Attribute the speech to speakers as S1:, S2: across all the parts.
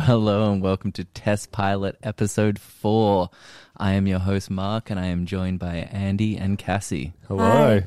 S1: hello, and welcome to Test Pilot Episode 4. I am your host, Mark, and I am joined by Andy and Cassie.
S2: Hello.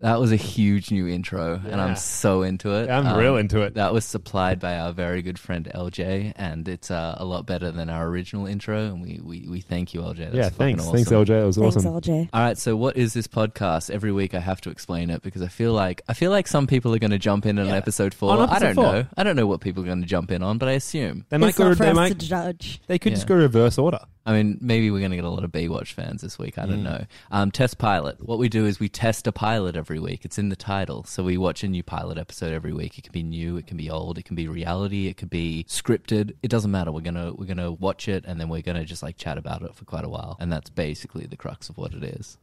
S1: That was a huge new intro, and
S2: Yeah.
S1: I'm so into it. Um,
S2: I'm real into it.
S1: That was supplied by our very good friend LJ, and it's uh, a lot better than our original intro, and we, we, we thank you, LJ. That's
S2: yeah,
S1: fucking
S2: thanks.
S1: awesome.
S2: Thanks, LJ. It was
S3: Thanks,
S2: awesome.
S3: LJ.
S1: All right, so what is this podcast? Every week I have to explain it because I feel like I feel like some people are going to jump in on
S2: Yeah.
S1: episode 4.
S2: On
S1: I
S2: episode
S1: don't
S2: four.
S1: know. I don't know what people are going to jump in on, but I assume.
S2: They might
S3: It's
S2: go.
S3: not for
S2: They
S3: us
S2: might.
S3: to judge.
S2: They could
S1: Yeah.
S2: just go reverse order.
S1: I mean, maybe we're going to get a lot of B Watch fans this week. I don't know. Um, test pilot. What we do is we test a pilot every week. It's in the title. So we watch a new pilot episode every week. It can be new, it can be old, it can be reality, it could be scripted. It doesn't matter. We're going to we're going to watch it and then we're going to just like chat about it for quite a while. And that's basically the crux of what it is.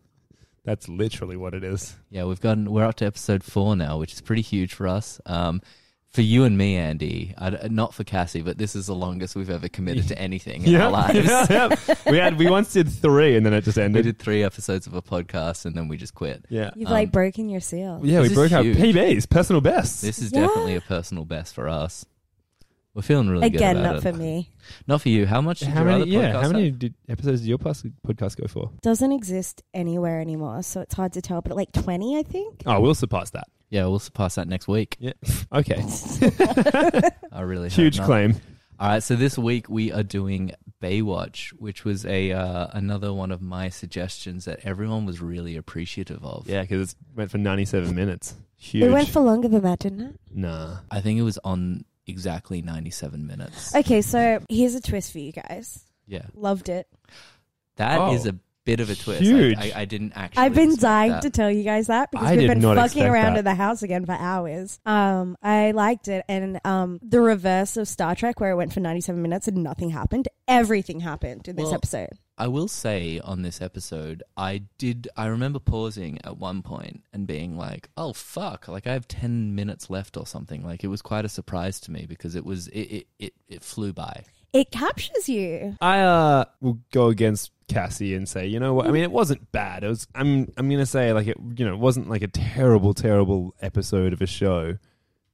S2: That's literally what it is.
S1: Yeah, we've gotten we're up to episode 4 now, which is pretty huge for us. Um for you and me, Andy, I d not for Cassie, but this is the longest we've ever committed to anything in our lives.
S2: yeah, yeah. We had. We once did three, and then it just
S1: We
S2: ended.
S1: did three episodes of a podcast and then we just quit.
S2: yeah.
S3: You've
S1: Um,
S3: like broken your seal.
S1: This
S2: Yeah. Oh. We
S1: is
S2: broke our
S1: huge.
S2: PBs, personal bests.
S1: This is
S3: Yeah.
S1: definitely a personal best for us. We're feeling really
S3: Again,
S1: good about
S3: not
S1: it.
S3: for me.
S1: Not for you. How much did
S2: how
S1: your
S2: many?
S1: other
S2: Yeah.
S1: podcast
S2: How many
S1: have?
S2: did, episodes did your pos- podcast go for?
S3: Doesn't exist anywhere anymore, so it's hard to tell. But like twenty, I think.
S2: Oh, we'll surpass that.
S1: Yeah, we'll surpass that next week.
S2: Yeah. Okay.
S1: I really hope
S2: Huge
S1: not.
S2: claim.
S1: All right, so this week we are doing Baywatch, which was a uh, another one of my suggestions that everyone was really appreciative of.
S2: Yeah, because it went for ninety-seven minutes. Huge.
S3: It went for longer than that, didn't it?
S2: nah.
S1: I think it was on exactly 97 minutes.
S3: Okay, so here's a twist for you guys.
S1: yeah.
S3: Loved it.
S1: that
S2: Oh.
S1: is a bit of a twist. I-
S2: Huge.
S1: I, I, didn't actually
S3: I've been
S1: expect
S3: dying
S1: that.
S3: to tell you guys that because
S2: I
S3: we've
S2: did
S3: been
S2: not
S3: fucking
S2: expect
S3: around
S2: that.
S3: in the house again for hours. Um, I liked it, and um, the reverse of Star Trek, where it went for ninety-seven minutes and nothing happened. Everything happened in this
S1: Well,
S3: episode.
S1: I will say on this episode, I did. I remember pausing at one point and being like, "Oh fuck!" Like I have ten minutes left or something. Like it was quite a surprise to me because it was it it it, it flew by.
S3: It captures you.
S2: I uh, will go against Cassie and say, you know what? I mean, it wasn't bad. It was. I'm. I'm gonna say like it. You know, it wasn't like a terrible, terrible episode of a show.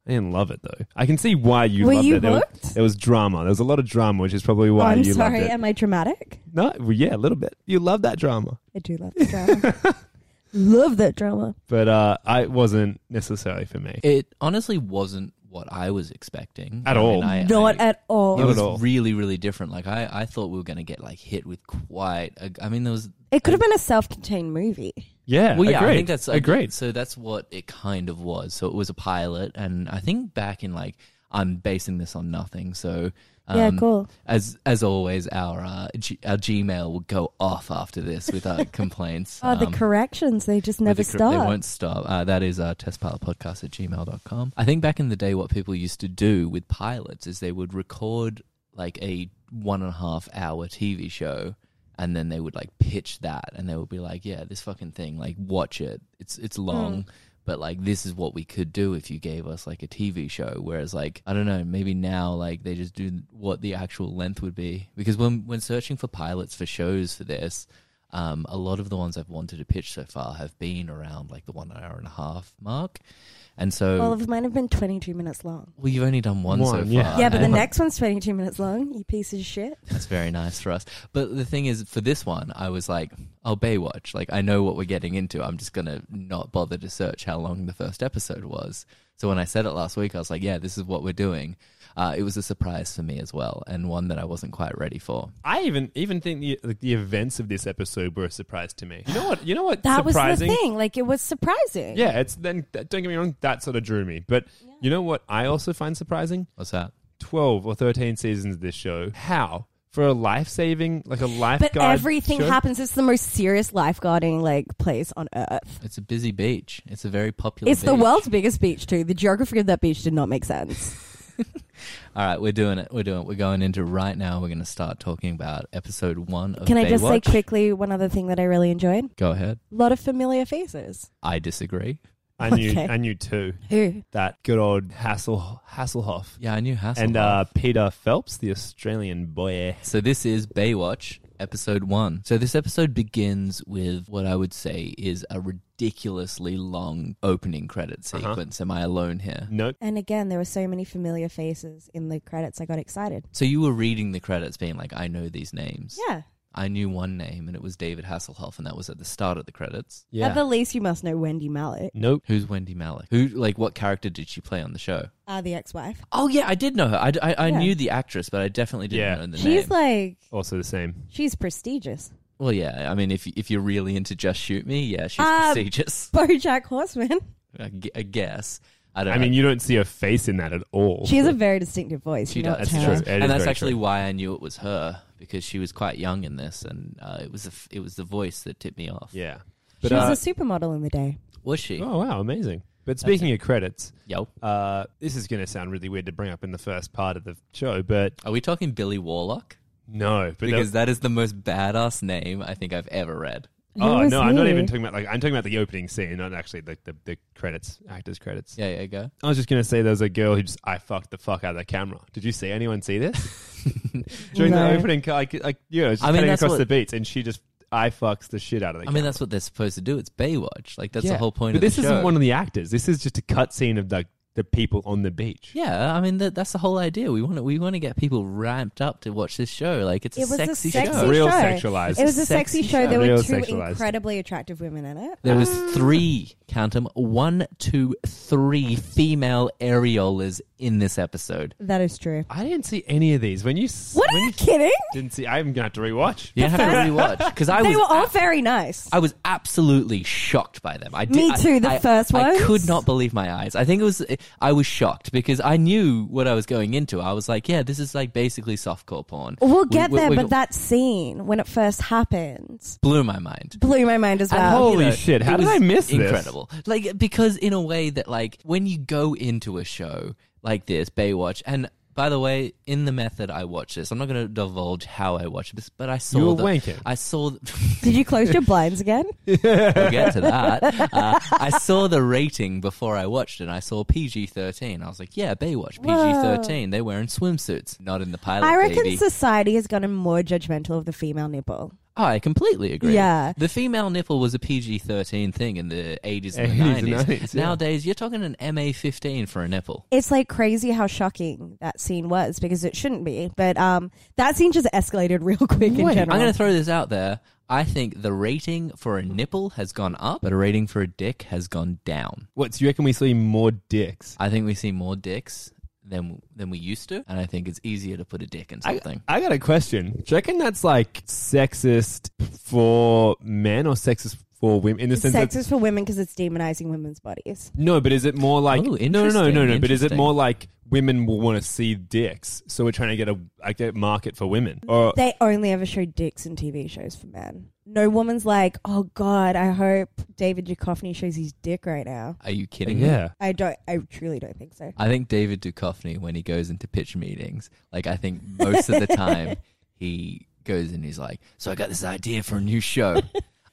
S2: I didn't love it though. I can see why you
S3: Were
S2: loved
S3: you
S2: it. There was,
S3: hooked?
S2: there was drama. There was a lot of drama, which is probably why
S3: I'm
S2: you
S3: sorry,
S2: loved it.
S3: am I dramatic?
S2: no, well, yeah, a little bit. You love that drama,
S3: I do love the drama. love that drama.
S2: but uh, I it wasn't necessarily for me.
S1: It honestly wasn't what I was expecting
S2: At
S1: I
S2: all.
S3: Not at all.
S1: It
S2: Not at
S1: was
S2: all.
S1: really, really different. Like I, I thought we were going to get like hit with quite. A, I mean, there was.
S3: It could have been a self-contained movie.
S2: Yeah,
S1: Well, yeah,
S2: agreed.
S1: I think that's uh,
S2: agreed.
S1: So that's what it kind of was. So it was a pilot, and I think back in like I'm basing this on nothing. So
S3: yeah,
S1: um,
S3: cool.
S1: as as always, our uh, G- our Gmail will go off after this with our complaints.
S3: Oh, the
S1: Um,
S3: corrections, they just
S1: with
S3: never
S1: the cor-
S3: stop.
S1: They won't stop. Uh, that is uh, testpilotpodcast at gmail.com. I think back in the day, what people used to do with pilots is they would record like a one and a half hour TV show. And then they would like pitch that, and they would be like, "Yeah, this fucking thing. Like, watch it. It's it's
S3: Hmm.
S1: long, but like this is what we could do if you gave us like a TV show. Whereas like I don't know, maybe now like they just do what the actual length would be because when when searching for pilots for shows for this, um, a lot of the ones I've wanted to pitch so far have been around like the one hour and a half mark, and so
S3: All of mine have been 22 minutes long.
S1: well, you've only done one, so
S2: One,
S1: far.
S2: yeah.
S3: yeah, but the
S1: and
S3: next one's 22 minutes long, you piece of shit.
S1: that's very nice for us. But the thing is, for this one, I was like, "Oh, Baywatch!" Like I know what we're getting into. I'm just gonna not bother to search how long the first episode was. So when I said it last week, I was like, "Yeah, this is what we're doing." Uh, it was a surprise for me as well, and one that I wasn't quite ready for.
S2: I even even think the like, the events of this episode were a surprise to me. You know what? You know what?
S3: That was the
S2: surprising?
S3: thing. Like, it was surprising.
S2: Yeah, it's then. Don't get me wrong. That sort of drew me. But you know what? I also find surprising.
S1: What's that?
S2: 12 or 13 seasons of this show. How? For a life saving, like a lifeguard.
S3: But everything
S2: show?
S3: happens. It's the most serious lifeguarding, like, place on earth.
S1: It's a busy beach. It's a very popular.
S3: It's the
S1: beach.
S3: world's biggest beach, too. The geography of that beach did not make sense.
S1: All right, we're doing it. We're doing it. We're going into right now. We're going to start talking about episode one of
S3: Can I just say
S1: Baywatch.
S3: quickly one other thing that I really enjoyed?
S1: Go ahead.
S3: A lot of familiar faces.
S1: I disagree.
S2: I knew,
S3: Okay.
S2: I knew too.
S3: Who?
S2: That good old Hassel, Hasselhoff.
S1: Yeah, I knew Hasselhoff.
S2: And uh, Peter Phelps, the Australian boy.
S1: so this is Baywatch episode one. So this episode begins with what I would say is a ridiculously long opening credit
S2: Uh-huh.
S1: sequence. Am I alone here?
S2: Nope.
S3: And again, there were so many familiar faces in the credits. I got excited.
S1: So you were reading the credits, being like, "I know these names."
S3: Yeah.
S1: I knew one name, and it was David Hasselhoff, and that was at the start of the credits.
S3: At the least, you must know Wendy Mallett,
S2: Nope.
S1: Who's Wendy Malick? Who, like, what character did she play on the show?
S3: uh, the ex-wife.
S1: Oh yeah, I did know her. I, I, I
S3: Yeah.
S1: knew the actress, but I definitely didn't
S2: Yeah.
S1: know the name.
S3: She's like,
S2: Also the same.
S3: she's prestigious.
S1: well, yeah. I mean, if if you're really into Just Shoot Me, yeah, she's
S3: Um,
S1: prestigious.
S3: BoJack Horseman.
S1: I, gu- I guess. I don't.
S2: I
S1: know.
S2: mean, you don't see a face in that at all.
S3: She has a very distinctive voice.
S1: she
S3: you know
S1: does.
S3: it's
S2: That's
S3: her.
S2: true. It is
S1: and that's
S2: very
S1: actually
S2: true.
S1: why I knew it was her because she was quite young in this, and uh, it was the f- it was the voice that tipped me off.
S2: Yeah.
S3: She
S2: But,
S3: was
S2: uh,
S3: a supermodel in the day.
S1: Was she?
S2: oh wow, amazing. But speaking of credits,
S1: Yo,
S2: uh, this is going to sound really weird to bring up in the first part of the show, but
S1: are we talking Billy Warlock?
S2: no, but
S1: Because that is the most badass name I think I've ever read.
S3: Who
S2: Oh
S3: was
S2: no, I'm not
S3: he?
S2: even talking about like I'm talking about the opening scene, not actually the, the, the credits, actors credits.
S1: Yeah, yeah, go.
S2: I was just gonna say there was a girl who just I fucked the fuck out of the camera. Did you see anyone see this during
S3: No.
S2: the opening? ca- Like, like you know, just
S1: I mean,
S2: cutting
S1: that's
S2: across
S1: what-
S2: the beats, and she just I fucks the shit out of the.
S1: I mean, that's what they're supposed to do. It's Baywatch. Like that's
S2: Yeah.
S1: the whole point.
S2: But
S1: of
S2: this
S1: the show.
S2: isn't one of the actors. This is just a cut scene of like the people on the beach.
S1: Yeah, I mean that, that's the whole idea. We want to we want to get people ramped up to watch this show. Like it's
S3: It
S1: a
S3: was a
S1: sexy
S3: sexy
S1: show.
S2: real
S3: show.
S2: sexualized.
S3: It was a
S1: Sexy
S3: sexy, show.
S1: show.
S3: There were
S2: Real
S3: two
S2: sexualized.
S3: incredibly attractive women in it.
S1: There was three, count 'em, one, two, three female areolas in this episode.
S3: That is true.
S2: I didn't see any of these. When you s-
S3: What are
S2: when
S3: you
S2: you
S3: kidding?
S2: didn't see, I'm gonna have to rewatch.
S1: You have to rewatch because I
S3: They
S1: was
S3: were all very nice.
S1: I was absolutely shocked by them. I did,
S3: Me too,
S1: I,
S3: the
S1: I-
S3: first
S1: I
S3: ones.
S1: could not believe my eyes. I think it was I was shocked because I knew what I was going into. I was like, yeah, this is like basically softcore porn.
S3: We'll
S1: We-
S3: get
S1: we-
S3: there,
S1: we-
S3: but that scene when it first happened
S1: blew my mind.
S3: blew my mind as
S1: And,
S3: well.
S2: Holy
S1: you
S2: shit, how
S1: it
S2: did
S1: was
S2: I miss this?
S1: Incredible. Like because in a way that like when you go into a show like this, Baywatch, and by the way, in the method I watch this, I'm not going to divulge how I watch this, but I saw
S2: You were
S1: the-
S2: wanking.
S1: I saw. The,
S3: Did you close your blinds again?
S1: we'll get to that. Uh, I saw the rating before I watched it. and I saw PG thirteen. I was like, yeah, Baywatch PG thirteen. They're wearing swimsuits, not in the pilot.
S3: I reckon
S1: baby.
S3: society has gotten more judgmental of the female nipple.
S1: Oh, I completely agree.
S3: Yeah.
S1: The female nipple was a PG 13 thing in the 80s and
S2: 80s
S1: the
S2: and
S1: 90s.
S2: 90s, yeah.
S1: Nowadays, you're talking an MA 15 for a nipple.
S3: It's like crazy how shocking that scene was because it shouldn't be. But um, that scene just escalated real quick in
S1: Wait, I'm
S3: general.
S1: going to throw this out there. I think the rating for a nipple has gone up, but a rating for a dick has gone down.
S2: What do you reckon we see more dicks?
S1: I think we see more dicks than than we used to, and I think it's easier to put a dick in something.
S2: I got a question. Do you reckon that's like sexist for men or sexist for women? In the
S3: it's
S2: sense that
S3: sexist for women because it's demonizing women's bodies.
S2: no, but is it more like
S1: Oh,
S2: no, no, no, no, no?
S1: interesting,
S2: But is it
S1: interesting.
S2: more like women will want to see dicks, so we're trying to get a like a market for women? Or
S3: They only ever show dicks in TV shows for men. No woman's like, oh God, I hope David Duchovny shows his dick right now.
S1: Are you kidding me?
S2: yeah,
S3: I don't. I truly don't think so.
S1: I think David Duchovny, when he goes into pitch meetings, like I think most of the time he goes and he's like, "So I got this idea for a new show.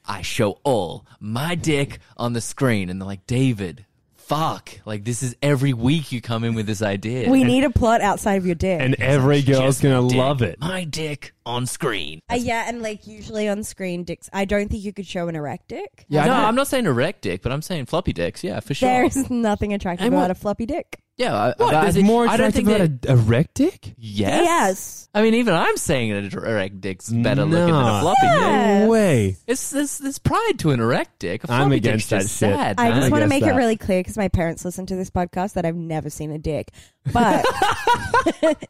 S1: I show all my dick on the screen," and they're like, "David, fuck! Like this is every week you come in with this idea."
S3: We need a plot outside of your dick.
S2: and every girl's
S1: Just
S2: gonna
S1: my dick.
S2: love it.
S1: My dick on screen.
S3: Uh, yeah, and like usually on screen dicks. I don't think you could show an erect dick.
S2: Yeah, I
S1: no,
S2: don't-
S1: I'm not saying erect dick, but I'm saying floppy dicks. Yeah, for sure.
S3: There is nothing attractive
S1: And what-
S3: about a floppy dick.
S1: yeah, I,
S2: What?
S1: but I
S2: There's
S1: think-
S2: more
S1: I don't think
S2: attractive
S1: that.
S2: about a, a erect dick?
S1: Yes.
S3: Yes.
S1: I mean, even I'm saying an erect dick's better looking than a
S2: No.
S1: floppy dick.
S3: Yes.
S2: No way.
S1: It's there's, there's pride to an erect dick. A
S2: I'm
S1: floppy
S2: against
S1: dick's just
S2: that shit.
S1: sad,
S3: I
S1: man.
S3: just want to
S2: guess
S3: make it
S2: that.
S3: really clear because my parents listen to this podcast that I've never seen a dick. But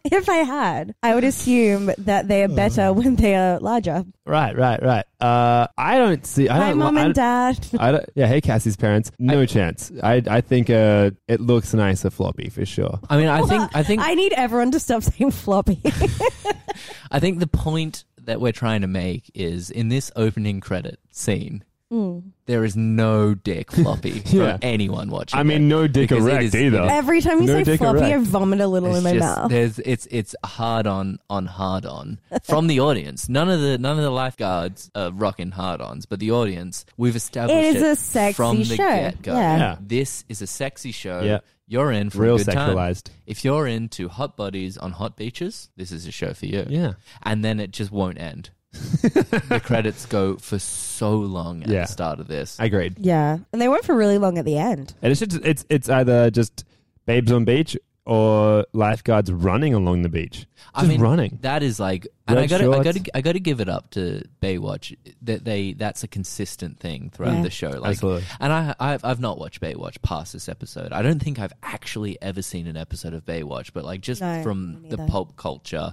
S3: if I had, I would assume that they are better when they are larger.
S2: Right, right, right. Uh, I don't see. I
S3: Hi,
S2: don't. li-
S3: mom
S2: I
S3: and
S2: don't-
S3: dad.
S2: I don't, yeah, hey Cassie's parents. No chance. I I think uh, it looks nicer floppy for sure.
S1: I mean, I think I think
S3: uh, I need everyone to stop saying floppy.
S1: I think the point that we're trying to make is in this opening credit scene,
S3: Hmm.
S1: there is no dick floppy for
S2: Yeah.
S1: anyone watching.
S2: I mean,
S1: it.
S2: no dick
S1: Because it
S2: erect
S1: is-
S2: either.
S1: it is-
S3: Every time you
S2: No
S3: say
S2: dick
S3: floppy, I
S2: erect.
S3: vomit a little in
S1: It's
S3: my
S1: just-
S3: mouth.
S1: there's it's it's hard on on hard on from the audience. None of the none of the lifeguards are rocking hard ons, but the audience we've established
S3: It is a sexy
S1: from the
S3: show.
S1: get go.
S3: Yeah.
S2: Yeah.
S1: This is a sexy show.
S2: Yeah.
S1: You're in for
S2: Real
S1: a good time.
S2: sexualized.
S1: If you're into hot bodies on hot beaches, this is a show for you.
S2: Yeah.
S1: And then it just won't end. the credits go for so long at
S2: Yeah.
S1: the start of this.
S2: Agreed.
S3: Yeah, and they went for really long at the end.
S2: And it's just, it's it's either just babes on beach or lifeguards running along the beach, just
S1: I mean,
S2: running.
S1: That is like, and
S2: Red
S1: I gotta, I
S2: shorts.
S1: gotta, I gotta give it up to Baywatch that they that's a consistent thing throughout
S3: Yeah.
S1: the show. Like,
S2: Absolutely.
S1: and I, I've, I've not watched Baywatch past this episode. I don't think I've actually ever seen an episode of Baywatch, but like just
S3: No,
S1: from
S3: me
S1: the
S3: neither.
S1: pulp culture,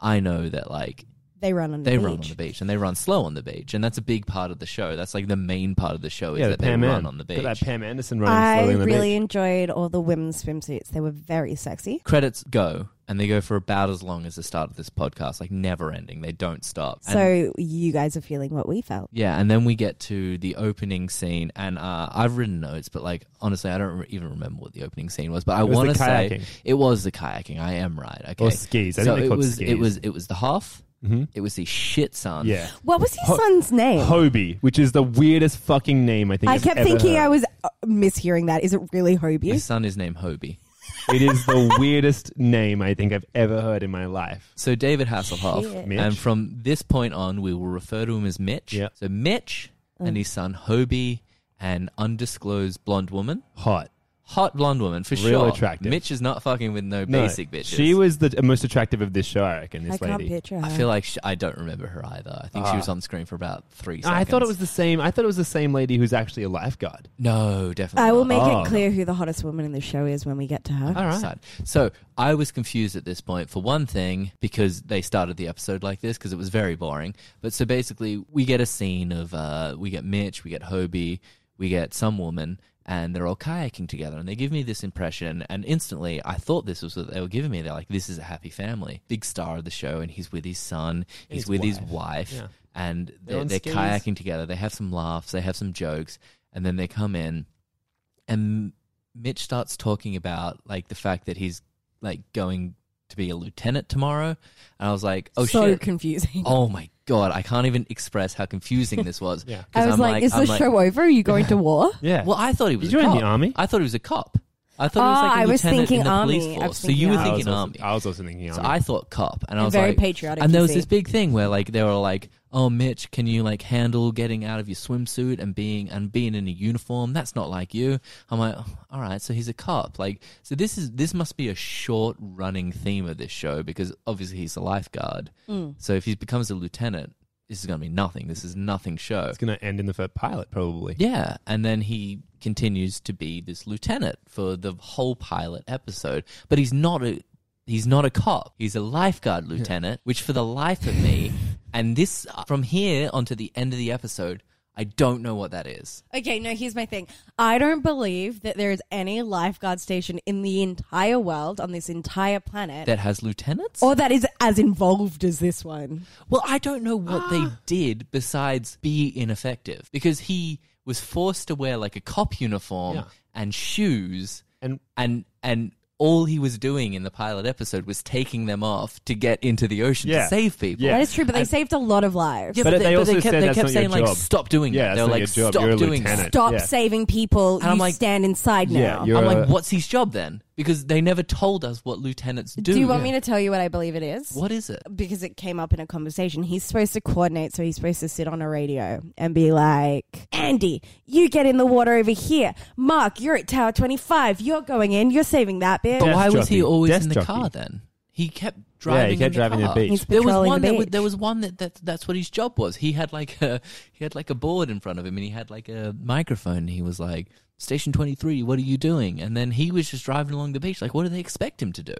S1: I know that like
S3: They run on the
S1: they
S3: beach.
S1: run on the beach and they run slow on the beach, and that's a big part of the show. That's like the main part of the show is
S2: Yeah, the
S1: that they
S2: Pam
S1: run
S2: An-
S1: on the
S2: got
S1: beach.
S2: That Pam Anderson running
S3: I
S2: slowly on the
S3: really
S2: beach.
S3: enjoyed all the women's swimsuits. They were very sexy.
S1: Credits go, and they go for about as long as the start of this podcast, like never ending. They don't stop. And
S3: So you guys are feeling what we felt.
S1: Yeah, and then we get to the opening scene, and uh, I've written notes, but like honestly, I don't re- even remember what the opening scene was. But I
S2: It was the
S1: want to say
S2: kayaking.
S1: it was the kayaking. I am right. Okay,
S2: Or skis. I
S1: so
S2: think they
S1: it
S2: called
S1: was
S2: skis.
S1: it was it was the half.
S2: Mhm.
S1: It was the shit son.
S2: yeah.
S3: What was his
S2: Ho-
S3: son's name?
S2: Hobie, which is the weirdest fucking name I think
S3: I
S2: I've
S3: kept
S2: ever
S3: thinking
S2: heard.
S3: I was uh, mishearing that. Is it really Hobie?
S1: his son is named Hobie.
S2: It is the weirdest name I think I've ever heard in my life.
S1: So David Hasselhoff,
S3: Shit.
S2: Mitch.
S1: and from this point on, we will refer to him as Mitch.
S2: Yeah.
S1: So Mitch
S2: Mm.
S1: and his son Hobie, an undisclosed blonde woman,
S2: Hot.
S1: hot blonde woman for
S2: Real
S1: sure.
S2: attractive.
S1: Mitch is not fucking with no,
S2: No,
S1: basic bitches.
S2: She was the most attractive of this show, I reckon,
S3: I
S2: this
S3: can't
S2: lady.
S3: picture her.
S1: I feel like she, I don't remember her either. I think she
S2: Ah.
S1: was on screen for about three seconds.
S2: I thought it was the same. I thought it was the same lady who's actually a lifeguard.
S1: No, definitely.
S3: I will
S1: not.
S3: make
S2: Oh.
S3: it clear who the hottest woman in the show is when we get to her.
S2: All right.
S1: Side. So I was confused at this point for one thing because they started the episode like this because it was very boring. But so basically, we get a scene of uh, we get Mitch, we get Hobie, we get some woman, and they're all kayaking together, and they give me this impression, and instantly I thought this was what they were giving me. They're like, "This is a happy family, big star of the show, and he's with his son, he's
S2: His
S1: with his
S2: wife.
S1: wife,
S2: Yeah.
S1: and
S2: They're
S1: they're,
S2: on
S1: they're
S2: skis.
S1: kayaking together. They have some laughs, they have some jokes, and then they come in." and Mitch starts talking about like the fact that he's like going to be a lieutenant tomorrow, and I was like, oh
S3: so
S1: shit,
S3: confusing.
S1: oh my god, I can't even express how confusing this was.
S2: Yeah.
S1: 'Cause
S3: I was
S1: I'm
S3: like, is
S1: I'm
S3: the show over? Are you going to war?
S2: Yeah.
S1: Well, I thought he was.
S2: Did you
S1: a
S2: join
S1: cop.
S2: the army?
S1: I thought he was a cop. I thought he was
S3: Ah,
S1: like a
S3: I was
S1: lieutenant
S3: thinking
S1: in the
S3: army.
S1: police
S3: I was
S1: force. So you were
S3: thinking
S2: I was
S1: thinking
S2: also-
S1: army.
S2: I was also thinking
S1: So
S2: army.
S1: I thought cop, and I
S3: And
S1: was
S3: very
S1: like,
S3: patriotic,
S1: And
S3: you
S1: there was
S3: see.
S1: this big thing where like they were like, "Oh, Mitch, can you like handle getting out of your swimsuit and being and being in a uniform? That's not like you." I'm like, "Oh, "All right, so he's a cop." Like, so this is this must be a short running theme of this show because obviously he's a lifeguard. So if he becomes a lieutenant, this is going to be nothing. This is nothing show.
S2: it's going to end in the first pilot, probably.
S1: Yeah, and then he continues to be this lieutenant for the whole pilot episode, but he's not a he's not a cop. He's a lifeguard lieutenant, which for the life of me, and this from here onto the end of the episode, I don't know what that is.
S3: Okay, no, here's my thing. I don't believe that there is any lifeguard station in the entire world on this entire planet
S1: That has lieutenants?
S3: or that is as involved as this one.
S1: Well, I don't know what they
S2: Ah.
S1: did besides be ineffective because he was forced to wear like a cop uniform
S2: Yeah.
S1: and shoes
S2: And
S1: and and all he was doing in the pilot episode was taking them off to get into the ocean
S2: Yeah.
S1: to save people.
S2: Yeah.
S3: That is true, but they saved a lot of lives.
S1: Yeah,
S2: But they also
S1: kept,
S2: said
S1: they
S2: that's
S1: kept
S2: not your
S1: saying like
S2: job.
S1: stop doing it.
S2: Yeah, that's
S1: They were
S2: not
S1: like
S2: your job.
S1: stop
S2: You're a
S1: doing
S2: lieutenant.
S1: it.
S3: Stop
S2: Yeah.
S3: saving people.
S1: I'm
S3: you
S1: like-
S3: stand inside now.
S2: Yeah, you're
S1: I'm
S2: a-
S1: like, what's his job then? Because they never told us what lieutenants do.
S3: do, you want me to tell you what I believe it is?
S1: What is it?
S3: because it came up in a conversation. He's supposed to coordinate, so he's supposed to sit on a radio and be like, Andy, you get in the water over here. Mark, you're at Tower 25. You're going in. You're saving that bitch.
S1: But
S2: Desk
S1: why was he
S2: jockey.
S1: always
S2: Desk
S1: in the
S2: jockey.
S1: car then? He kept driving.
S2: kept
S1: in the
S2: driving the
S1: car.
S2: beach. He's
S1: There was
S3: patrolling
S1: one
S3: the
S1: that
S3: beach.
S1: was, there was one that, that that's what his job was. He had like a he had like a board in front of him and he had like a microphone. And he was like, "Station twenty three, what are you doing?" And then he was just driving along the beach. Like, what do they expect him to do?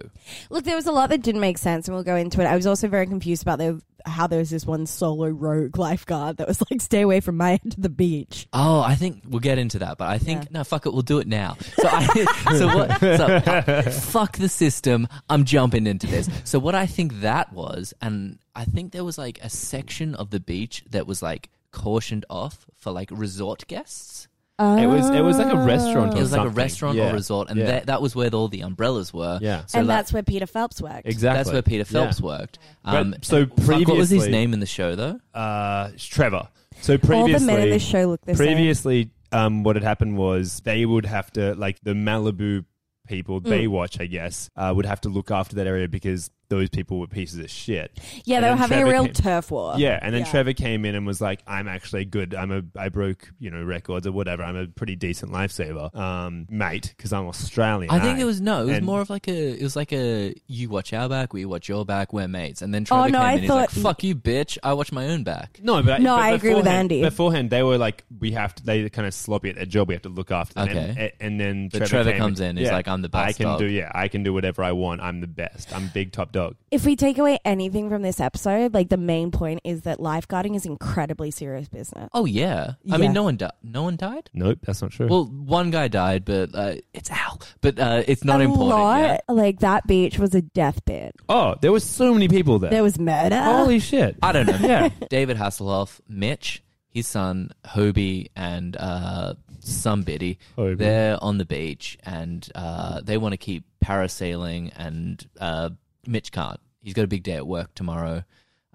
S3: Look, there was a lot that didn't make sense, and we'll go into it. I was also very confused about the, how there was this one solo rogue lifeguard that was like, stay away from my end of the beach.
S1: Oh, I think we'll get into that, but I think
S3: Yeah.
S1: no, fuck it, we'll do it now. So, I, so what? So fuck, fuck the system. I'm jumping into this. So what I think that was, and I think there was like a section of the beach that was like cautioned off for like resort guests.
S2: it was it was like
S3: Oh.
S2: a restaurant.
S1: It
S2: or
S1: was like a
S2: something.
S1: restaurant
S2: Yeah.
S1: or resort, and
S2: Yeah.
S1: that, that was where all the umbrellas were.
S2: Yeah.
S1: So
S3: and
S1: that-
S3: that's where Peter Phelps worked.
S2: exactly.
S1: that's where Peter Phelps
S2: Yeah.
S1: worked.
S2: But-
S1: Um,
S2: so
S1: fuck, what was his
S2: previously-
S1: name in the show though?
S2: uh, Trevor. So
S3: All
S2: previously,
S3: the men in this show look the same.
S2: previously, um, what had happened was they would have
S3: Mm.
S2: to like the Malibu people Baywatch, I guess, uh, would have to look after that area because those people were pieces of shit.
S3: Yeah,
S2: And
S3: they were
S2: then
S3: having a
S2: Trevor
S3: real
S2: came-
S3: turf war.
S2: Yeah, and then
S3: Yeah.
S2: Trevor came in and was like, "I'm actually good. I'm a I broke you know records or whatever. I'm a pretty decent lifesaver, um, mate, because I'm Australian."
S1: I think
S2: eh?"
S1: it was no. It was
S2: And-
S1: more of like a. It was like a. You watch our back, we watch your back. We're mates. And then Trevor
S3: Oh, no,
S1: came
S3: I
S1: in. He's like,
S3: thought-
S1: "Fuck you, bitch! I watch my own back."
S2: No, but
S3: No,
S2: but
S3: I agree with
S2: beforehand-
S3: Andy.
S2: Beforehand, they were like, "We have to." They kind of sloppy at their job. We have to look after them. And-
S1: Okay.
S2: And, then
S1: But
S2: Trevor,
S1: Trevor
S2: came
S1: comes in, he's like, "I'm the
S2: I
S1: best
S2: can
S1: dog."
S2: do. Yeah, I can do whatever I want. I'm the best. I'm big top dog."
S3: If we take away anything from this episode, like the main point is that lifeguarding is incredibly serious business.
S1: Oh yeah. I
S3: Yeah.
S1: mean, no one died. No one died.
S2: Nope, that's not true.
S1: Well, one guy died, but uh, it's Al. But uh, it's not
S3: a
S1: important.
S3: lot,
S1: yeah?
S3: like that beach was a deathbed.
S2: oh, there were so many people there.
S3: There was murder.
S2: Holy shit!
S1: I don't know.
S2: Yeah.
S1: David Hasselhoff, Mitch, his son Hobie, and uh, some biddy.
S2: Hobie.
S1: They're on the beach and uh, they want to keep parasailing. And uh, Mitch can't. He's got a big day at work tomorrow.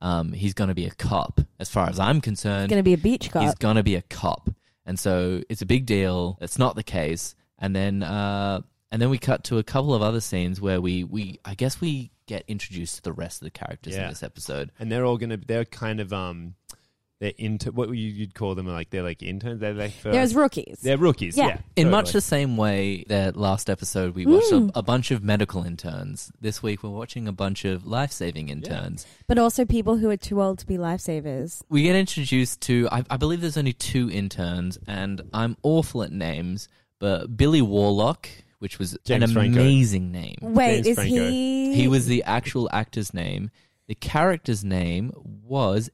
S1: Um, he's going to be a cop, as far as I'm concerned.
S3: going to be a beach
S1: he's
S3: cop.
S1: going to be a cop, and so it's a big deal. It's not the case, and then uh, and then we cut to a couple of other scenes where we we I guess we get introduced to the rest of the characters
S2: Yeah.
S1: in this episode.
S2: and they're all gonna. They're kind of um, they're into what you- you'd call them like they're like interns. They're like first,
S3: There's rookies.
S2: they're rookies.
S3: Yeah.
S2: Yeah,
S1: In much
S2: totally.
S1: the same way that last episode we watched
S3: Mm.
S1: a, a bunch of medical interns, this week we're watching a bunch of life saving interns.
S3: but also people who are too old to be lifesavers.
S1: We get introduced to, I, I believe there's only two interns, and I'm awful at names, but Billy Warlock, which was
S2: James
S1: an
S2: Franco.
S1: amazing name.
S3: Wait,
S2: Mm. James
S3: is
S2: Franco.
S3: he?
S1: He was the actual actor's name. The character's name was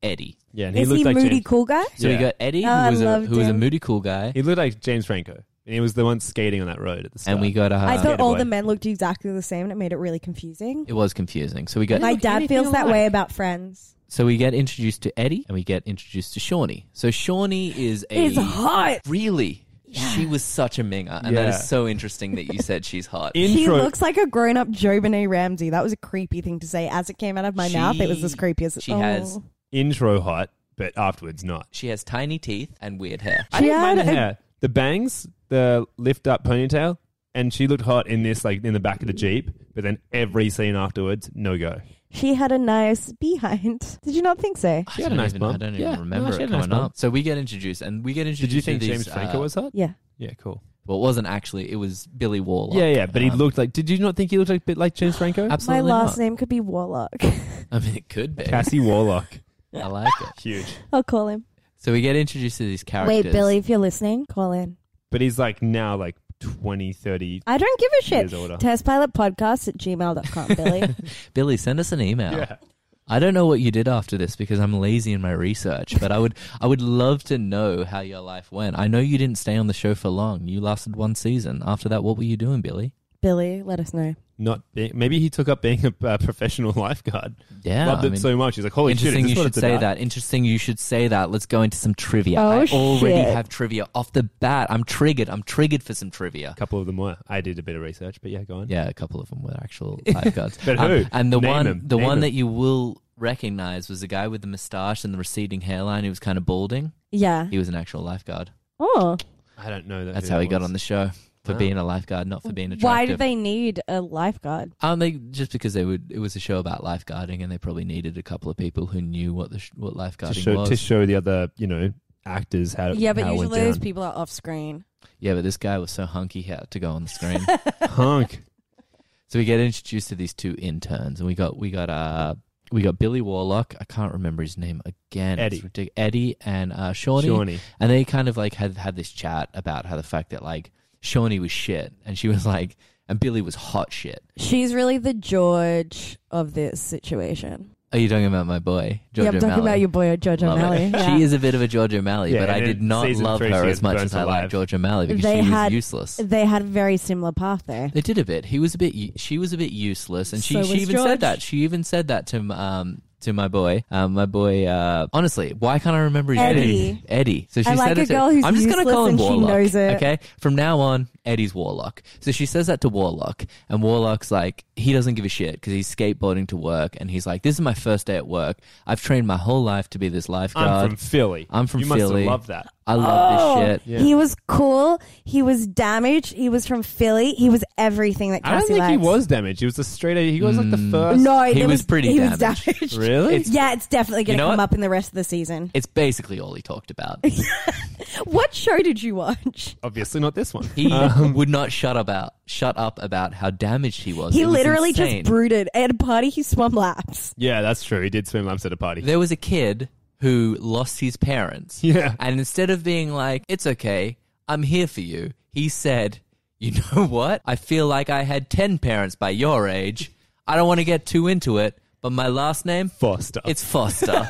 S1: Eddie.
S2: yeah. And he
S3: Is
S2: looked
S3: he
S2: like
S3: moody
S2: James,
S3: cool guy?
S1: So
S2: Yeah.
S1: we got Eddie,
S3: Oh, I
S1: who was a
S3: loved
S1: who was a
S3: him.
S1: moody cool guy,
S2: He looked like James Franco, and he was the one skating on that road at the start.
S1: and we got uh,
S3: I thought
S2: Skater
S3: all
S2: boy.
S3: the men looked exactly the same, and it made it really confusing.
S1: it was confusing. So we got
S3: My
S2: look
S3: dad
S2: anything
S3: feels that way
S2: alike.
S3: about Friends.
S1: so we get introduced to Eddie, and we get introduced to Shawnee. So Shawnee is a
S3: It's hot.
S1: really. She was such a minger, and that
S2: Yeah.
S1: is so interesting that you said she's hot.
S3: She
S2: intro.
S3: looks like a grown-up JoBenet Ramsey. That was a creepy thing to say. As it came out of my
S1: She-
S3: mouth, it was as creepy as
S1: she
S3: oh.
S1: has-
S2: intro hot, but afterwards not.
S1: she has tiny teeth and weird hair.
S2: I
S3: She
S2: didn't mind the
S3: had a-
S2: hair, the bangs, the lift up ponytail, and she looked hot in this, like in the back of the jeep. But then every scene afterwards, no go.
S3: She had a nice behind. Did you not think so?
S1: I
S2: She had a
S1: don't
S2: nice
S1: even,
S2: bump.
S1: I don't even
S2: Yeah, no,
S1: remember
S2: she
S1: it
S2: had a nice
S1: coming
S2: bump.
S1: up. So we get introduced, and we get introduced.
S2: Did you think
S1: to these,
S2: James Franco
S1: uh,
S2: was hot?
S3: Yeah.
S2: Yeah, cool.
S1: Well, it wasn't actually. It was Billy Warlock.
S2: Yeah, yeah, but he
S1: Um,
S2: looked like. Did you not think he looked like a bit like James Franco?
S3: My
S1: absolutely
S3: last
S1: not.
S3: name could be Warlock.
S1: I mean, it could be.
S2: Cassie Warlock,
S1: I like it.
S2: huge.
S3: I'll call him.
S1: So we get introduced to these characters.
S3: Wait, Billy, if you're listening, call in.
S2: But he's like now like 20, 30
S3: I don't give a shit.
S2: years older.
S3: Testpilotpodcast at gmail.com, Billy.
S1: Billy, send us an email.
S2: Yeah.
S1: I don't know what you did after this because I'm lazy in my research, but I would I would love to know how your life went. I know you didn't stay on the show for long. You lasted one season. After that, what were you doing, Billy?
S3: Billy, let us know.
S2: Not being, maybe he took up being a uh, professional lifeguard.
S1: Yeah,
S2: Loved
S1: I
S2: it
S1: mean,
S2: so much. He's like, holy "Oh, shit!
S1: interesting
S2: is this
S1: you
S2: what
S1: should
S2: it's
S1: say
S2: about?
S1: that. Interesting you should say that. Let's go into some trivia.
S3: Oh,
S1: I already
S3: shit.
S1: have trivia off the bat. I'm triggered. I'm triggered for some trivia.
S2: A couple of them were. I did a bit of research, but yeah, go on.
S1: Yeah, a couple of them were actual lifeguards.
S2: But
S1: Um,
S2: who?
S1: and the
S2: Name
S1: one,
S2: them.
S1: the
S2: Name
S1: one
S2: them.
S1: that you will recognize was the guy with the moustache and the receding hairline who was kind of balding.
S3: Yeah.
S1: He was an actual lifeguard.
S3: Oh.
S2: I don't know. That
S1: That's
S2: who
S1: how
S2: that
S1: he got
S2: was.
S1: on the show for
S2: Wow.
S1: being a lifeguard, not for being attractive.
S3: Why did they need a lifeguard?
S1: Um, they just because they would. It was a show about lifeguarding, and they probably needed a couple of people who knew what the sh- what
S2: to
S1: lifeguarding
S2: show,
S1: was.
S2: to show the other, you know, actors how.
S3: Yeah, but
S2: how it went
S3: usually those
S2: down.
S3: people are off screen.
S1: yeah, but this guy was so hunky he had to go on the screen.
S2: Hunk.
S1: So we get introduced to these two interns, and we got we got uh we got Billy Warlock. I can't remember his name again. It's
S2: Eddie.
S1: ridic- Eddie and uh, Shawnee,
S2: Shawnee.
S1: and they kind of like had had this chat about how the fact that like Shawnee was shit, and she was like, and Billy was hot shit.
S3: She's really the George of this situation.
S1: Are you talking about my boy George
S3: yeah, I'm talking
S1: O'Malley?
S3: about your boy George
S1: Love it.
S3: O'Malley. Yeah.
S1: She is a bit of a George O'Malley,
S2: Yeah,
S1: but I
S2: and
S1: did
S2: in
S1: not
S2: season
S1: love
S2: three,
S1: her
S2: she
S1: as
S2: gets
S1: much
S2: burnt
S1: as I like
S2: alive.
S1: George O'Malley because
S3: They
S1: she was
S3: had-
S1: useless.
S3: They had a very similar path there.
S1: They did a bit. He was a bit. u- She was a bit useless, and she,
S3: So
S1: she
S3: was
S1: even
S3: George.
S1: said that. She even said that to m- um to my boy. Um, my boy. Uh, honestly, why can't I remember his
S3: Eddie.
S1: name? Eddie. So she
S3: I like
S1: said
S3: a
S1: it to-
S3: girl who's
S1: I'm just gonna
S3: useless
S1: call him
S3: and she
S1: Warlock.
S3: knows it.
S1: Okay, from now on, Eddie's Warlock. So she says that to Warlock, and Warlock's like he doesn't give a shit because he's skateboarding to work, and he's like, "This is my first day at work. I've trained my whole life to be this lifeguard."
S2: I'm from Philly.
S1: I'm from
S2: you
S1: Philly.
S2: must have loved that.
S1: I
S3: Oh.
S1: love this shit.
S2: Yeah.
S3: He was cool. He was damaged. He was from Philly. He was everything that Cassie
S2: I don't think he
S3: likes.
S2: was damaged. He was a straight. A, he was like
S1: Mm.
S2: the first.
S3: No,
S1: He
S3: there
S1: was pretty
S3: he
S1: damaged.
S3: Was damaged.
S2: Really?
S3: Yeah, it's definitely going
S1: You
S3: to
S1: know
S3: come
S1: what?
S3: up in the rest of the season.
S1: It's basically all he talked about.
S3: What show did you watch?
S2: obviously not this one.
S1: He would not shut about shut up about how damaged he was.
S3: He
S1: It was
S3: literally
S1: insane.
S3: just brooded at a party. He swum laps.
S2: yeah, that's true. He did swim laps at a party.
S1: there was a kid who lost his parents.
S2: Yeah.
S1: And instead of being like, it's okay, I'm here for you, he said, you know what? I feel like I had 10 parents by your age. I don't want to get too into it, but my last name,
S2: Foster.
S1: it's Foster.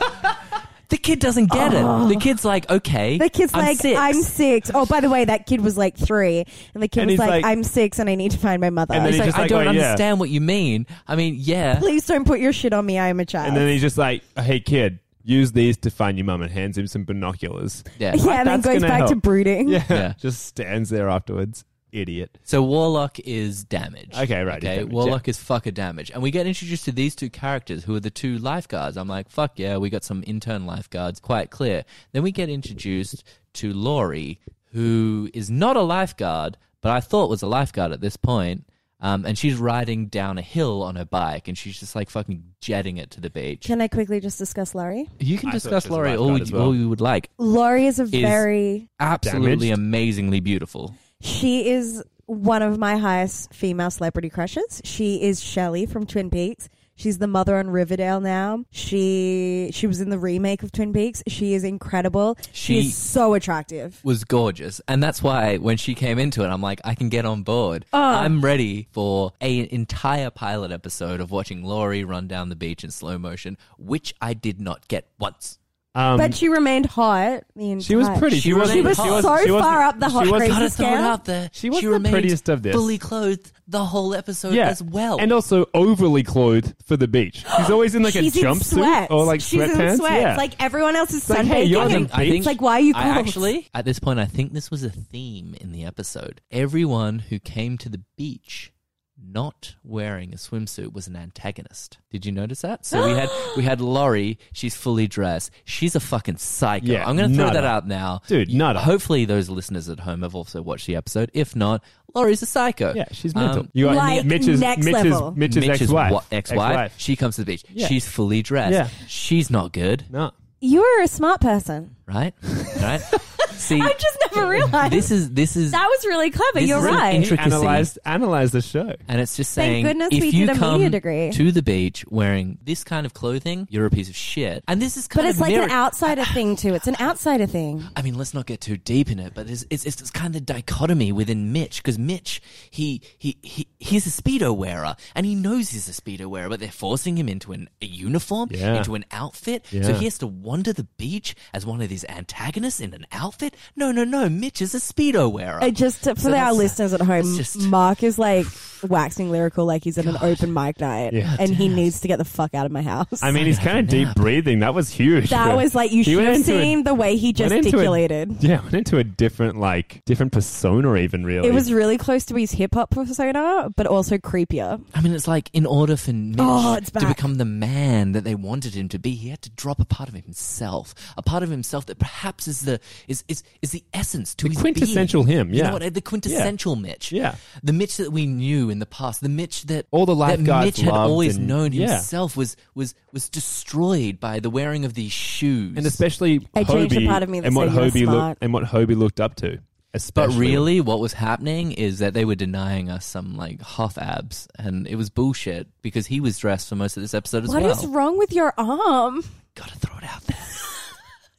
S1: the kid doesn't get it. The kid's like, okay.
S3: Oh. The kid's
S1: I'm
S3: like,
S1: six.
S3: I'm six. Oh, by the way, that kid was like three, and the kid
S2: And
S3: was
S2: he's like-
S3: like, I'm six, and I need to find my mother.
S2: And then
S1: It's
S2: he's
S1: like,
S2: just
S1: I
S2: like,
S1: don't
S2: "Oh, yeah."
S1: understand what you mean. I mean, yeah.
S3: Please don't put your shit on me. I am a child.
S2: and then he's just like, "Hey kid, use these to find your mum," and hands him some binoculars.
S1: Yeah.
S3: yeah, and then
S2: That's
S3: goes
S2: gonna
S3: back to
S2: help.
S3: brooding.
S2: Yeah.
S1: Yeah.
S2: Just stands there afterwards. Idiot.
S1: So Warlock is damaged.
S2: Okay, right, he's
S1: Okay,
S2: damaged,
S1: Warlock is fucker damaged, and we get introduced to these two characters who are the two lifeguards. I'm like, fuck yeah, we got some intern lifeguards, quite clear. Then we get introduced to Laurie, who is not a lifeguard, but I thought was a lifeguard at this point. Um, and she's riding down a hill on her bike, and she's just like fucking jetting it to the beach.
S3: Can I quickly just discuss Laurie?
S1: You can
S2: I thought
S1: discuss
S2: she was a
S1: Laurie all,
S2: lifeguard as
S1: you
S2: well.
S1: all you would like.
S3: Laurie is a very
S1: Absolutely,
S2: Damaged?
S1: amazingly beautiful.
S3: she is one of my highest female celebrity crushes. She is Shelley from Twin Peaks. She's the mother on Riverdale now. She she was in the remake of Twin Peaks. She is incredible. She,
S1: She-
S3: is so attractive.
S1: was gorgeous, and that's why when she came into it, I'm like, I can get on board. I'm ready for a, an entire pilot episode of watching Laurie run down the beach in slow motion, which I did not get once.
S2: Um,
S3: But she remained hot. The entire
S2: she was pretty.
S1: She
S2: wasn't-
S1: She was
S2: wasn't-
S3: so
S2: wasn't-
S3: far up the hot
S2: she wasn't-
S3: Crazy
S1: Gotta throw it
S3: scale?
S1: out there.
S2: She was the
S1: remained
S2: prettiest of this.
S1: Fully clothed the whole episode
S2: yeah.
S1: as well.
S2: and also overly clothed for the beach. She's always in like
S3: She's
S2: a
S3: in
S2: jumpsuit
S3: sweats.
S2: or like
S3: she's in
S2: sweatpants.
S3: sweats.
S2: Yeah.
S3: Like everyone else is
S2: like,
S3: sunbaking.
S2: hey, you're
S1: I
S2: on
S1: think, I
S2: beach?
S1: think
S3: it's like, why are you
S1: I
S3: cold?
S1: actually at this point I think this was a theme in the episode. Everyone who came to the beach not wearing a swimsuit was an antagonist. Did you notice that? So we had we had Laurie, she's fully dressed. She's a fucking psycho.
S2: Yeah,
S1: I'm gonna throw
S2: nutter.
S1: that out now.
S2: Dude, nutter.
S1: Hopefully those listeners at home have also watched the episode. If not, Laurie's a psycho.
S2: yeah, she's
S1: Um,
S2: mental. you got
S3: Like
S2: Mitch's,
S3: next
S2: Mitch's,
S3: level.
S2: Mitch's,
S1: Mitch's
S2: ex-wife.
S1: wa- ex-wife. She comes to the beach.
S2: Yeah.
S1: She's fully dressed.
S2: Yeah.
S1: She's not good,
S2: No.
S3: You're a smart person.
S1: right? right? See,
S3: I just never realized
S1: this is this is
S3: that was really clever.
S1: This
S3: You're
S1: is an
S3: right.
S1: intro- Tricky
S2: Analyzed, analyzed the show.
S1: And it's just saying,
S3: Thank goodness
S1: if
S3: we
S1: you
S3: did a media
S1: come
S3: degree.
S1: to the beach wearing this kind of clothing, you're a piece of shit. And this is kind
S3: but it's
S1: of
S3: like an
S1: mirror-
S3: outsider thing too. It's an outsider thing.
S1: I mean, let's not get too deep in it, but it's it's, it's kind of dichotomy within Mitch because Mitch he, he he he's a speedo wearer and he knows he's a speedo wearer, but they're forcing him into an, a uniform,
S2: Yeah.
S1: into an outfit, so
S2: Yeah.
S1: he has to wander the beach as one of these antagonists in an outfit. No, no, no, Mitch is a speedo wearer.
S3: I just for
S1: So
S3: our
S1: that's-
S3: listeners at home,
S1: that's just-
S3: Mark is like waxing lyrical, like he's at an open mic night,
S2: Yeah.
S3: and he needs to get the fuck out of my house.
S2: I mean, he's kind of deep breathing. That was huge.
S3: that was like you
S2: He
S3: should
S2: went
S3: have
S2: into a-
S3: seen the way he
S2: went into a-
S3: gesticulated.
S2: yeah, went into a different like different persona. Even really,
S3: It was really close to his hip hop persona, but also creepier.
S1: I mean, it's like in order for Mitch
S3: Oh, it's
S1: to
S3: back.
S1: become the man that they wanted him to be, he had to drop a part of himself, a part of himself that perhaps is the is is, is the essence to
S2: The
S1: his
S2: quintessential
S1: being.
S2: him,
S1: You
S2: yeah.
S1: know what? The quintessential Mitch.
S2: Yeah.
S1: The Mitch that we knew in the past, the Mitch that
S2: All the
S1: that
S2: lifeguards
S1: Mitch had
S2: loved
S1: always
S2: and-
S1: known
S2: yeah.
S1: himself was was was destroyed by the wearing of these shoes.
S2: and especially
S3: I changed the
S2: Hobie
S3: part of me that
S2: and what
S3: said you were
S2: Hobie
S3: smart.
S2: looked and what Hobie looked up to.
S1: but
S2: Especially.
S1: really, what was happening is that they were denying us some like hoth abs, and it was bullshit because he was dressed for most of this episode as
S3: What
S1: well.
S3: is wrong with your arm?
S1: Gotta throw it out there.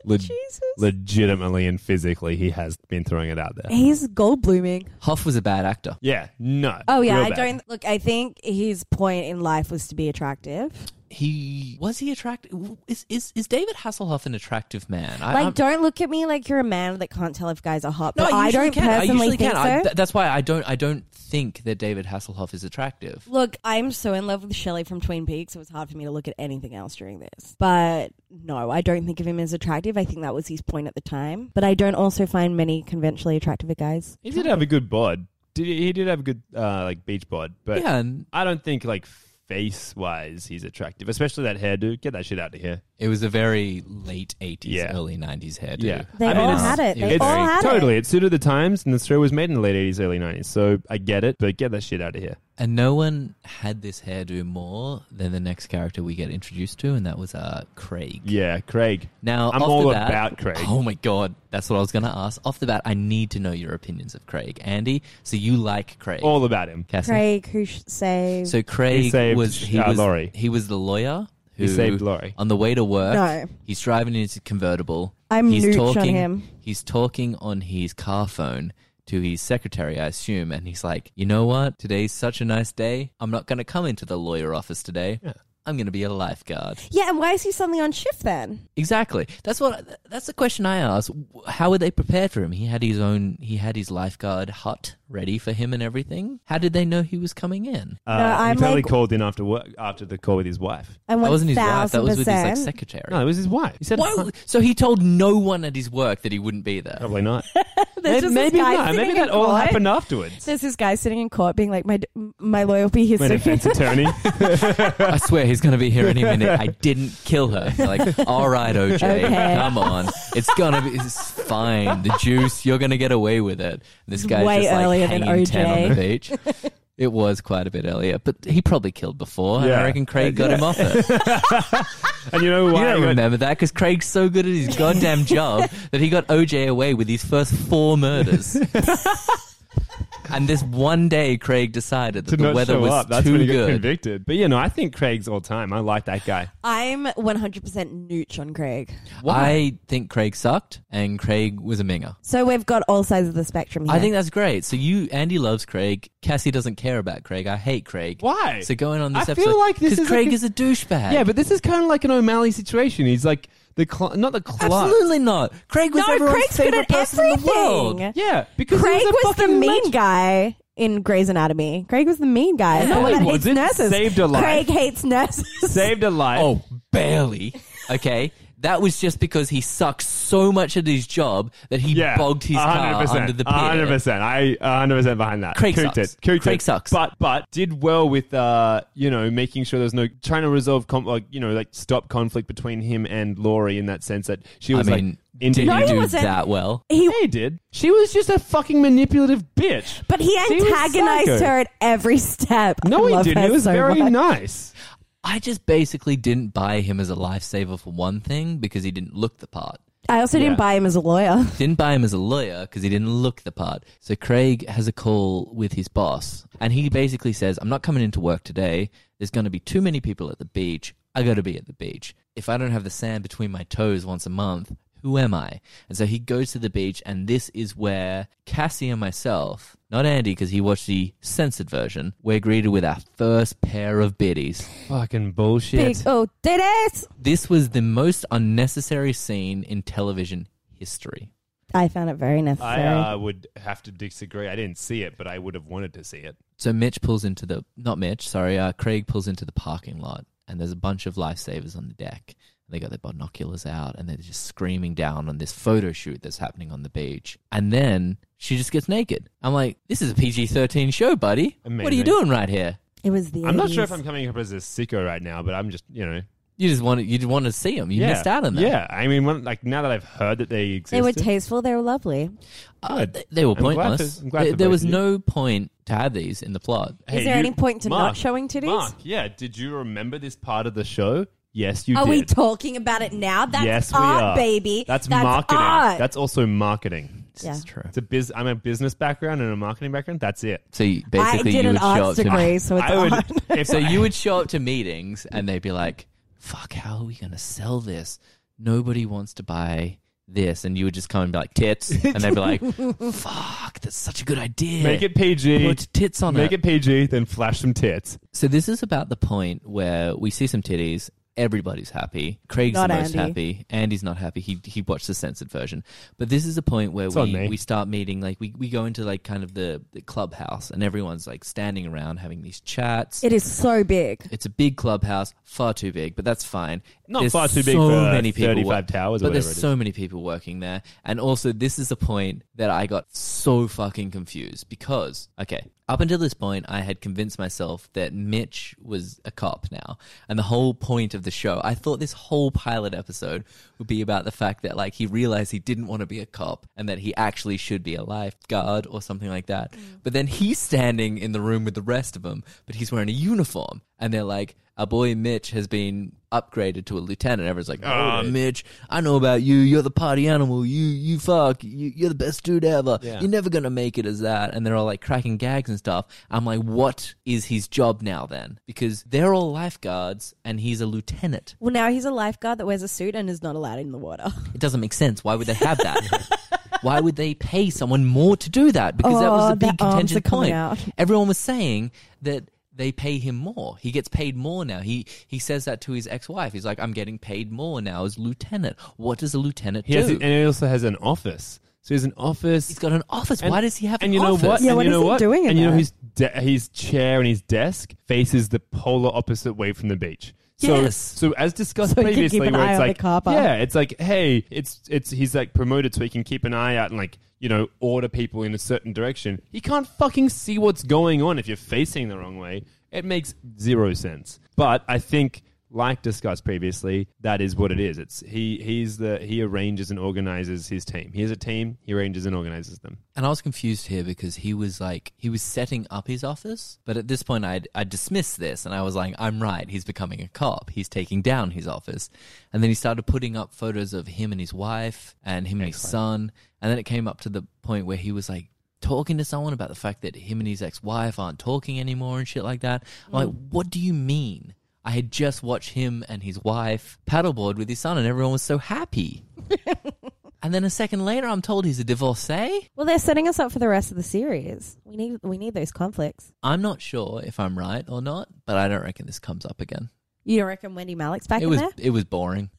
S2: Le-
S3: Jesus.
S2: legitimately and physically, he has been throwing it out there.
S3: He's gold blooming.
S1: Hoff was a bad actor.
S2: Yeah, no.
S3: Oh yeah,
S2: real
S3: I
S2: bad.
S3: don't look. I think his point in life was to be attractive.
S1: He was he attractive? Is is, is David Hasselhoff an attractive man? I,
S3: Like,
S1: I'm-
S3: don't look at me like you're a man that can't tell if guys are hot.
S1: No,
S3: but I,
S1: usually
S3: don't
S1: can.
S3: personally
S1: usually
S3: think
S1: can. I-
S3: so.
S1: th- that's why I don't. I don't think that David Hasselhoff is attractive.
S3: Look, I'm so in love with Shelley from Twin Peaks. It was hard for me to look at anything else during this. But no, I don't think of him as attractive. I think that was his point at the time. But I don't also find many conventionally attractive guys.
S2: He did have a good bod. Did he, he did have a good uh, like beach bod, but
S1: Yeah, and
S2: I don't think like face wise he's attractive, especially that hairdo. Get that shit out of here.
S1: It was a very late 80s,
S2: Yeah.
S1: early 90s hairdo.
S2: Yeah.
S3: They
S2: I mean,
S3: all
S2: it's-
S3: had it. They
S1: it's
S3: all
S1: very-
S3: had
S2: totally.
S3: it.
S2: It suited the times, and the show was made in the late 80s, early 90s. So I get it, but get that shit out of here.
S1: And no one had this hairdo more than the next character we get introduced to, and that was uh, Craig.
S2: Yeah, Craig.
S1: Now,
S2: I'm
S1: off
S2: all
S1: the bat,
S2: about Craig.
S1: Oh my god, that's what I was going to ask. Off the bat, I need to know your opinions of Craig, Andy. So you like Craig?
S2: All about him.
S1: Cassie?
S3: Craig, who sh- saved.
S1: So Craig
S2: He saved,
S1: was he
S2: uh,
S1: was
S2: Laurie.
S1: he was the lawyer who
S2: He saved Laurie.
S1: on the way to work.
S3: No.
S1: He's driving in his convertible.
S3: I'm
S1: he's
S3: nooch on
S1: talking,
S3: him.
S1: He's talking on his car phone to his secretary, I assume, and he's like, "You know what? Today's such a nice day. I'm not going to come into the lawyer office today. I'm going to be a lifeguard."
S3: yeah, and why is he suddenly on shift then?
S1: Exactly. That's what. That's the question I asked. How were they prepared for him? He had his own. He had his lifeguard hut ready for him and everything. How did they know he was coming in?
S2: Uh,
S3: No,
S2: he
S3: I'm
S2: totally
S3: like-
S2: called in after work, after the call with his wife.
S3: And
S1: That wasn't his wife. That
S3: 1000%.
S1: was with his like secretary.
S2: No, it was his wife. He said,
S1: Whoa! So he told no one at his work that he wouldn't be there.
S2: probably not.
S3: There's just this
S2: maybe
S3: guy
S2: not. Maybe
S3: sitting in
S2: that all
S3: court.
S2: happened afterwards.
S3: There's this guy sitting in court being like, my my lawyer will be here
S2: My
S3: soon.
S2: defense attorney.
S1: I swear he's going to be here any minute. I didn't kill her. Like, all right, OJ,
S3: Okay.
S1: come on. It's going to be it's fine. The juice, you're going to get away with it. This guy's
S3: Way
S1: just like
S3: earlier than
S1: hanging 10 on the
S3: OJ.
S1: beach. It was quite a bit earlier, but he probably killed before. And
S2: Yeah.
S1: I reckon Craig got him off it.
S2: and you know
S1: You
S2: why?
S1: don't
S2: he got-
S1: remember that because Craig's so good at his goddamn job that he got OJ away with his first four murders. and this one day, Craig decided that
S2: to
S1: the
S2: not
S1: weather
S2: show
S1: was
S2: up. That's
S1: too
S2: when he got
S1: good.
S2: convicted. But yeah, no, I think Craig's all time. I like that guy.
S3: I'm 100% nooch on Craig.
S1: I think Craig sucked and Craig was a minger.
S3: So we've got all sides of the spectrum here.
S1: I think that's great. So you, Andy loves Craig. Cassie doesn't care about Craig. I hate Craig.
S2: Why?
S1: So going on
S2: I
S1: this
S2: feel
S1: episode,
S2: like this is a
S1: Craig
S2: con-
S1: is a douchebag.
S2: Yeah, but this is kind of like an O'Malley situation. He's like the cl- not the clerk.
S1: absolutely not. Craig was
S3: no,
S1: everyone's
S3: Craig's good
S1: favorite
S3: at
S1: person
S3: everything.
S1: in the world.
S2: Yeah, because
S3: Craig
S2: he was,
S3: was,
S2: a
S3: the
S2: fucking
S3: mean
S2: legend.
S3: guy in Grey's Anatomy. Craig was the mean guy.
S1: Yeah.
S3: the one
S1: No,
S3: that
S1: he
S3: hates
S2: wasn't.
S3: nurses.
S2: Saved a life.
S3: Craig hates nurses.
S2: Saved a life.
S1: Oh, barely. Okay. That was just because he sucks so much at his job that he
S2: yeah,
S1: bogged his car
S2: 100%,
S1: under the pier.
S2: 100%. I 100% behind that.
S1: Craig
S2: Cooked
S1: sucks.
S2: It. Cooked
S1: Craig
S2: it.
S1: sucks.
S2: But but did well with uh you know making sure there's no trying to resolve com- like you know like stop conflict between him and Laurie in that sense that she
S1: I
S2: was
S1: mean,
S2: like into
S1: did
S3: No,
S1: he
S3: he
S1: do
S3: wasn't.
S1: that well?
S3: He,
S2: He did. She was just a fucking manipulative bitch.
S3: but he
S2: She was
S3: antagonized
S2: psycho.
S3: her at every step.
S2: No,
S3: I
S2: he
S3: love
S2: didn't.
S3: her
S2: He was
S3: so
S2: very
S3: much.
S2: nice.
S1: I just basically didn't buy him as a lifesaver for one thing because he didn't look the part.
S3: I also
S2: Yeah.
S3: didn't buy him as a lawyer.
S1: Didn't buy him as a lawyer because he didn't look the part. So Craig has a call with his boss, and he basically says, "I'm not coming into work today. There's going to be too many people at the beach. I got to be at the beach. If I don't have the sand between my toes once a month, who am I?" And so he goes to the beach, and this is where Cassie and myself, not Andy, because he watched the censored version, we're greeted with our first pair of biddies.
S2: Fucking
S3: Big,
S2: bullshit.
S3: oh, did it?
S1: This was the most unnecessary scene in television history.
S3: I found it very
S2: I
S3: necessary.
S2: uh, would have to disagree. I didn't see it, but I would have wanted to see it.
S1: So Mitch pulls into the not Mitch, sorry, uh, Craig pulls into the parking lot, and there's a bunch of lifesavers on the deck. They got their binoculars out, and they're just screaming down on this photo shoot that's happening on the beach. And then she just gets naked. I'm like, this is a PG-13 show, buddy. What are you
S2: Amazing.
S1: doing right here?
S3: it was the.
S2: I'm not sure if
S3: 80s.
S2: I'm coming up as a sicko right now, but I'm just you know
S1: You just want you want to see them. You
S2: yeah.
S1: missed out on that.
S2: Yeah, I mean, when, like now that I've heard that they exist,
S3: They were tasteful. They were lovely.
S1: Uh, th- they were
S2: I'm glad
S1: pointless.
S2: to- I'm glad
S1: There-
S2: for
S1: there
S2: both
S1: was
S2: of you.
S1: no point to have these in the plot.
S3: Is there any point to not showing titties?
S2: Mark, yeah. Did you remember this part of the show? Yes, you
S3: Are
S2: did.
S3: Oh, we talking about it now? That's
S2: yes, we
S3: art,
S2: are,
S3: baby.
S2: That's, marketing.
S3: Art.
S2: That's also marketing.
S1: This
S3: Yeah.
S1: is true.
S2: It's a biz. I'm a business background and a marketing background. That's it.
S1: So you,
S3: I
S1: basically,
S3: did
S1: you
S3: an
S1: would show
S3: arts
S1: up to
S3: degree, so it's
S2: I would.
S3: art.
S2: If
S1: So
S2: I-
S1: you would show up to meetings and they'd be like, fuck, how are we going to sell this? Nobody wants to buy this. And you would just come and be like, tits. And they'd be like, fuck, that's such a good idea.
S2: make it PG.
S1: Put tits on
S2: Make
S1: it.
S2: it PG, then flash some tits.
S1: So this is about the point where we see some titties. Everybody's happy. Craig's
S3: Not
S1: the most
S3: Andy.
S1: happy. Andy's not happy. He he watched the censored version. But this is a point where
S2: on
S1: we,
S2: me.
S1: we start meeting. Like we, we go into like kind of the, the clubhouse, and everyone's like standing around having these chats.
S3: It is so big.
S1: It's a big clubhouse, far too big, but that's fine.
S2: not
S1: There's
S2: far too big
S1: so
S2: for
S1: many people
S2: 35
S1: work-
S2: towers or
S1: But
S2: whatever
S1: there's
S2: it is.
S1: so many people working there. And also, this is the point that I got so fucking confused because, okay, up until this point, I had convinced myself that Mitch was a cop now. And the whole point of the show, I thought this whole pilot episode would be about the fact that, like, he realized he didn't want to be a cop and that he actually should be a lifeguard or something like that. But then he's standing in the room with the rest of them, but he's wearing a uniform. And they're like, our boy Mitch has been upgraded to a lieutenant. Everyone's like, "Oh, Mitch, I know about you. You're the party animal. You, you fuck. You, you're the best dude ever.
S2: Yeah.
S1: You're never gonna make it as that." And they're all like cracking gags and stuff. I'm like, "What is his job now then?" Because they're all lifeguards and he's a lieutenant.
S3: Well, now he's a lifeguard that wears a suit and is not allowed in the water.
S1: It doesn't make sense. Why would they have that? Why would they pay someone more to do that? Because that was
S3: Oh,
S1: a big
S3: their arms
S1: contentious
S3: are coming
S1: point.
S3: out.
S1: Everyone was saying that they pay him more. He gets paid more now. He he says that to his ex-wife. He's like, "I'm getting paid more now as lieutenant." What does a lieutenant
S2: He
S1: do?
S2: has, and he also has an office. So he has an office.
S1: He's got an office.
S2: And-
S1: Why does he have
S2: And
S1: an
S2: you know
S1: office?
S2: what?
S3: Yeah,
S2: and
S3: what
S2: you
S3: is
S2: know
S3: he
S2: what?
S3: doing in
S2: And you know
S3: there?
S2: his de- his chair and his desk faces the polar opposite way from the beach. So,
S1: Yes.
S2: so as discussed
S3: So he can
S2: previously,
S3: keep an
S2: where
S3: eye
S2: it's
S3: on the
S2: like,
S3: car park.
S2: yeah, it's like, hey, it's it's he's like promoted so he can keep an eye out and like you know order people in a certain direction. He can't fucking see what's going on if you're facing the wrong way. It makes zero sense. But I think, like discussed previously, that is what it is. It's he he's the he arranges and organizes his team. He has a team. He arranges and organizes them.
S1: And I was confused here because he was like he was setting up his office, but at this point I I dismissed this and I was like I'm right, he's becoming a cop. He's taking down his office. And then he started putting up photos of him and his wife and him and his son. And then it came up to the point where he was like talking to someone about the fact that him and his ex-wife aren't talking anymore and shit like that. I'm like what do you mean? I had just watched him and his wife paddleboard with his son and everyone was so happy. and then a second later I'm told he's a divorcee.
S3: well, they're setting us up for the rest of the series. We need we need those conflicts.
S1: I'm not sure if I'm right or not, but I don't reckon this comes up again.
S3: You don't reckon Wendy Malik's back
S1: it
S3: in
S1: was
S3: there?
S1: it was boring.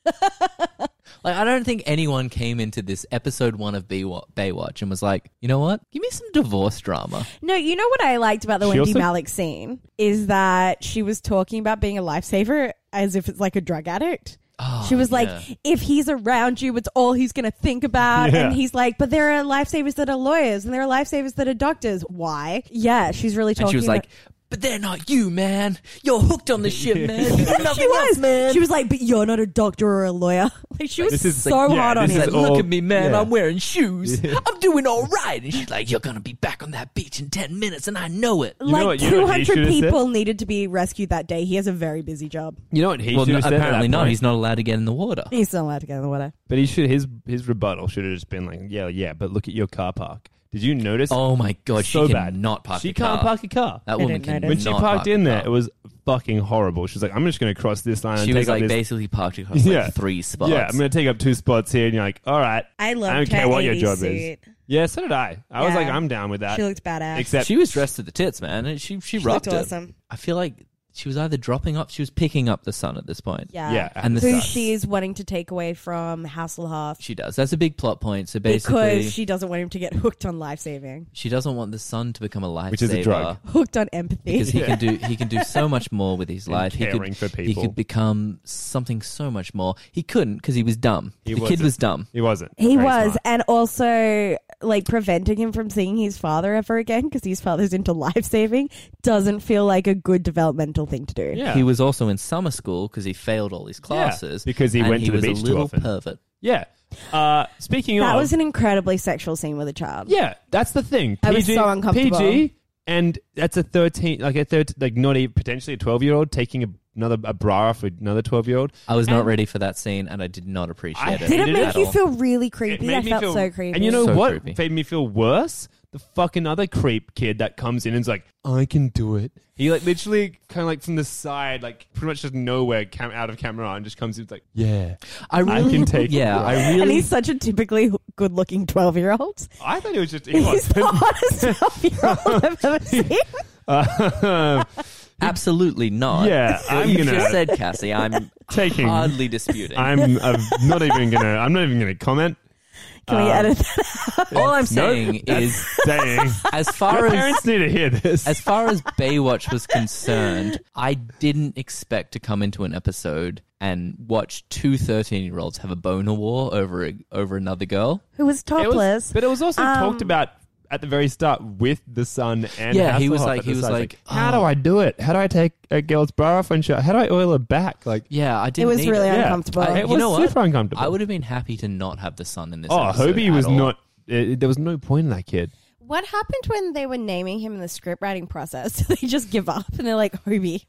S1: like I don't think anyone came into this episode one of Baywa- Baywatch and was like, you know what? Give me some divorce drama.
S3: No, you know what I liked about the
S2: She
S3: Wendy
S2: also-
S3: Malik scene is that she was talking about being a lifesaver as if it's like a drug addict.
S1: Oh,
S3: She was like,
S1: yeah.
S3: if he's around you, it's all he's going to think about.
S2: Yeah.
S3: And he's like, but there are lifesavers that are lawyers and there are lifesavers that are doctors. Why? Yeah, she's really talking
S1: and she was
S3: about-
S1: like, but they're not you, man. You're hooked on this shit, man. You got
S3: she
S1: nothing
S3: was.
S1: else, man.
S3: She was like, but you're not a doctor or a lawyer. Like she was
S2: This is,
S3: so
S2: like, yeah,
S3: hard on
S2: this
S3: him.
S2: is
S1: She's like,
S2: all-
S1: look at me, man.
S2: yeah.
S1: I'm wearing shoes. I'm doing all right. And she's like, you're gonna be back on that beach in ten minutes, and I know it.
S2: know
S3: like
S2: what- you know what he
S3: 200
S2: should've said?
S3: people needed to be rescued that day. He has a very busy job.
S2: You know what he
S1: well,
S2: should
S1: no,
S2: have said at
S1: apparently
S2: that
S1: not.
S2: point?
S1: He's not allowed to get in the water.
S3: He's not allowed to get in the water.
S2: But he should his his rebuttal should have just been like, yeah, yeah. But look at your car park. Did you notice?
S1: Oh my god,
S2: so
S1: she
S2: bad.
S1: cannot park.
S2: she
S1: a
S2: can't
S1: car.
S2: park a car.
S1: That
S3: I
S1: woman
S3: didn't
S1: can
S3: notice.
S2: when she
S1: not
S2: parked
S1: park
S2: in
S1: a
S2: there,
S1: car.
S2: it was fucking horrible. She's like, I'm just going to cross this line.
S1: she
S2: and
S1: was
S2: take up
S1: like
S2: this-
S1: basically parked across
S2: Yeah.
S1: like three spots.
S2: yeah, I'm going to take up two spots here, and you're like, all right.
S3: I loved
S2: I don't
S3: her
S2: care what your
S3: 80s
S2: job
S3: suit.
S2: is. Yeah, so did I. I was
S3: Yeah.
S2: like, I'm down with that.
S3: She looked badass.
S2: Except
S1: she was dressed to the tits, man. and She she,
S3: She
S1: rocked
S3: looked
S1: it.
S3: awesome.
S1: I feel like she was either dropping off, she was picking up the sun at this point.
S3: Yeah.
S2: yeah,
S1: And the
S3: Who
S1: sun.
S3: she is wanting to take away from Hasselhoff
S1: She does. That's a big plot point. So basically,
S3: because
S1: she,
S3: she doesn't want him to get hooked on life saving,
S1: doesn't want the sun to become a lifesaver.
S2: Which is a drug.
S3: hooked on empathy.
S1: Because he can do he can do so much more with his life. He
S2: caring
S1: could
S2: for
S1: he
S2: people.
S1: could become something so much more. He couldn't because he was dumb.
S2: He
S1: the kid
S2: wasn't.
S1: was dumb.
S2: he wasn't.
S3: He
S2: Very
S3: was,
S2: smart.
S3: and also like preventing him from seeing his father ever again because his father's into life saving doesn't feel like a good developmental thing to do.
S2: Yeah.
S1: He was also in summer school because he failed all his classes
S2: because he
S1: and
S2: went to the
S1: was
S2: beach
S1: a
S2: too
S1: little
S2: often.
S1: pervert.
S2: yeah. Uh, speaking
S3: That
S2: of,
S3: was an incredibly sexual scene with a child.
S2: Yeah, that's the thing.
S3: I was so uncomfortable.
S2: PG, and that's a thirteen, like a third, like not even potentially a twelve-year-old taking a, another a bra off another twelve-year-old.
S1: I was not ready for that scene, and I did not appreciate
S2: I
S1: it.
S2: hated
S3: Did it
S2: Hated
S1: at
S3: make you
S1: all.
S3: feel really creepy? That felt so creepy.
S2: And you know
S1: So
S2: what
S1: creepy.
S2: made me feel worse? The fucking other creep kid that comes in and's like, "I can do it." He like literally kind of like from the side, like pretty much just nowhere, cam- out of camera, and just comes in like, "Yeah."
S1: I
S2: I
S1: really
S2: can take
S1: Yeah,
S2: it.
S1: I
S3: and
S1: really.
S3: he's such a typically good-looking twelve-year-old.
S2: I thought it was just he
S3: He's
S2: was.
S3: the hottest twelve-year-old I've ever seen.
S2: Uh,
S1: Absolutely not.
S2: Yeah,
S1: So
S2: I'm
S1: you
S2: gonna-
S1: just said, Cassie. I'm
S2: taking.
S1: hardly disputing.
S2: I'm, I'm not even gonna. I'm not even gonna comment.
S3: Can
S2: Um,
S3: we edit that out?
S1: All I'm
S2: Nope.
S1: saying
S2: That's
S1: is,
S2: dang.
S1: as far
S2: Your
S1: as
S2: parents need to hear this.
S1: as far as Baywatch was concerned, I didn't expect to come into an episode and watch two 13 year olds have a boner war over a, over another girl.
S3: Who was
S2: It was-
S3: topless?
S2: but it was also
S3: Um,
S2: talked about at the very start with the son and
S1: Yeah, he was
S2: Hasselhoff
S1: like-
S2: at the
S1: he was
S2: start.
S1: like,
S2: how
S1: oh.
S2: do I do it? How do I take a girl's bra off and show? How do I oil her back? Like,
S1: Yeah, I didn't.
S3: It was
S1: need
S3: really
S1: it.
S2: Yeah.
S3: uncomfortable.
S1: I-
S2: it
S1: you
S2: was
S1: know what?
S2: super uncomfortable.
S1: I would have been happy to not have the sun in this.
S2: oh,
S1: episode
S2: Hobie
S1: at
S2: was
S1: all.
S2: not. It, there was no point in that kid.
S3: What happened when they were naming him in the script writing process? they just give up and they're like, Hobie.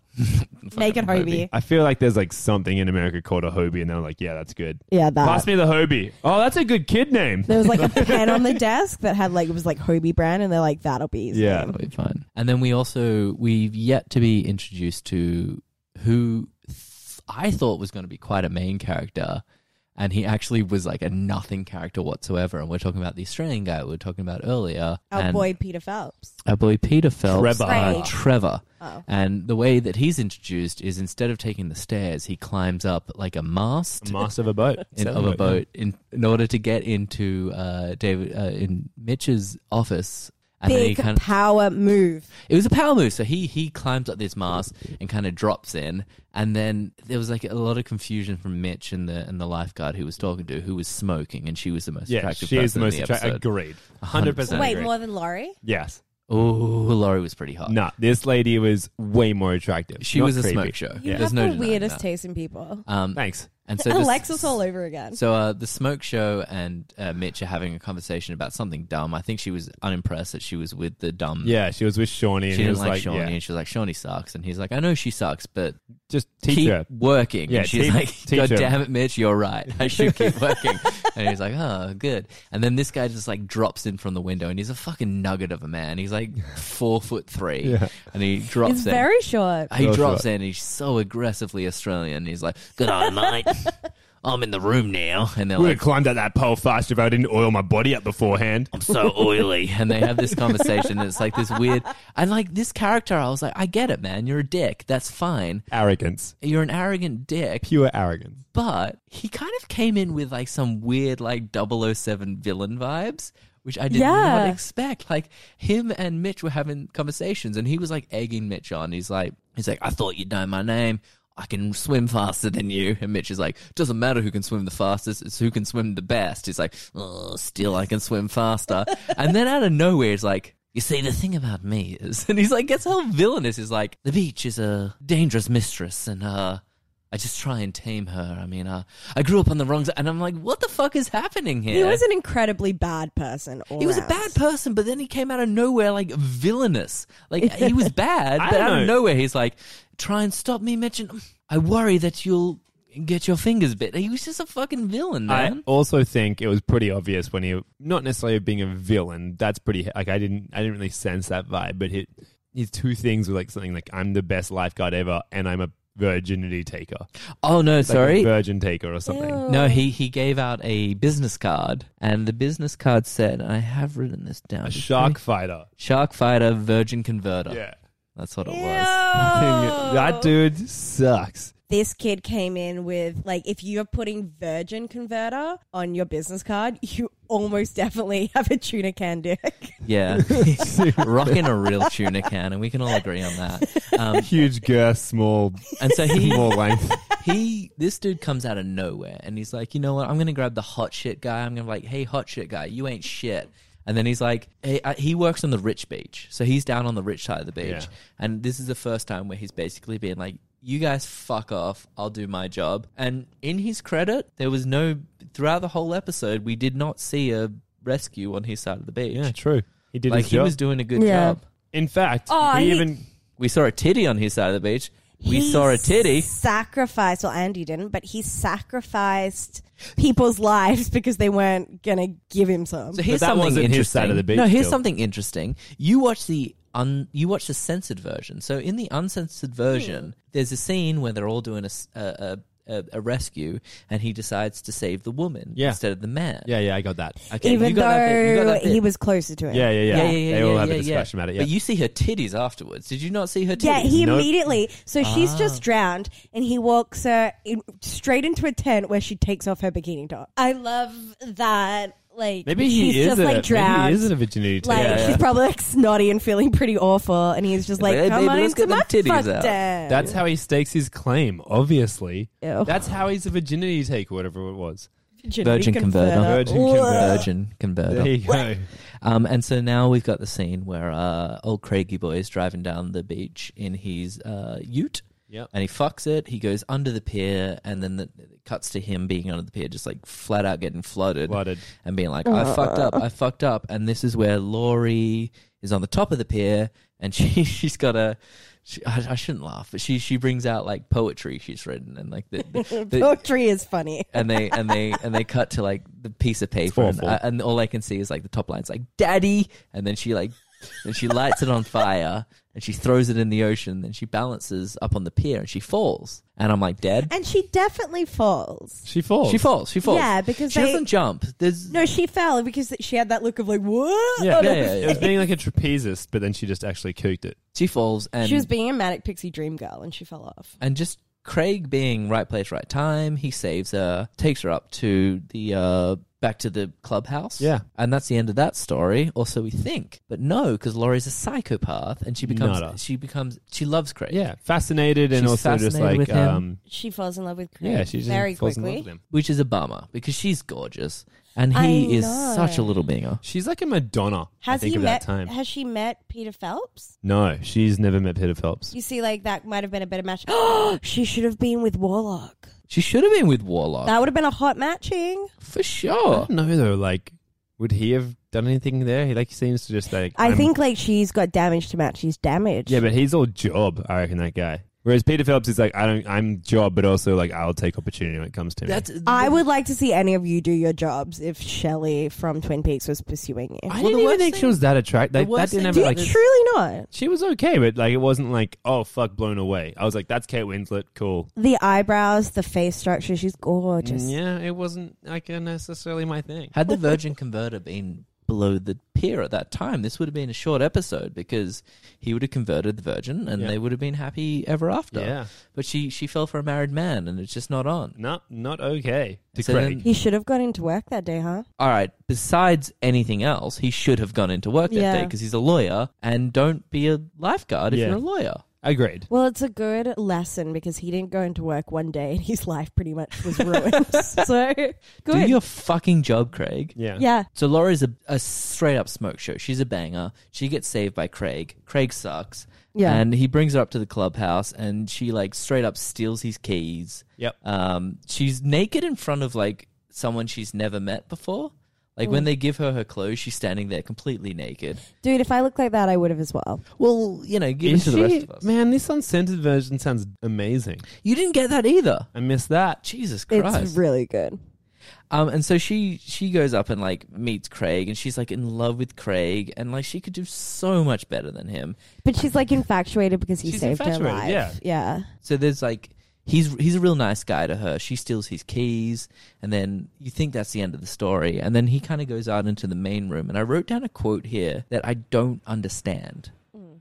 S3: Make it Hobie.
S1: Hobie.
S2: I feel like there's like something in America called a Hobie, and they're like, yeah, that's good.
S3: Yeah, that.
S2: Pass me the Hobie. Oh, that's a good kid name.
S3: There was like a pen on the desk that had like, it was like Hobie brand and they're like, that'll be his
S2: Yeah.
S3: name.
S1: That'll be fun. And then we also we've yet to be introduced to who th- I thought was going to be quite a main character, and he actually was like a nothing character whatsoever. And we're talking about the Australian guy we were talking about earlier,
S3: Our
S1: and
S3: boy Peter Phelps.
S1: our boy Peter Phelps,
S2: Trevor.
S1: Uh,
S3: Craig.
S1: Trevor.
S3: Oh.
S1: And the way that he's introduced is instead of taking the stairs, he climbs up like a mast
S2: Mast of a boat.
S1: in, of a boat in, in order to get into uh, David uh, in Mitch's office. And then he
S3: Big
S1: kind of,
S3: power move.
S1: it was a power move. So he he climbs up this mast and kind of drops in, and then there was like a lot of confusion from Mitch and the and the lifeguard who was talking to, who was smoking, and she was the most
S2: Yeah,
S1: attractive.
S2: she is the
S1: person in
S2: most attractive.
S1: episode.
S2: Agreed. 100%.
S1: Wait,
S3: Wait,
S2: agree.
S3: more than Laurie?
S2: Yes.
S1: Oh, Laurie was pretty hot.
S2: Nah, this lady was way more attractive.
S1: Uh, she
S2: Not
S1: was a
S2: creepy.
S1: smoke show.
S3: You
S1: There's
S3: have
S1: no
S3: the
S1: denying
S3: weirdest
S1: that.
S3: taste in people.
S1: Um,
S2: Thanks.
S1: and so this-
S3: Alexis all over again.
S1: So uh, the smoke show and uh, Mitch are having a conversation about something dumb. I think she was unimpressed that she was with the dumb.
S2: Yeah, she was with Shawnee, and
S1: She
S2: he
S1: didn't
S2: was
S1: like,
S2: like,
S1: Shawnee,
S2: yeah,
S1: and she was like, "Shawnee sucks," and he's like, "I know she sucks, but
S2: just teach
S1: keep
S2: her.
S1: working.
S2: Yeah,
S1: and she's
S2: teach-
S1: like,
S2: teach
S1: God
S2: her.
S1: damn it, Mitch, you're right. I should keep working. and he's like, oh, good. And then this guy just like drops in from the window and he's a fucking nugget of a man. He's like four foot three
S2: Yeah.
S1: and he drops
S3: It's
S1: in.
S3: very short.
S1: he
S2: Real
S1: drops
S2: short.
S1: in and he's so aggressively Australian. He's like, good on, mate. I'm in the room now. And they're
S2: Would
S1: like,
S2: have climbed up that pole faster if I didn't oil my body up beforehand.
S1: I'm so oily. And they have this conversation. And it's like this weird. And like this character, I was like, I get it, man. You're a dick. That's fine.
S2: Arrogance,
S1: You're an arrogant dick.
S2: pure arrogance.
S1: but he kind of came in with like some weird like 007 villain vibes which i did not
S3: Yeah.
S1: expect like him and mitch were having conversations and he was like egging mitch on he's like he's like i thought you'd know my name i can swim faster than you and mitch is like doesn't matter who can swim the fastest it's who can swim the best he's like oh still i can swim faster and then out of nowhere it's like you see, the thing about me is, and he's like, guess how villainous is like, the beach is a dangerous mistress, and uh, I just try and tame her. I mean, uh, I grew up on the wrong side, and I'm like, what the fuck is happening here?
S3: He was an incredibly bad person. All
S1: He was a
S3: round.
S1: bad person, but then he came out of nowhere like villainous. Like he was bad,
S2: I
S1: but
S2: don't
S1: out of
S2: know.
S1: nowhere he's like, try and stop me, Mitch. And I worry that you'll get your fingers bit. He was just a fucking villain, man.
S2: I also think it was pretty obvious when he, not necessarily being a villain. That's pretty like I didn't, I didn't really sense that vibe. But his, his two things were like something like I'm the best lifeguard ever, and I'm a virginity taker,
S1: oh no,
S2: It's like a
S1: sorry.
S2: virgin taker or something.
S3: Ew.
S1: No, he, he gave out a business card, and the business card said, and I have written this down.
S2: A shark fighter.
S1: Shark Fighter Virgin Converter.
S2: Yeah,
S1: That's what it was.
S3: Ew.
S2: that dude sucks.
S3: This kid came in with like, if you're putting Virgin Converter on your business card, you almost definitely have a tuna can dick.
S1: Yeah. Rocking a real tuna can, and we can all agree on that. Um,
S2: Huge girth, small,
S1: and so he,
S2: small length.
S1: he, this dude comes out of nowhere, and he's like, you know what? I'm gonna grab the hot shit guy. I'm gonna be like, hey, hot shit guy, you ain't shit. And then he's like, hey, uh, he works on the rich beach, so he's down on the rich side of the beach,
S2: Yeah.
S1: and this is the first time where he's basically being like. You guys fuck off. I'll do my job. And in his credit, there was no. Throughout the whole episode, we did not see a rescue on his side of the beach.
S2: Yeah, true. He did
S1: like
S2: his
S1: he
S2: job.
S1: was doing a good
S3: Yeah.
S1: job.
S2: In fact,
S3: Aw,
S2: he,
S3: he-
S2: even
S1: We saw a titty on his side of the beach. We
S3: He
S1: saw a titty.
S3: Sacrificed, well, Andy didn't, but he sacrificed people's lives because they weren't going to give him some.
S1: So here's
S2: that
S1: something
S2: wasn't
S1: interesting.
S2: his side of the beach
S1: no, here's
S2: still.
S1: something interesting. You watch the un, you watch the censored version. So in the uncensored version,
S2: Hmm.
S1: there's a scene where they're all doing a, s- a- a- a- a rescue, and he decides to save the woman
S2: Yeah.
S1: instead of the man.
S2: yeah, yeah, I got that.
S1: Okay,
S3: Even
S1: you got that bit, you got
S3: though
S1: that bit.
S3: he was closer to him.
S2: Yeah, yeah, yeah.
S1: yeah, yeah, yeah,
S2: they all
S1: yeah,
S2: have
S1: yeah,
S2: a discussion
S1: yeah.
S2: about it. Yeah,
S1: But you see her titties afterwards. Did you not see her titties?
S3: Yeah, he
S2: Nope. Ah.
S3: immediately. So she's just drowned, and he walks her in, straight into a tent where she takes off her bikini top. I love that Like
S2: Maybe he
S3: she's
S2: is
S3: just
S2: a,
S3: like drowned.
S2: Maybe he is in a virginity test.
S3: like
S1: Yeah, yeah.
S3: she's probably like snotty and feeling pretty awful, and he's just
S1: Like,
S3: like,
S1: "Hey,
S3: "Come
S1: baby,
S3: on
S1: let's
S3: into
S1: get them
S3: my
S1: titties
S3: fuck
S1: out."
S3: den."
S2: That's how he stakes his claim. Obviously,
S3: Ew.
S2: that's how he's a virginity take, or whatever it was.
S1: Virgin converter.
S2: Virgin
S3: Ugh.
S2: converter.
S1: Virgin converter.
S2: There you go.
S1: Um, and so now we've got the scene where uh, old Craigie boy is driving down the beach in his uh, ute,
S2: Yep.
S1: and he fucks it. He goes under the pier, and then the, it cuts to him being under the pier, just like flat out getting flooded,
S2: Flooded.
S1: and being like, "I fucked up, I fucked up." And this is where Laurie is on the top of the pier, and she she's got a. She, I, I shouldn't laugh, but she she brings out like poetry she's written, and like the, the, the
S3: Poetry Oh, is funny.
S1: and they and they and they cut to like the piece of paper and,
S2: awful.
S1: I- and all i can see is like the top line's like daddy and then she like and she lights it on fire and she throws it in the ocean then she balances up on the pier and she falls and i'm like dead
S3: And she definitely falls.
S2: She falls.
S1: she falls she falls
S3: Yeah, because
S1: she
S3: they-
S1: doesn't jump there's
S3: No, she fell because she had that look of like, what? Oh,
S2: Yeah.
S1: Yeah, yeah,
S2: It was being like a trapezist, but then she just actually cooked it.
S1: she falls and
S3: She was being a manic pixie dream girl and she fell off.
S1: and just Craig being right place, right time, he saves her, takes her up to the uh, back to the clubhouse.
S2: Yeah.
S1: and that's the end of that story. Or so we think, but no, because Laurie's a psychopath, and she becomes
S2: Nada.
S1: she becomes she loves Craig.
S2: Yeah, fascinated and
S1: She's
S2: also just
S1: fascinated
S2: like
S1: with him.
S2: um,
S3: She falls in love with Craig
S2: yeah, she just
S3: very
S2: falls in
S3: quickly.
S2: love with him.
S1: which is a bummer because she's gorgeous, and
S3: I
S1: he is
S3: know.
S1: such a little binger.
S2: She's like a Madonna. I
S3: Has
S2: think
S3: he
S2: of
S3: met?
S2: that time.
S3: Has she met Peter Phelps?
S2: No, she's never met Peter Phelps.
S3: You see, like that might have been a better match. she should have been with Warlock.
S1: She should have been with
S2: Uh,
S1: Warlock
S3: That would have been a hot matching.
S1: for
S2: I
S1: sure.
S2: don't know though. Like, would he have done anything there? He like seems to just like.
S3: I
S2: I'm-
S3: think like she's got damage to match. She's damaged.
S2: Yeah, but he's all job. I reckon that guy. Whereas Peter Phelps is like, I don't. I'm job, but also like I'll take opportunity when it comes to me.
S1: That's
S3: I would like to see any of you do your jobs if Shelley from Twin Peaks was pursuing you.
S2: I
S1: Well, the
S2: didn't even
S1: worst
S2: think she
S1: thing-
S2: was that attractive.
S1: the
S2: That,
S1: worst
S2: that didn't
S1: thing
S2: have
S3: Did
S1: is-
S2: like.
S1: this-
S3: truly not?
S2: She was okay, but like it wasn't like oh fuck, blown away. I was like, that's Kate Winslet, cool.
S3: The eyebrows, the face structure, she's gorgeous.
S2: Mm, yeah, it wasn't like necessarily my thing.
S1: Had the Virgin Converter been below the pier at that time, this would have been a short episode because he would have converted the Virgin and
S2: Yeah.
S1: they would have been happy ever after.
S2: Yeah,
S1: But she, she fell for a married man and it's just not on.
S2: not not okay. To
S1: So
S2: Craig.
S1: then-
S3: He should have got into work that day, huh?
S1: All right, besides anything else, he should have gone into work that day 'cause
S3: Yeah.
S1: day because he's a lawyer and don't be a lifeguard if
S2: Yeah.
S1: you're a lawyer.
S2: Agreed.
S3: Well, it's a good lesson because he didn't go into work one day and his life pretty much was ruined. so
S1: Do
S3: good.
S1: your fucking job, Craig.
S2: Yeah.
S3: yeah.
S1: So Laura's a, a straight up smoke show. She's a banger. She gets saved by Craig. Craig sucks.
S3: Yeah.
S1: And he brings her up to the clubhouse and she like straight up steals his keys.
S2: Yep.
S1: Um, she's naked in front of like someone she's never met before. Like when they give her her clothes, she's standing there completely naked.
S3: Dude, if I looked like that, I would have as well.
S1: Well, you know, give it
S2: Is
S1: to the
S2: she-
S1: rest of us.
S2: Man, this uncensored version sounds amazing.
S1: You didn't get that either.
S2: I miss that.
S1: Jesus Christ.
S3: It's really good.
S1: Um, and so she she goes up and like meets Craig, and she's like in love with Craig, and like she could do so much better than him.
S3: But she's like infatuated because he
S2: She's
S3: saved her
S2: infatuated,
S3: life.
S2: yeah.
S3: yeah.
S1: So there's like he's he's a real nice guy to her. She steals his keys, and then you think that's the end of the story, and then he kind of goes out into the main room. And I wrote down a quote here that I don't understand.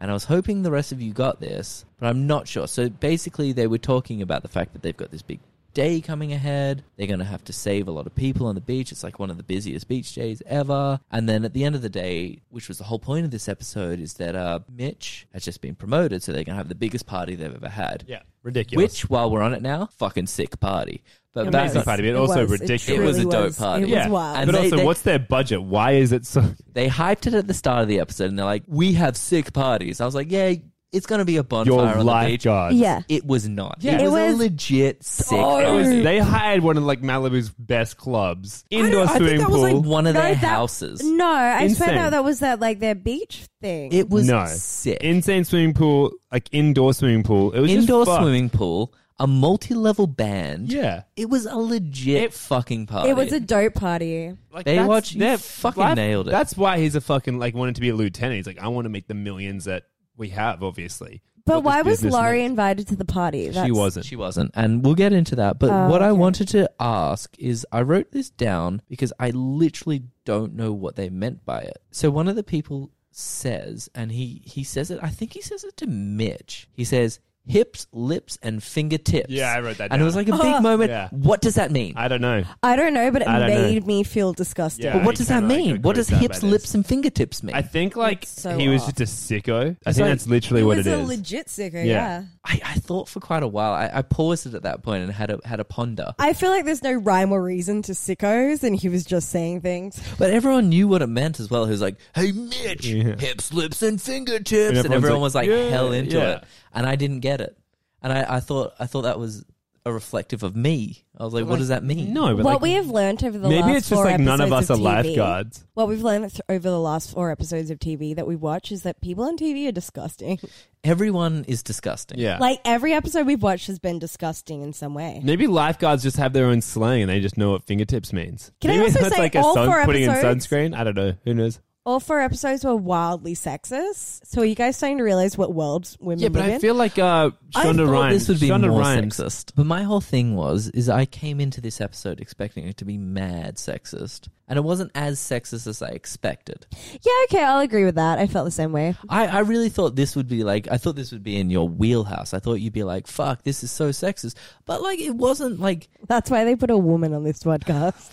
S1: And I was hoping the rest of you got this, but I'm not sure. So basically, they were talking about the fact that they've got this big day coming ahead. They're going to have to save a lot of people on the beach. It's like one of the busiest beach days ever. And then at the end of the day, which was the whole point of this episode, is that uh, Mitch has just been promoted. So they're going to have the biggest party they've ever had.
S2: Yeah. Ridiculous.
S1: Which, while we're on it now, fucking sick party. But
S3: It
S1: back
S3: was.
S2: Amazing
S1: on,
S2: party, but
S3: It
S2: also
S3: was. It
S2: ridiculous.
S1: it was a
S3: Really
S1: dope
S3: was.
S1: party.
S3: It was
S2: yeah.
S3: wild.
S1: And
S2: but
S1: they-
S2: also,
S1: they-
S2: what's their budget? Why is it so?
S1: they hyped it at the start of the episode, and they're like, "We have sick parties." I was like, "Yeah, it's going to be a bonfire
S2: Your
S1: on the beach."
S2: lifeguard.
S3: Yeah.
S1: It was not.
S2: Yeah.
S1: It,
S2: It
S1: was, a
S3: was-
S1: legit sick.
S2: It was-
S1: party.
S2: they hired one of like Malibu's best clubs, indoor
S1: Mm. I think
S2: swimming
S1: that
S2: pool.
S1: was like one of
S3: No,
S1: their
S3: that-
S1: houses.
S3: No, I swear
S2: Insane.
S3: that that was that like their beach thing.
S1: It was
S2: No.
S1: sick.
S2: Insane swimming pool, like indoor swimming pool. It was just
S1: Indoor
S2: fucked.
S1: swimming pool, a multi-level band.
S2: Yeah,
S1: It was a legit fucking party.
S3: it was a dope party.
S2: like
S1: Baywatch,
S2: that's
S1: you
S2: their
S1: fucking
S2: life-
S1: nailed it.
S2: That's why he's a fucking like wanted to be a lieutenant. He's like, I want to make the millions that we have, obviously.
S3: But
S2: Not
S3: why
S2: this
S3: was
S2: business
S3: Laurie
S2: makes-
S3: invited to the party?
S2: She
S3: That's-
S2: wasn't.
S1: She wasn't. And we'll get into that. But
S3: Oh,
S1: what I
S3: okay.
S1: wanted to ask is I wrote this down because I literally don't know what they meant by it. So one of the people says, and he, he says it, I think he says it to Mitch. He says, hips, lips, and fingertips.
S2: Yeah, I wrote that
S1: And it was
S2: down.
S1: like a big
S3: Oh.
S1: moment.
S2: Yeah.
S1: What does that mean?
S2: I don't know.
S3: I don't know, but it
S2: I don't know.
S3: made me feel disgusted.
S2: Yeah.
S1: But what
S2: I
S1: does that
S2: cannot
S1: mean?
S2: go
S1: What does
S2: close up
S1: hips,
S2: at it.
S1: lips, and fingertips mean?
S2: I think like
S3: That's so
S2: he was
S3: odd.
S2: just a sicko. I
S1: It's
S2: think
S1: like-
S2: that's literally what it
S3: was a
S2: is.
S3: legit sicko, yeah.
S2: Yeah.
S1: I, I thought for quite a while. I, I paused it at that point and had a had a ponder.
S3: I feel like there's no rhyme or reason to sickos, and he was just saying things.
S1: But everyone knew what it meant as well. Who's like, "Hey, Mitch,
S2: Yeah.
S1: hips, lips, and fingertips,"
S2: And
S1: and,
S2: everyone's
S1: everyone
S2: like,
S1: was like,
S2: "Yeah,
S1: hell into
S2: yeah."
S1: it. And I didn't get it. And I, I thought I thought that was a reflective of me. I was like, "What does that mean?"
S2: No, but
S3: what
S2: like,
S3: we have learned over the
S2: maybe
S3: last
S2: it's just
S3: four
S2: like none of us
S3: episodes
S2: are
S3: TV
S2: lifeguards.
S3: What we've learned th- over the last four episodes of TV that we watch is that people on TV are disgusting.
S1: Everyone is disgusting.
S2: Yeah.
S3: like every episode we've watched has been disgusting in some way.
S2: Maybe lifeguards just have their own slang and they just know what fingertips means.
S3: Can I
S2: Maybe
S3: also
S2: that's
S3: say
S2: like a
S3: all
S2: sun
S3: four
S2: putting in
S3: episodes-
S2: sunscreen. I don't know. Who knows?
S3: All four episodes were wildly sexist. So are you guys starting to realize what worlds women
S2: Yeah, but
S3: live
S2: I
S3: in?
S2: feel like uh,
S1: I
S2: Shonda
S1: thought
S2: Rhimes.
S1: this would be
S2: Shonda
S1: more
S2: Rhimes.
S1: sexist. But my whole thing was is I came into this episode expecting it to be mad sexist, and it wasn't as sexist as I expected.
S3: yeah, okay, I'll agree with that. I felt the same way.
S1: I, I really thought this would be like I thought this would be in your wheelhouse. I thought you'd be like, "Fuck, this is so sexist," but like it wasn't like oh
S3: That's why they put a woman on this podcast.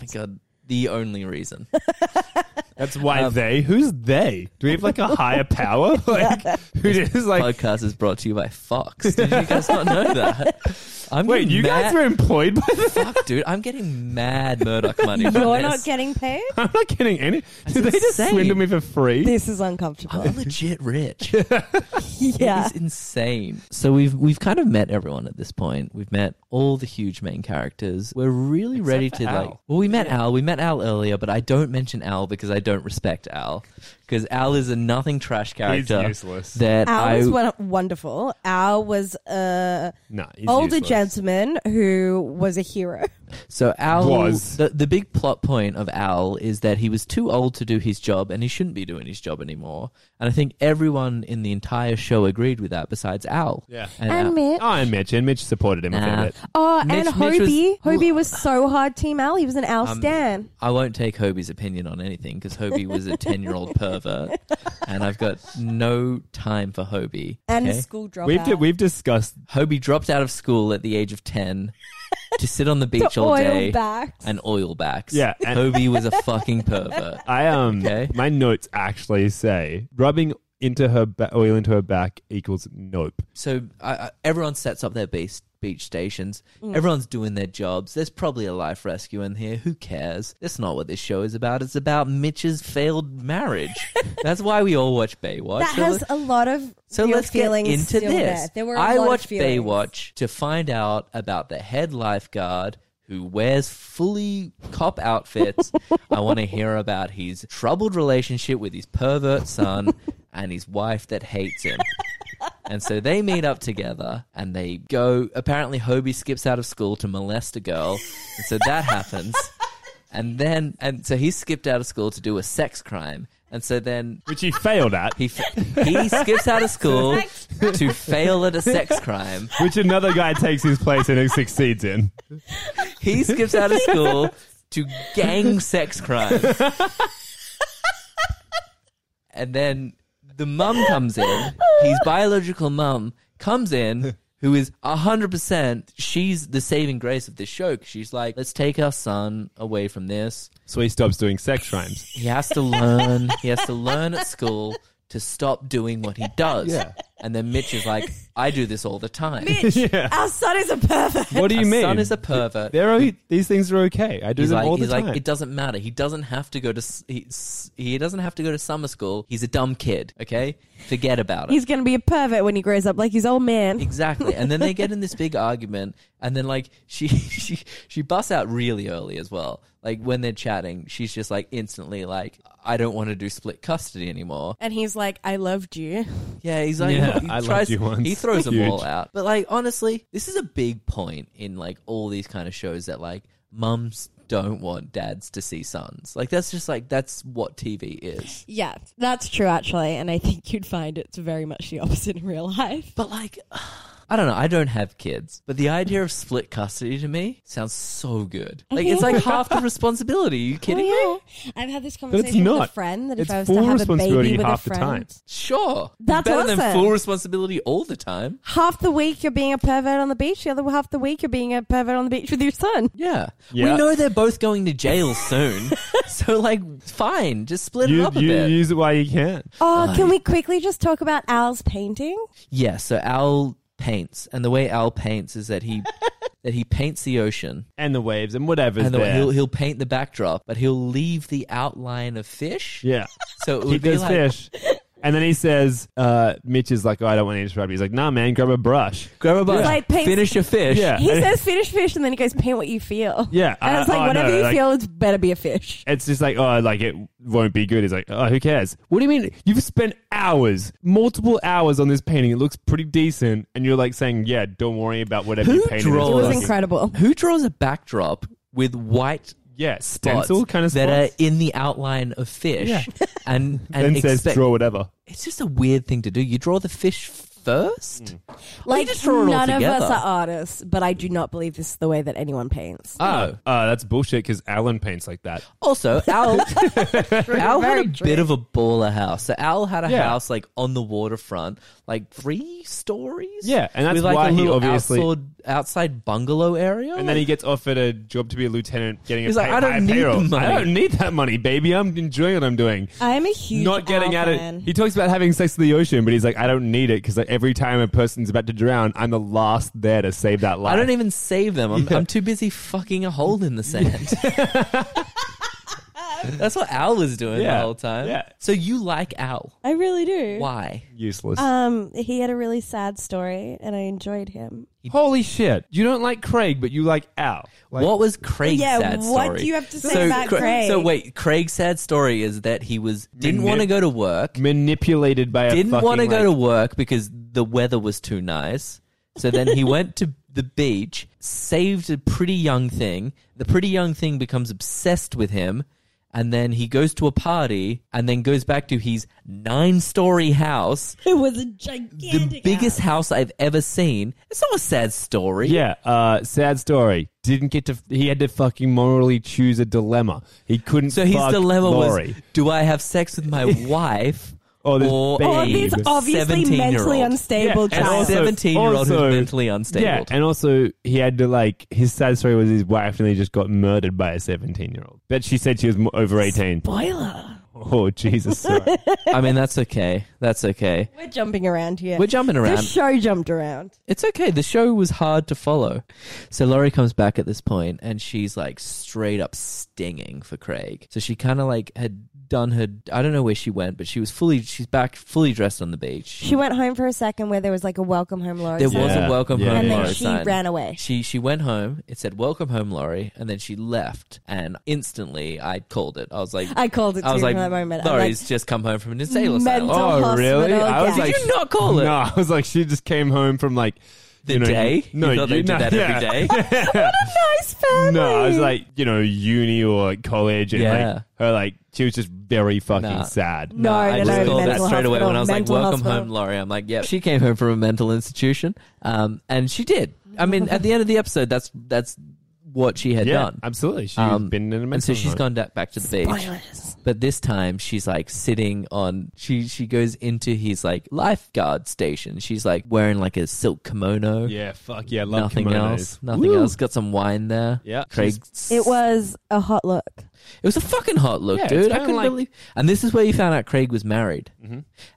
S1: my god, the only reason.
S2: That's why
S1: Um,
S2: they. Who's they? Do we have like a higher power? Like who is like?
S1: Podcast is brought to you by Fox. Did you guys not know that? I'm
S2: Wait,
S1: getting
S2: you
S1: mad,
S2: guys were employed by them?
S1: fuck, dude. I'm getting mad Murdoch money. from
S3: You're
S1: this.
S3: not getting paid?
S2: I'm not getting any. Did they just
S1: insane.
S2: swindle me for free?
S3: This is uncomfortable.
S1: I'm legit rich.
S3: yeah.
S1: It's insane. So we've we've kind of met everyone at this point. We've met all the huge main characters. We're really ready to
S2: for
S1: like.
S2: Al.
S1: Well, we met Al. We met Al earlier, but I don't mention Al because I don't respect Al because Al is a nothing trash character.
S2: useless.
S1: That
S3: Al
S1: I
S3: was won- wonderful. Al was a
S2: No, he's
S3: older
S2: useless.
S3: gentleman who was a hero.
S1: so Al
S2: Was.
S1: the the big plot point of Al is that he was too old to do his job and he shouldn't be doing his job anymore. And I think everyone in the entire show agreed with that besides Al.
S2: Yeah.
S1: Al-
S3: And Mitch.
S2: Oh, and Mitch, and Mitch supported him a fair
S1: Nah.
S2: bit.
S3: Oh,
S1: Mitch-
S3: and
S1: Mitch was-
S3: Hobie. Hobie was so hard, Team Al. He was an Al
S1: Um,
S3: Stan.
S1: I won't take Hobie's opinion on anything because Hobie was a 10 year old pervert and I've got no time for Hobie.
S3: And
S1: okay?
S3: school dropout.
S2: We've di- we've discussed
S1: Hobie dropped out of school at the age of 10 to sit on the beach
S3: to
S1: all
S3: oil
S1: day
S3: backs.
S1: and oil backs.
S2: Yeah, and-
S1: Hobie was a fucking pervert.
S2: I um
S1: Okay.
S2: my notes actually say rubbing into her ba- oil into her back equals nope.
S1: So I, I, everyone sets up their base, beach stations.
S3: Mm.
S1: Everyone's doing their jobs. There's probably a life rescue in here. Who cares? That's not what this show is about. It's about Mitch's failed marriage. That's why we all watch Baywatch.
S3: that
S1: So
S3: has a lot of
S1: So
S3: real
S1: let's get
S3: feelings
S1: into
S3: still
S1: this.
S3: There. There were a
S1: I
S3: lot of
S1: watched
S3: feelings.
S1: Baywatch to find out about the head lifeguard who wears fully cop outfits. I want to hear about his troubled relationship with his pervert son and his wife that hates him. And so they meet up together and they go. Apparently, Hobie skips out of school to molest a girl. And so that happens. And then, and so he skipped out of school to do a sex crime. And so then
S2: Which he failed at.
S1: he f- he skips out of school to fail at a sex crime.
S2: which another guy takes his place and succeeds in.
S1: He skips out of school to gang sex crime. And then the mum comes in. His biological mum comes in. Who is 100%, she's the saving grace of this show. 'cause She's like, let's take our son away from this.
S2: So he stops doing sex crimes.
S1: He has to learn. he has to learn at school to stop doing what he does.
S2: Yeah.
S1: And then Mitch is like, I do this all the time.
S2: yeah.
S3: Our son is a pervert.
S2: What do you
S1: Our
S2: mean?
S1: son is a pervert.
S2: They're o- these things are okay. I do
S1: He's
S2: them
S1: like,
S2: all the
S1: he's
S2: time.
S1: like, it doesn't matter. He doesn't have to go to s- he, s- he doesn't have to go to summer school. He's a dumb kid. Okay, forget about it.
S3: He's going to be a pervert when he grows up, like his old man.
S1: exactly. And then they get in this big argument, and then like she she she busts out really early as well. Like when they're chatting, she's just like instantly like, I don't want to do split custody anymore.
S3: And he's like, "I loved you."
S1: Yeah, he's like,
S2: Yeah,
S1: he
S2: I loved
S1: tries-
S2: you once.
S1: He throws them
S2: Huge.
S1: all out. But like, honestly, this is a big point in like all these kind of shows that like mums don't want dads to see sons. Like that's just like that's what TV is.
S3: Yeah, that's true actually, and I think you'd find it's very much the opposite in real life.
S1: But like, I don't know. I don't have kids, but the idea of split custody to me sounds so good. Like it's like half the responsibility. Are you kidding me?
S3: Oh, yeah. I've had this
S2: it's
S3: conversation with
S2: not.
S3: a friend that
S2: It's
S3: if I was
S2: full
S3: to have a
S2: responsibility
S3: baby with
S2: half
S3: a
S2: the
S3: friend,
S2: time.
S1: Sure.
S3: That's
S1: better than
S3: awesome.
S1: full responsibility all the time.
S3: half the week you're being a pervert on the beach, the other half the week you're being a pervert on the beach with your son.
S1: Yeah.
S2: Yeah.
S1: We know they're both going to jail soon. so like fine, just split it
S2: You,
S1: up a
S2: you
S1: bit.
S2: use it while you can.
S3: Oh, can we quickly just talk about Al's painting?
S1: Yeah, so Al paints, and the way Al paints is that he that he paints the ocean,
S2: And the waves and whatever's
S1: and the way
S2: there.
S1: he'll he'll paint the backdrop, but he'll leave the outline of fish.
S2: yeah.
S1: So it would
S2: Keep
S1: be
S2: those
S1: like,
S2: fish. And then he says, uh, Mitch is like, oh, I don't want to interrupt you. He's like, nah, man, grab a brush.
S1: grab a bunch,
S3: Like paints-
S1: finish a fish.
S2: Yeah.
S3: He says finish fish and then he goes paint what you feel.
S2: Yeah.
S3: And
S2: I-
S3: it's like
S2: oh,
S3: whatever
S2: no,
S3: you
S2: like-
S3: feel, it's better be a fish.
S2: It's just like, oh, like it won't be good. He's like, oh, who cares? What do you mean? You've spent hours, multiple hours on this painting. It looks pretty decent. And you're like saying, yeah, don't worry about whatever
S1: Who
S2: you painted.
S1: draws-
S3: It
S1: Oh,
S3: was
S1: okay.
S3: incredible.
S1: Who draws a backdrop with white
S2: Yeah,
S1: spots
S2: stencil kind of
S1: that are
S2: spots.
S1: in the outline of fish,
S2: Yeah.
S1: and and
S2: Then says,
S1: expect-
S2: draw whatever.
S1: it's just a weird thing to do. You draw the fish
S2: Hmm.
S1: first.
S3: Like
S1: just draw it all
S3: none of us
S1: together.
S3: are artists, but I do not believe this is the way that anyone paints.
S1: Oh,
S2: Uh, that's bullshit because Alan paints like that.
S1: Also, Al, Al had
S3: Very
S1: a bit of a baller house. So Al had a
S2: Yeah.
S1: house like on the waterfront, like three stories.
S2: Yeah, and that's
S1: with, like,
S2: why
S1: a
S2: he
S1: little
S2: obviously-
S1: outside, outside bungalow area.
S2: And then he gets offered a job to be a lieutenant, getting
S1: Oh. He's
S2: a
S1: like,
S2: pay-
S1: "I don't
S2: higher
S1: need
S2: payroll.
S1: the money."
S2: I don't need that money, baby. I'm enjoying what I'm doing.
S3: I'm a huge
S2: Not getting
S3: Al
S2: at it.
S3: fan.
S2: He talks about having sex with the ocean, but he's like, I don't need it because like every time a person's about to drown, I'm the last there to save that life.
S1: I don't even save them. I'm, I'm too busy fucking a hole in the sand. That's what Al was doing
S2: Yeah,
S1: the whole time.
S2: yeah.
S1: So you like Al.
S3: I really do.
S1: Why?
S2: Useless.
S1: Uh,
S3: Um, he had a really sad story, and I enjoyed him.
S2: Holy shit! You don't like Craig, but you like Al. Like,
S1: what was Craig's
S3: Yeah,
S1: sad
S3: what
S1: story?
S3: do you have to say
S1: so,
S3: about
S1: Cra-
S3: Craig?
S1: So wait, Craig's sad story is that he was didn't
S2: Manip-
S1: want to go to work.
S2: manipulated by a
S1: didn't
S2: fucking,
S1: want to go
S2: like-
S1: to work because the weather was too nice. So then he went to the beach, saved a pretty young thing. The pretty young thing becomes obsessed with him. And then he goes to a party and then goes back to his nine story house,
S3: It was a
S1: the
S3: gigantic,
S1: biggest house I've ever seen. It's not a sad story.
S2: Yeah, uh, sad story. Didn't get to. He had to fucking morally choose a dilemma. He couldn't.
S1: So his
S2: fuck
S1: dilemma
S2: Laurie.
S1: was do I have sex with my wife
S2: Or Oh, this
S1: or,
S2: babe.
S3: or
S1: a
S3: this Oh, obviously
S1: 17 -year-old?
S3: mentally unstable
S2: Yeah,
S1: And
S2: And
S1: a
S2: also-
S3: child.
S1: 17 year old
S2: also-
S1: who's mentally unstable.
S2: Yeah, and also he had to like his sad story was his wife and he just got murdered by a seventeen-year-old. But she said she was mo- over eighteen.
S3: Spoiler.
S2: Oh Jesus! Sorry.
S1: I mean, that's okay. That's okay.
S3: We're jumping around here.
S1: We're jumping
S3: the
S1: around.
S3: show jumped around.
S1: it's okay. The show was hard to follow. So Laurie comes back at this point and she's like straight up stinging for Craig. So she kind of like had done her, I don't know where she went, but she was fully, she's back fully dressed on the beach.
S3: She went home for a second where there was like a welcome home, Laura.
S1: There
S3: sign,
S1: was a
S2: Yeah,
S1: welcome
S2: yeah.
S1: home
S3: and
S1: Laurie
S3: then she
S1: sign.
S3: ran away.
S1: She she went home. It said "Welcome home, Laurie," and then she left. And instantly, I called it. I was like,
S3: I called it
S1: I was
S3: too
S1: like,
S3: from that moment. I'm
S1: Laurie's just come home from an insane asylum.
S3: Mental
S2: Oh, really?
S3: hospital
S2: I was
S3: gag.
S2: like-
S1: Did you not call it?
S2: no, I was like she just came home from like
S1: The
S2: you know,
S1: day?
S2: No,
S1: you thought they did
S2: no,
S1: that
S2: yeah.
S1: every day?
S3: nice family.
S2: No, I was like you know uni or like college and
S1: Yeah.
S2: like her like she was just very fucking
S1: Nah.
S2: sad.
S3: no,
S1: I
S3: no,
S1: just
S3: no,
S1: called that
S3: mental
S1: straight away
S3: hospital,
S1: when I was like,
S3: mental
S1: "Welcome
S3: hospital.
S1: home, Laurie." I'm like, "Yep." She came home from a mental institution, um, and she did. I mean, at the end of the episode, that's that's what she had
S2: Yeah,
S1: done,
S2: absolutely. She's
S1: Um,
S2: been in a mental
S1: and so she's
S2: home.
S1: gone da- back to the beach.
S3: Spoilers.
S1: But this time, she's like sitting on. She she goes into his like lifeguard station. She's like wearing like a silk kimono.
S2: Yeah, fuck yeah, love
S1: Nothing
S2: kimonos.
S1: else. Nothing
S2: Woo.
S1: else. Got some wine there.
S2: Yeah,
S1: Craig.
S3: It was a hot look.
S1: It was a fucking hot look,
S2: Yeah, it's
S1: dude. I
S2: kinda
S1: couldn't
S2: like- Mm-hmm.
S1: believe. And this is where you found out Craig was married.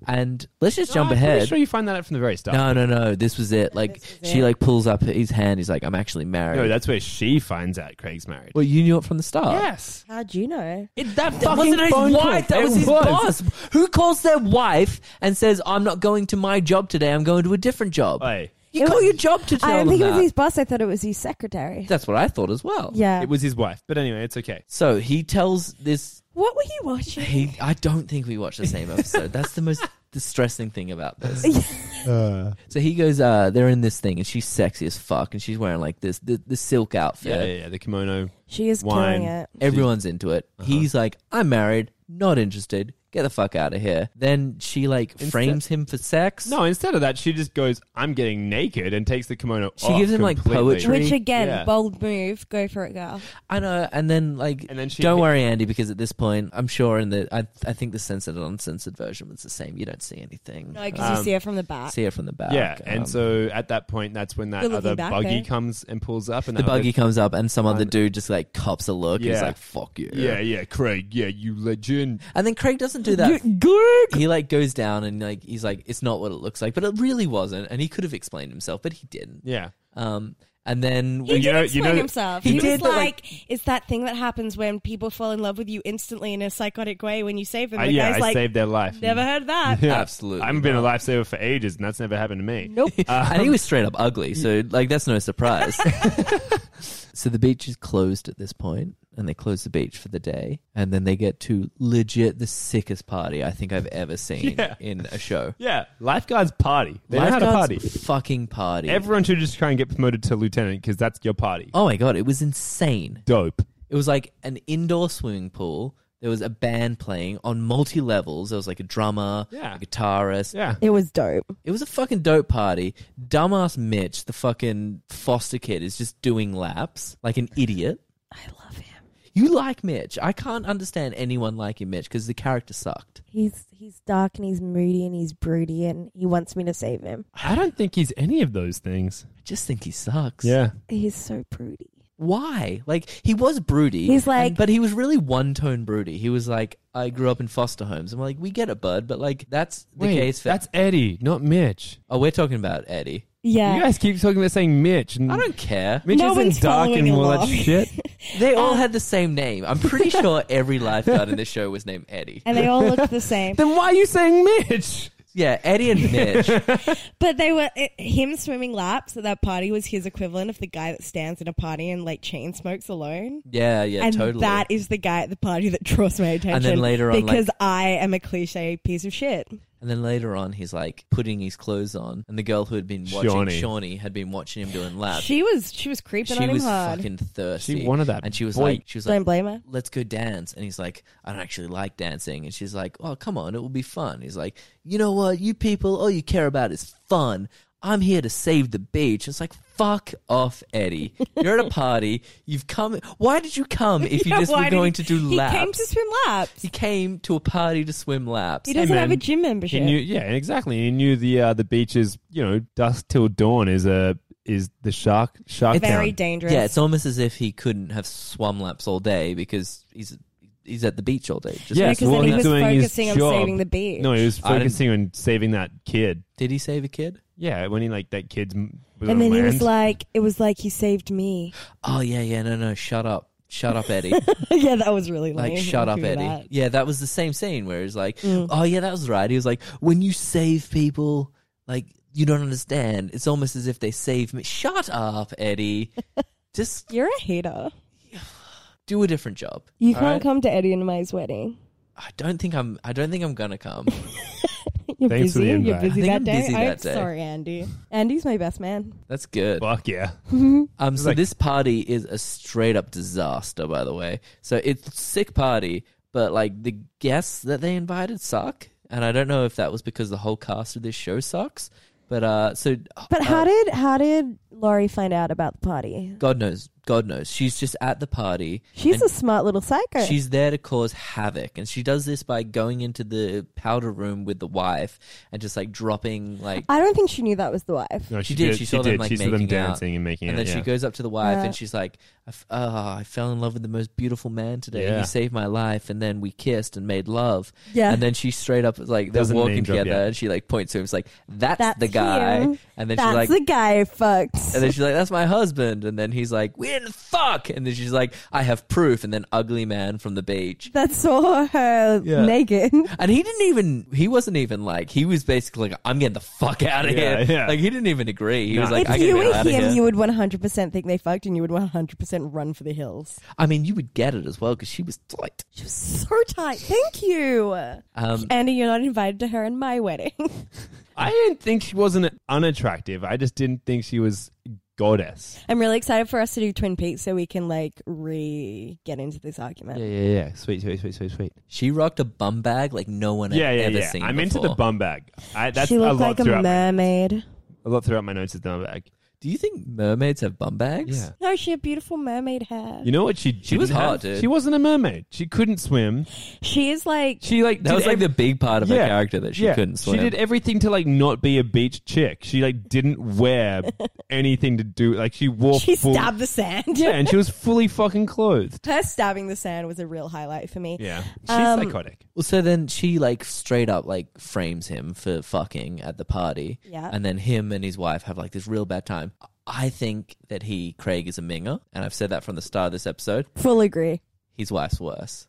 S1: And let's just jump
S2: I'm pretty
S1: ahead.
S2: Sure, you find that out from the very start.
S1: No, no, no. This was it. Like
S3: this was
S1: she
S3: it.
S1: like pulls up his hand. He's like, "I'm actually married."
S2: No, that's where she finds out Craig's married.
S1: well, you knew it from the start.
S2: yes.
S3: How'd you know?
S1: It, that
S2: Fucking
S1: wasn't his
S2: phone call.
S1: wife. That
S2: It
S1: was his
S2: was.
S1: boss. Who calls their wife and says, "I'm not going to my job today. I'm going to a different job."
S2: Hey.
S1: You
S3: It
S1: call
S3: was-
S1: your job to tell
S3: I don't
S1: them
S3: think it
S1: that.
S3: was his boss. I thought it was his secretary.
S1: That's what I thought as well.
S3: Yeah.
S2: It was his wife. But anyway, it's okay.
S1: So he tells this.
S3: what were you watching?
S1: He. I don't think we watched the same episode. That's the most distressing thing about this. So he goes. Uh, they're in this thing, and she's sexy as fuck, and she's wearing like this the, the silk outfit.
S2: yeah, yeah, the kimono.
S3: she is
S2: Wine.
S3: killing it.
S2: Uh-huh.
S1: Everyone's into it. He's like, I'm married, not interested. get the fuck out of here. Then she like
S2: Instead-
S1: frames him for sex.
S2: No, instead of that, she just goes, "I'm getting naked," and takes the kimono.
S1: She
S2: off
S1: gives him, like,
S2: completely.
S1: poetry.
S3: Which again,
S2: Yeah.
S3: bold move. Go for it, girl.
S1: I know. And then like,
S2: And then she
S1: don't worry, Andy, because at this point, I'm sure in the I I think the censored and uncensored version was the same. You don't see anything. Uh,
S3: No, because
S2: Um,
S3: you see her from the back.
S1: see it from the back.
S2: Yeah, and
S1: um,
S2: so at that point, that's when that
S3: Good
S2: other
S3: looking back eh?
S2: buggy
S3: there.
S2: comes and pulls up, and
S1: the
S2: that other-
S1: buggy comes up, and some other
S2: Um,
S1: dude just like cops a look. He's
S2: yeah.
S1: like, "Fuck you."
S2: Yeah, yeah, Craig. Yeah, you legend.
S1: And then Craig doesn't do that.
S3: You geek!
S1: He like goes down and like he's like, "It's not what it looks like," but it really wasn't, and he could have explained himself, but he didn't.
S2: Yeah,
S1: Um, and then
S3: He
S1: we,
S2: You
S3: did
S2: know- you
S3: explain
S2: know-
S3: himself.
S1: He
S3: He,
S1: did,
S3: was
S1: but,
S3: like, "It's that thing that happens when people fall in love with you instantly in a psychotic way when you save them."
S2: I,
S3: The
S2: Uh, yeah,
S3: guy's
S2: I
S3: like,
S2: saved their life.
S3: "Never heard that."
S2: Yeah.
S1: Absolutely
S2: I've been a lifesaver for ages, and that's never happened to me.
S3: Nope.
S1: and he was straight up ugly, so like that's no surprise. so the beach is closed at this point, and they close the beach for the day, and then they get to legit the sickest party I think I've ever seen
S2: Yeah.
S1: in a show.
S2: Yeah, lifeguards party. They know how to
S1: Lifeguards
S2: party.
S1: fucking party.
S2: Everyone should just try and get promoted to lieutenant because that's your party.
S1: oh my god, it was insane.
S2: Dope.
S1: It was like an indoor swimming pool. There was a band playing on multi levels. There was like a drummer,
S2: Yeah.
S1: a guitarist.
S2: Yeah.
S3: It was dope.
S1: It was a fucking dope party. Dumbass Mitch, the fucking foster kid, is just doing laps like an idiot.
S3: I love him.
S1: You like Mitch. I can't understand anyone liking Mitch because the character sucked.
S3: He's he's dark and he's moody and he's broody and he wants me to save him.
S2: I don't think he's any of those things.
S1: I just think he sucks.
S2: Yeah.
S3: He's so broody.
S1: Why? Like he was broody.
S3: He's like-
S1: and- but he was really one tone broody. He was like, I grew up in foster homes. I'm like, we get it, bud, but like that's the case for
S2: that's Eddie, not Mitch.
S1: Oh, we're talking about Eddie.
S3: Yeah.
S2: You guys keep talking about saying Mitch. And
S1: I don't care.
S2: Mitch
S3: No
S2: isn't
S3: one's
S2: dark and
S3: following
S2: all that
S3: along.
S2: shit.
S1: They all had the same name. I'm pretty sure every lifeguard in this show was named Eddie.
S3: and they all looked the same.
S2: then why are you saying Mitch?
S1: Yeah, Eddie and Mitch.
S3: But they were it, him swimming laps at that party was his equivalent of the guy that stands in a party and like chain smokes alone.
S1: Yeah, yeah,
S3: and
S1: totally.
S3: that is the guy at the party that draws my attention.
S1: later on, like-
S3: because I am a cliche piece of shit.
S1: And then later on, he's like putting his clothes on, and the girl who had been watching
S2: Shawnee.
S1: Shawnee, had been watching him doing laps.
S3: She was she was creeping
S1: Uh, she
S3: on him
S1: was
S3: hard.
S1: fucking thirsty.
S2: She wanted that
S1: and she was
S2: boy.
S1: like, she was
S3: Don't
S1: like,
S3: blame her.
S1: "Let's go dance." And he's like, "I don't actually like dancing." And she's like, "Oh, come on, it will be fun." He's like, "You know what? You people, all you care about is fun. I'm here to save the beach." It's like, "Fuck off, Eddie. You're at a party. You've come. Why did you come if you
S3: Yeah,
S1: just
S3: why
S1: were
S3: did he-
S1: going to do
S3: he
S1: laps?
S3: came to swim laps.
S1: He came to a party to swim laps.
S3: He doesn't
S2: man.
S3: have a gym
S2: He
S3: membership.
S2: knew, yeah, exactly. He knew the uh, the beaches. You know, dusk till dawn is a is the shark shark
S1: It's
S3: Very
S2: town.
S3: dangerous.
S1: Yeah, it's almost as if he couldn't have swum laps all day because he's he's at the beach all day. Just
S2: Yeah,
S3: because
S2: so what
S3: then he
S2: he's
S3: was
S2: doing is
S3: focusing on
S2: job.
S3: saving the beach.
S2: No, he was
S1: I didn't-
S2: focusing on saving that kid.
S1: Did he save a kid?
S2: Yeah, when he like that kid's m- was
S3: and
S2: on
S3: then he
S2: land.
S3: was like, "It was like he saved me."
S1: Oh yeah, yeah, no, no, shut up. Shut up, Eddie.
S3: yeah, that was really lame.
S1: Like, shut
S3: I
S1: up,
S3: agree with
S1: Eddie.
S3: that. Mm.
S1: Yeah, that was the same scene where he's like, oh, yeah, that was right. He was like, when you save people, like, you don't understand. It's almost as if they save me. Shut up, Eddie. Just
S3: You're a hater.
S1: do a different job.
S3: You
S1: all
S3: can't
S1: right?
S3: come to Eddie and May's wedding.
S1: I don't think I'm, I don't think I'm gonna come.
S3: You're
S2: Thanks for
S3: busy.
S2: the
S3: You're
S2: invite.
S3: busy
S1: I think
S3: that
S1: I'm
S3: day.
S1: busy
S3: I'm
S1: that day.
S3: sorry, Andy. Andy's my best man.
S1: That's good.
S2: "Fuck yeah!"
S1: Um, so
S2: like-
S1: this party is a straight up disaster, by the way. So it's a sick party, but like the guests that they invited suck, and I don't know if that was because the whole cast of this show sucks. But uh, so
S3: But
S1: uh,
S3: how did how did Laurie find out about the party?
S1: God knows, God knows, she's just at the party.
S3: She's
S1: and
S3: a smart little psycho.
S1: She's there to cause havoc, and she does this by going into the powder room with the wife and just like dropping like
S3: I don't think she knew that was the wife.
S2: No,
S1: She did. She saw them,
S2: did.
S1: like,
S2: she saw them
S1: making out.
S2: dancing and making
S1: And
S2: out.
S1: then she
S2: yeah.
S1: goes up to the wife
S3: Yeah.
S1: and she's like, I, f- oh, I fell in love with the most beautiful man today. and
S2: Yeah.
S1: He saved my life. And then we kissed and made love.
S3: Yeah.
S1: And then she straight up, is like, they're
S2: Doesn't name
S1: walking
S2: drop
S1: together
S2: yet.
S1: and she like points to him. It's like, that's,
S3: That's
S1: the guy.
S3: him.
S1: And then
S3: That's
S1: she's like,
S3: the guy who fucked.
S1: and then she's like, that's my husband. And then he's like, we didn't fuck. And then she's like, I have proof. And then ugly man from the beach.
S3: that saw her
S2: Yeah.
S3: naked.
S1: And he didn't even, he wasn't even like, he was basically like, I'm getting the fuck out of
S2: Yeah,
S1: here.
S2: yeah.
S1: Like, he didn't even agree. He
S2: No.
S1: was like, I
S3: if
S1: gotta
S3: you
S1: get
S3: were
S1: out of here.
S3: him, you would 100% think they fucked and you would 100% run for the hills.
S1: I mean, you would get it as well because she was tight.
S3: She was so tight. Thank you.
S1: Um,
S3: Andy, you're not invited to her and my wedding.
S2: I didn't think she wasn't unattractive. I just didn't think she was goddess.
S3: I'm really excited for us to do Twin Peaks so we can like re get into this argument.
S2: Yeah, yeah, yeah. Sweet, sweet, sweet, sweet, sweet.
S1: She rocked a bum bag like no one
S2: Yeah,
S1: had
S2: yeah,
S1: ever
S2: yeah.
S1: seen
S2: I'm into
S1: before.
S2: the bum bag. I, that's
S3: she
S2: a
S3: looked
S2: lot
S3: like a
S2: throughout. my-
S3: mermaid.
S2: a lot throughout my notes is bum bag.
S1: Do you think mermaids have bum bags?
S2: Yeah.
S3: No, she had beautiful mermaid hair.
S2: You know what she?
S1: She was
S2: didn't
S1: hot,
S2: have?
S1: dude.
S2: She wasn't a mermaid. She couldn't swim.
S3: she is like
S2: She like
S1: That was like the big part of her
S2: Yeah.
S1: character that she couldn't swim.
S2: She did everything to like not be a beach chick. She like didn't wear anything to do. Like she wore.
S3: she
S2: full-
S3: stabbed the sand.
S2: Yeah, and she was fully fucking clothed.
S3: Her stabbing the sand was a real highlight for me.
S2: Yeah, she's
S3: Um,
S2: psychotic.
S1: Well, so then she like straight up like frames him for fucking at the party.
S3: Yeah.
S1: And then him and his wife have like this real bad time. I think that he, Craig, is a minger. And I've said that from the start of this episode.
S3: Full agree.
S1: His wife's worse.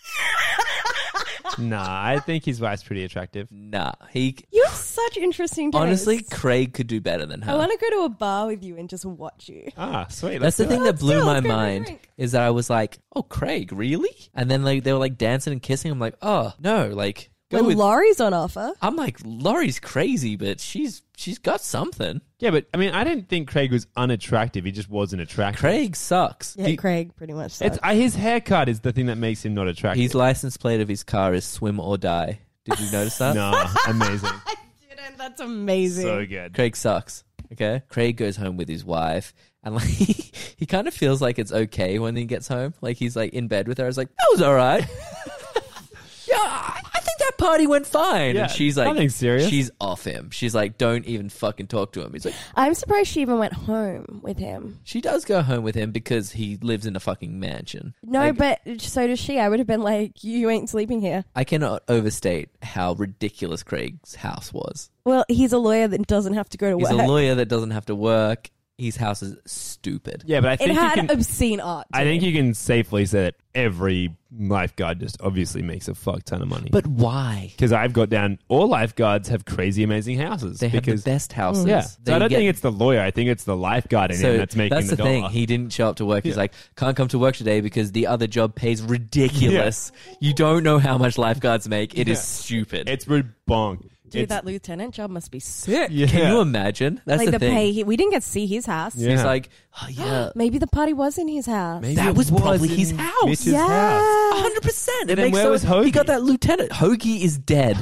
S2: Nah, I think his wife's pretty attractive.
S1: Nah. He,
S3: You have such interesting taste.
S1: honestly, Craig could do better than her.
S3: I want to go to a bar with you and just watch you.
S2: Ah, sweet.
S1: That's
S2: let's
S1: the
S2: do
S1: thing
S2: it.
S1: that
S3: do
S1: blew
S3: it.
S1: my
S3: Let's go,
S1: mind
S3: drink.
S1: is that I was like, "Oh, Craig, really?" And then like they were like dancing and kissing. I'm like, "Oh no!" Like go
S3: When
S1: with.
S3: Laurie's on offer,
S1: I'm like, Laurie's crazy, but she's she's got something.
S2: Yeah, but I mean, I didn't think Craig was unattractive. He just wasn't attractive.
S1: Craig sucks.
S3: yeah,
S1: Do-
S3: Craig pretty much.
S2: It's
S3: Sucks.
S2: uh, his haircut is the thing that makes him not attractive.
S1: his license plate of his car is "Swim or Die." Did you notice that?
S2: nah, amazing,
S3: I didn't. That's amazing.
S2: so good.
S1: Craig sucks. Okay. Craig goes home with his wife and like he kind of feels like it's okay when he gets home. Like he's like in bed with her. I was like, that was all right. yeah, I I think that party went fine.
S2: Yeah,
S1: and she's like,
S2: nothing serious.
S1: She's off him. She's like, don't even fucking talk to him. He's like,
S3: I'm surprised she even went home with him.
S1: she does go home with him because he lives in a fucking mansion.
S3: No,
S1: Like,
S3: but so does she. I would have been like, you ain't sleeping here.
S1: I cannot overstate how ridiculous Craig's house was.
S3: Well, he's a lawyer that doesn't have to go to
S1: He's
S3: work.
S1: a lawyer that doesn't have to work. His house is stupid.
S2: Yeah, but I
S3: It
S2: think you
S3: had
S2: can,
S3: obscene art. to
S2: I think
S3: it.
S2: you can safely say that every lifeguard just obviously makes a fuck ton of money.
S1: But why?
S2: because I've got down, all lifeguards have crazy amazing houses.
S1: They have
S2: because
S1: the best houses.
S2: Mm. yeah,
S1: They
S2: so I don't
S1: get
S2: think it's the lawyer. I think it's the lifeguard in him that's making
S1: the,
S2: the,
S1: thing.
S2: dollar.
S1: He didn't show up to work. He's
S2: Yeah.
S1: like, can't come to work today because the other job pays ridiculous. You don't know how much lifeguards make. It is
S2: Yeah.
S1: stupid.
S2: it's rebong.
S3: Dude,
S2: It's-
S3: that lieutenant job must be sick.
S1: yeah.
S2: Yeah.
S1: Can you imagine? That's
S3: Like
S1: the,
S3: the,
S1: thing.
S3: pay, he, we didn't get to see his house.
S2: Yeah.
S1: He's like, oh yeah,
S3: Maybe the party was in his house.
S2: Maybe
S1: That
S2: it
S1: was probably his
S2: in
S1: house.
S2: Mitch's
S3: yeah.
S2: house.
S1: hundred percent. It
S2: then
S1: makes
S2: where
S1: so
S2: was
S1: He
S2: Hoagie?
S1: got that lieutenant. Hoagie is dead.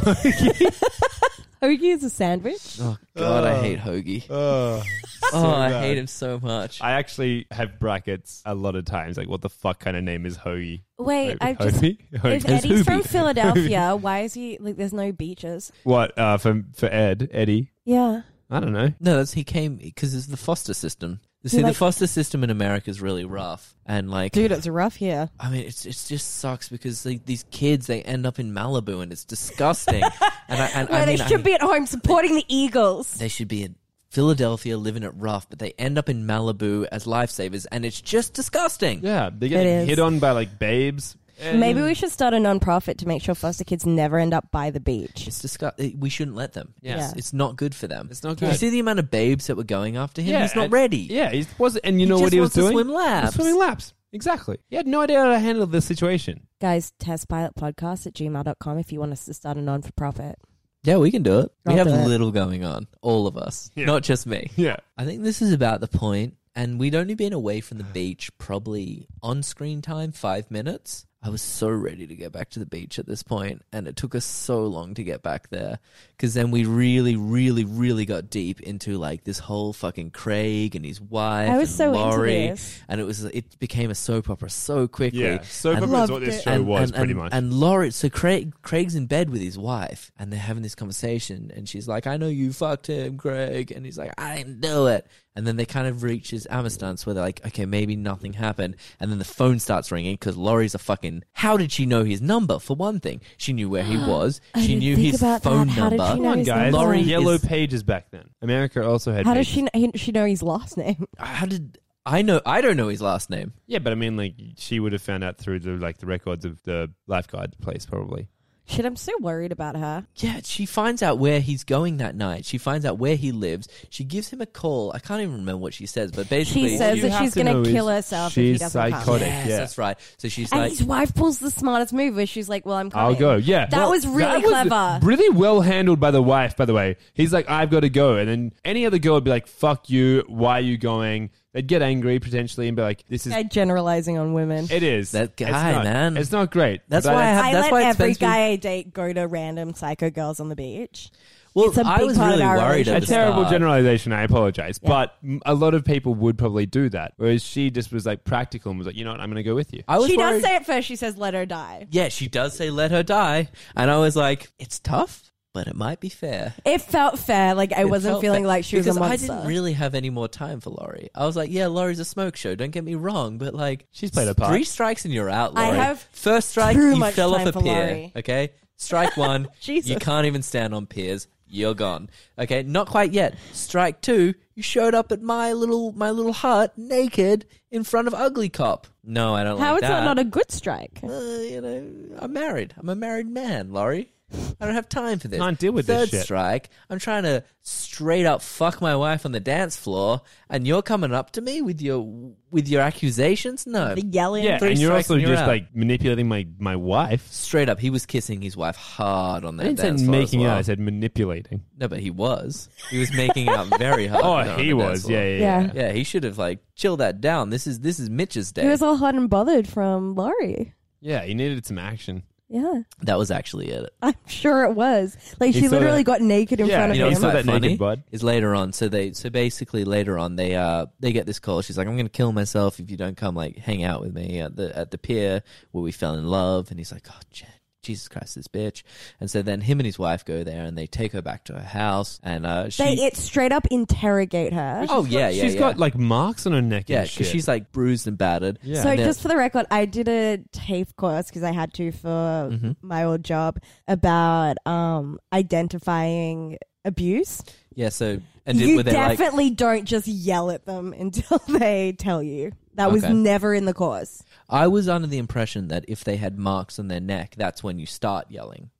S3: Hoagie is Oh, a sandwich.
S1: oh god, I hate Hoagie.
S2: Ugh.
S1: oh, I
S2: bad.
S1: hate him so much.
S2: I actually have brackets a lot of times. Like, what the fuck kind of name is Hoagie?
S3: Wait, I've just.
S2: Hoagie?
S3: If
S2: Hoagie.
S3: Eddie's from
S1: Hoobie.
S3: Philadelphia, why is he like? There's no beaches.
S2: What uh, for? For Ed, Eddie?
S3: Yeah,
S2: I don't know.
S1: No, that's he came because it's the foster system. You see,
S3: like-
S1: the foster system in America is really rough, and like,
S3: dude, it's rough here.
S1: I mean, it's it's just sucks because like, these kids they end up in Malibu and it's disgusting. and I, and
S3: Where
S1: I mean,
S3: they should
S1: I-
S3: be at home supporting the Eagles.
S1: they should be in Philadelphia living it rough, but they end up in Malibu as lifesavers, and it's just disgusting.
S2: Yeah, they
S3: It
S2: get
S3: is.
S2: hit on by like babes.
S3: Maybe we should start a non-profit to make sure foster kids never end up by the beach.
S1: It's disgust. We shouldn't let them.
S2: Yeah.
S1: It's, it's not good for them.
S2: It's not
S1: You
S2: good.
S1: see the amount of babes that were going after him.
S2: Yeah,
S1: He's not
S2: and-
S1: ready.
S2: Yeah, he was, and you know
S1: just
S2: what he was
S1: wants to
S2: doing?
S1: swim
S2: He was
S1: laps.
S2: Swimming laps. Exactly. He had no idea how to handle this situation.
S3: Guys, testpilotpodcast at gmail.com if you want us to start a non-for-profit.
S1: Yeah, we can do it. we
S3: I'll
S1: have
S3: do it.
S1: little going on, all of us,
S2: Yeah.
S1: not just me.
S2: Yeah.
S1: I think this is about the point, and we'd only been away from the beach probably on screen time five minutes. I was so ready to get back to the beach at this point, and it took us so long to get back there because then we really, really, really got deep into like this whole fucking Craig and his wife.
S3: I was
S1: and
S3: so into
S1: Laurie,
S3: this. and
S1: and it was it became a soap opera so quickly.
S2: Yeah. So
S1: And-
S2: is what
S3: Loved
S2: this
S3: it.
S2: show was
S1: and,
S2: pretty
S1: and,
S2: much.
S1: And Laurie, so Craig, Craig's in bed with his wife, and they're having this conversation, and she's like, "I know you fucked him, Craig," and he's like, "I didn't do it." And then they kind of reach this amistance where they're like, "Okay, maybe nothing happened." And then the phone starts ringing because Laurie's a fucking. How did she know his number? For one thing, she knew where he was.
S3: I
S1: she
S3: didn't
S1: knew
S3: think
S1: his
S3: about
S1: phone
S3: that. How
S1: number.
S3: did she
S2: Come
S3: know
S2: on,
S3: his
S2: guys.
S3: name?
S1: Laurie
S2: Yellow
S1: is-
S2: pages back then. America also had.
S3: How does
S2: pages.
S3: she know, he- she know his last name?
S1: How did I know? I don't know his last name.
S2: Yeah, but I mean, like she would have found out through the like the records of the lifeguard place, probably.
S3: Shit, I'm so worried about her.
S1: Yeah, she finds out where he's going that night. She finds out where he lives. She gives him a call. I can't even remember what she says, but basically,
S3: She says
S2: you
S3: that
S2: have
S3: she's
S2: to know
S3: going to
S2: is
S3: kill herself if he
S2: she's
S3: doesn't come.
S2: psychotic.
S1: Yes,
S2: Yeah.
S1: that's right. So she's
S3: And
S1: like,
S3: his wife pulls the smartest move where she's like, well, I'm coming.
S2: I'll go. Yeah,
S3: That was really clever.
S2: really well handled by the wife. By the way, he's like, "I've got to go," and then any other girl would be like, "Fuck you! Why are you going? They'd get angry potentially and be like, "This is
S3: Guy generalizing on women.
S2: it is
S1: That
S2: It's
S1: guy,
S2: not-
S1: man.
S2: It's not great.
S1: That's
S2: but
S1: why I have-
S3: I
S1: that's
S3: let
S1: why it
S3: every
S1: spends me-
S3: guy I date go to random psycho girls on the beach.
S1: Well,
S3: It's a
S1: I
S3: big
S1: was
S3: part of
S1: really
S3: our
S1: worried at
S2: a
S1: the
S3: relationship.
S2: terrible
S1: start.
S2: generalization. I apologize,
S3: Yeah.
S2: but m- a lot of people would probably do that. Whereas she just was like practical and was like, "You know what? I'm going to go with you."
S1: I was
S3: She
S1: worried-
S3: does say at first, she says, let her die.
S1: Yeah, she does say let her die. And I was like, it's tough, but it might be fair.
S3: It felt fair. Like, I
S1: It
S3: wasn't
S1: felt
S3: feeling
S1: fair.
S3: like she was
S1: because
S3: a monster.
S1: I didn't really have any more time for Laurie. I was like, yeah, Laurie's a smoke show. Don't get me wrong, but like
S2: She's played a part.
S1: Three strikes and you're out,
S3: I
S1: Laurie.
S3: have
S1: First strike,
S3: too
S1: you
S3: much
S1: fell off
S3: time
S1: a
S3: for
S1: pier.
S3: Laurie.
S1: Okay, strike one,
S3: Jesus.
S1: you can't even stand on piers. You're gone. Okay, not quite yet. Strike two, you showed up at my little my little hut naked in front of ugly cop. No, I don't
S3: How
S1: like
S3: is
S1: that.
S3: that not a good strike?
S1: Uh, you know, I'm married. I'm a married man, Laurie. I don't have time for this.
S2: Can't deal with this
S1: Third
S2: shit.
S1: strike. I'm trying to straight up fuck my wife on the dance floor, and you're coming up to me with your with your accusations. No,
S3: The yelling.
S2: yeah,
S1: three
S2: and you're
S1: strikes
S2: also
S1: and you're
S2: just
S1: out.
S2: like manipulating my my wife.
S1: straight up, he was kissing his wife hard on
S2: I
S1: that
S2: didn't
S1: dance
S2: say
S1: floor. as
S2: making
S1: well.
S2: out. I said manipulating.
S1: no, but he was. He was making out very hard.
S2: Oh,
S1: on her on
S2: he
S1: the dance
S2: was.
S1: floor.
S2: Yeah, yeah,
S3: Yeah.
S2: yeah.
S1: Yeah, he should have like chill that down. This is this is Mitch's day.
S3: He was all hot and bothered from Laurie.
S2: Yeah, he needed some action.
S3: Yeah,
S1: that was actually it.
S3: I'm sure it was. Like,
S2: He
S3: she
S2: saw
S3: literally
S2: that-
S3: got naked in
S2: Yeah,
S3: front of
S2: you know,
S1: you
S2: he
S1: know,
S3: him.
S2: saw
S1: what's
S2: that
S1: funny
S2: naked bud.
S1: is later on. So they, so basically later on, they uh they get this call. She's like, "I'm gonna kill myself if you don't come like hang out with me at the at the pier where we fell in love." And he's like, "Oh, Je- Jesus Christ, this bitch!" And so then him and his wife go there and they take her back to her house, and uh, she,
S3: They it straight up interrogate her.
S1: oh yeah, yeah,
S2: She's
S1: yeah.
S2: got like marks on her neck.
S1: yeah,
S2: and
S1: because
S2: shit.
S1: she's like bruised and battered.
S2: Yeah.
S3: So
S1: And then-
S3: just for the record, I did a TAFE course because I had to for
S2: Mm-hmm.
S3: my old job about um, identifying abuse.
S1: yeah, so and did,
S3: you
S1: were they like
S3: definitely don't just yell at them until they tell you. That was
S1: Okay.
S3: never in the course.
S1: I was under the impression that if they had marks on their neck, that's when you start yelling.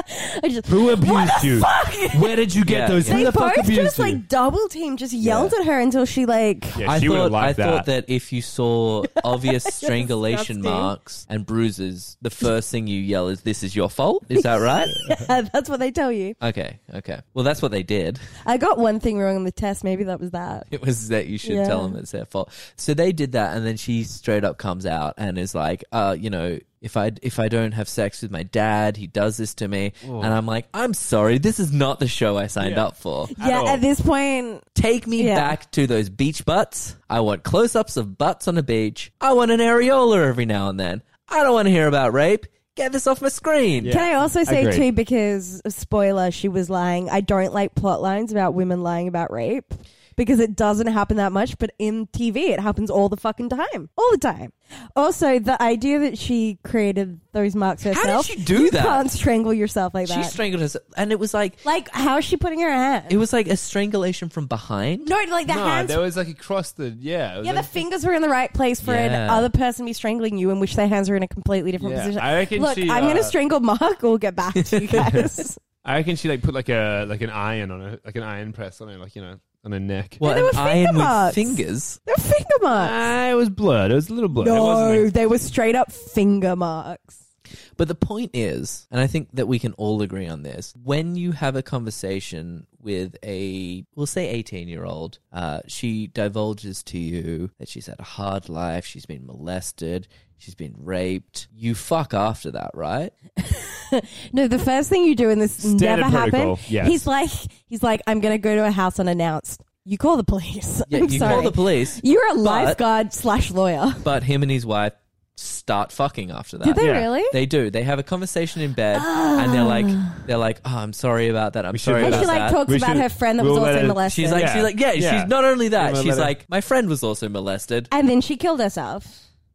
S3: I just
S2: who abused you? Where did you get
S1: Yeah,
S2: those?
S1: yeah.
S2: Who
S3: they
S2: the fuck
S3: both
S2: abused
S3: just
S2: you?
S3: like double team, just yelled at her until she like.
S2: yeah,
S1: I
S2: she would
S1: thought
S2: have
S1: I
S2: liked
S1: thought that if you saw obvious strangulation
S3: disgusting.
S1: marks and bruises, the first thing you yell is "This is your fault." Is that right?
S3: that's what they tell you.
S1: okay, okay. Well, that's what they did.
S3: I got one thing wrong on the test. Maybe that was that.
S1: It was that you should
S3: Yeah.
S1: tell them it's their fault. So they did that, and then she straight up comes out and is like, "Uh, you know." If I if I don't have sex with my dad, he does this to me, and I'm like, I'm sorry, this is not the show I signed
S2: Yeah.
S1: up for.
S2: At
S3: yeah,
S2: all.
S3: at this point,
S1: Take me
S3: Yeah.
S1: back to those beach butts. I want close ups of butts on a beach. I want an areola every now and then. I don't want to hear about rape. Get this off my screen.
S2: Yeah.
S3: Can I also say
S2: agreed.
S3: too, because spoiler, she was lying. I don't like plot lines about women lying about rape because it doesn't happen that much, but in TV it happens all the fucking time, all the time. Also, the idea that she created those marks herself.
S1: she do
S3: you
S1: that?
S3: Can't strangle yourself like
S1: She
S3: that.
S1: strangled herself, and it was like
S3: like, how is she putting her hand?
S1: it was like a strangulation from behind.
S3: no, like the
S2: no,
S3: hands.
S2: there was like across the yeah. it was
S3: yeah, the
S2: like-
S3: fingers were in the right place for an
S1: Yeah.
S3: other person to be strangling you, in which their hands are in a completely different
S2: Yeah,
S3: position.
S2: I reckon
S3: Look,
S2: she,
S3: I'm going
S2: uh,
S3: to strangle Mark. We'll get back to you guys.
S2: I reckon she like put like a like an iron on her, like an iron press on her, like you know, on her neck.
S1: What
S3: there
S1: an
S3: were finger
S1: iron with
S3: marks.
S1: fingers.
S3: They're finger marks.
S2: Ah, it was blood. It was a little blood. It wasn't
S3: No,
S2: like-
S3: they were straight up finger marks.
S1: But the point is, and I think that we can all agree on this, when you have a conversation with a, we'll say 18 year old, uh, she divulges to you that she's had a hard life, she's been molested, she's been raped. You fuck after that, right?
S3: No, the first thing you do, and this
S2: Standard
S3: never
S2: protocol,
S3: happened.
S2: yes.
S3: He's like, he's like, I'm gonna go to a house unannounced. You call the police.
S1: Yeah,
S3: I'm
S1: you
S3: sorry.
S1: call the police,
S3: You're a lifeguard slash lawyer.
S1: but him and his wife start fucking after that.
S3: Did they
S2: Yeah.
S3: really?
S1: They do. They have a conversation in bed, and they're like, they're like, "Oh, I'm sorry about that. I'm
S2: We should
S1: sorry
S2: let
S3: and
S1: about
S3: she like
S1: that."
S3: talks
S2: We
S3: about
S2: should-
S3: her friend that was
S2: we'll let
S3: also
S2: it-
S3: molested.
S1: she's like,
S2: Yeah.
S1: she's like, yeah,
S2: Yeah.
S1: she's not only that.
S2: Give her a
S1: She's
S2: letter.
S1: like, my friend was also molested.
S3: and then she killed herself.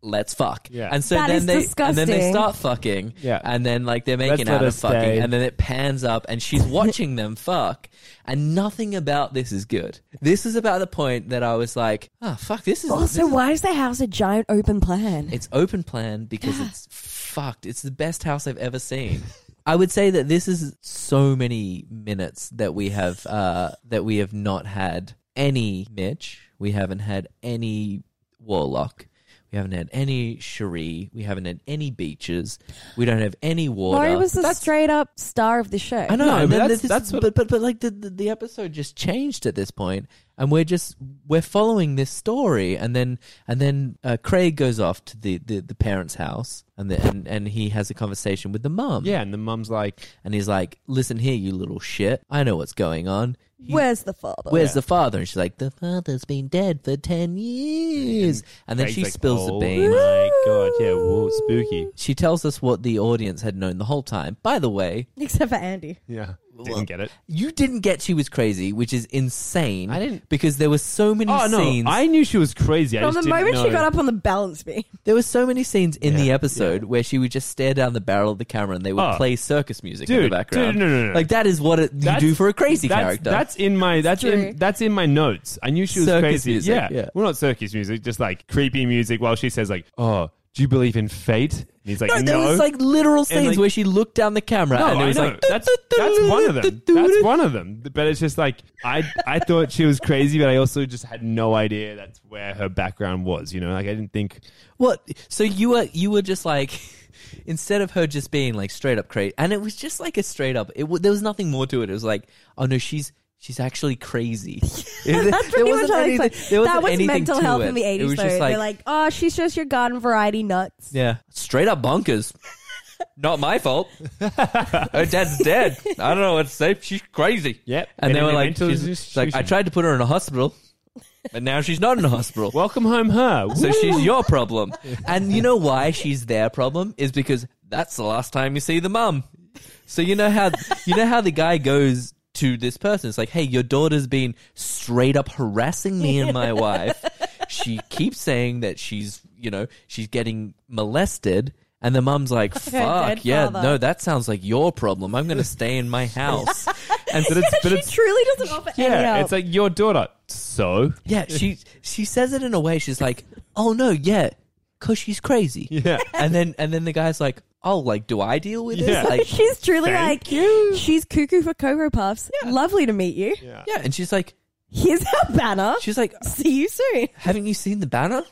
S1: Let's fuck.
S2: Yeah.
S1: And so
S3: That
S1: then
S3: is
S1: they and then they
S3: disgusting.
S1: start fucking.
S2: Yeah.
S1: And then like they're
S2: Let's
S1: making
S2: let
S1: out
S2: her
S1: and fucking,
S2: stay.
S1: and then it pans up, and she's watching them fuck, and nothing about this is good. This is about the point that I was like, oh fuck, this is
S3: Also, why is the house a giant open plan?
S1: It's open plan because it's fucked. It's the best house I've ever seen. I would say that this is so many minutes that we have uh, that we have not had any Mitch. We haven't had any Warlock. We haven't had any Cherie. We haven't had any beaches. We don't have any water.
S3: Laurie was the
S1: That's-
S3: straight up star of the show.
S1: I know,
S2: No,
S1: and
S2: but
S1: then
S2: that's-
S1: this-
S2: that's what-
S1: but, but but like the, the the episode just changed at this point, and we're just we're following this story and then and then uh, Craig goes off to the, the, the parents' house and, the, and and he has a conversation with the mum.
S2: Yeah, and the mum's like,
S1: And he's like, "Listen here, you little shit. I know what's going on. He-
S3: Where's the father?
S1: Where's
S2: Yeah.
S1: the father?" And she's like, "The father's been dead for 10 years." And,
S2: And
S1: then
S2: Craig's
S1: she
S2: like,
S1: spills
S2: "Oh
S1: the beans.
S2: My God, yeah, whoa, spooky.
S1: She tells us what the audience had known the whole time. By the way,
S3: Except for Andy.
S2: Yeah,
S1: Well,
S2: didn't get it.
S1: you didn't get she was crazy, which is insane.
S2: I didn't-
S1: because there were so many
S2: Oh no,
S1: scenes.
S2: I knew she was crazy. I
S3: From
S2: just
S3: the
S2: didn't
S3: moment she
S2: know.
S3: got up on the balance beam.
S1: There were so many scenes in the
S2: Yeah,
S1: episode where she would just stare down the barrel of the camera and they would
S2: Oh.
S1: play circus music in the
S2: Dude,
S1: background.
S2: dude, no, no, no.
S1: Like that is what it, you
S2: That's-
S1: do for a crazy
S2: that's,
S1: character.
S2: That's in my that's
S3: It's true.
S2: in that's in my notes. I knew she was
S1: Circus
S2: crazy.
S1: music,
S2: yeah.
S1: yeah.
S2: well, not circus music, just like creepy music. While she says like, "Oh, do you believe in fate?" And he's like,
S1: no,
S2: "No."
S1: there was like literal scenes
S2: like-
S1: where she looked down the camera
S2: no,
S1: and it
S2: I
S1: was
S2: know.
S1: like
S2: that's that's one of them. That's one of them. But it's just like I I thought she was crazy, but I also just had no idea that's where her background was. You know, like I didn't think
S1: What? So you were you were just like instead of her just being like straight up crazy, and it was just like a straight up. It w- there was nothing more to it. It was like, oh no, she's she's actually crazy. there
S3: Pretty much all I
S1: anything-
S3: said.
S1: there wasn't
S3: that was
S1: anything
S3: mental
S1: to
S3: health
S1: it.
S3: in the 80s,
S1: It was
S3: though.
S1: just like,
S3: They're like, oh, she's just your garden variety nuts.
S1: yeah, straight up bonkers. Not my fault. her dad's dead. I don't know what to say. She's crazy.
S2: Yep.
S1: And they
S2: In
S1: were
S2: a
S1: like,
S2: mental
S1: she's- she's like, I
S2: institution.
S1: tried to put her in a hospital, but now she's not in a hospital.
S2: welcome home her.
S1: So she's your problem. And you know why she's their problem is because that's the last time you see the mum. So you know how you know how the guy goes to this person. It's like, "Hey, your daughter's been straight up harassing me and my wife. She keeps saying that she's, you know, she's getting molested." And the mum's like,
S3: dead
S1: "Fuck, yeah,
S3: father.
S1: no, that sounds like your problem. I'm going to stay in my house." And
S2: but it's but
S3: she
S2: it's
S3: truly doesn't offer any
S2: yeah,
S3: help.
S2: it's like your daughter. So
S1: yeah, she she says it in a way she's like, "Oh no, yeah, cuz she's crazy."
S2: yeah.
S1: and then and then the guy's like, "Oh, like, do I deal with
S2: Yeah.
S1: this?" Like,
S3: she's truly
S2: Thank
S3: like, she's cuckoo for Cocoa Puffs. Lovely to meet you.
S1: yeah, and she's like,
S3: Here's our banner.
S1: she's like,
S3: See you soon.
S1: "Haven't you seen the banner?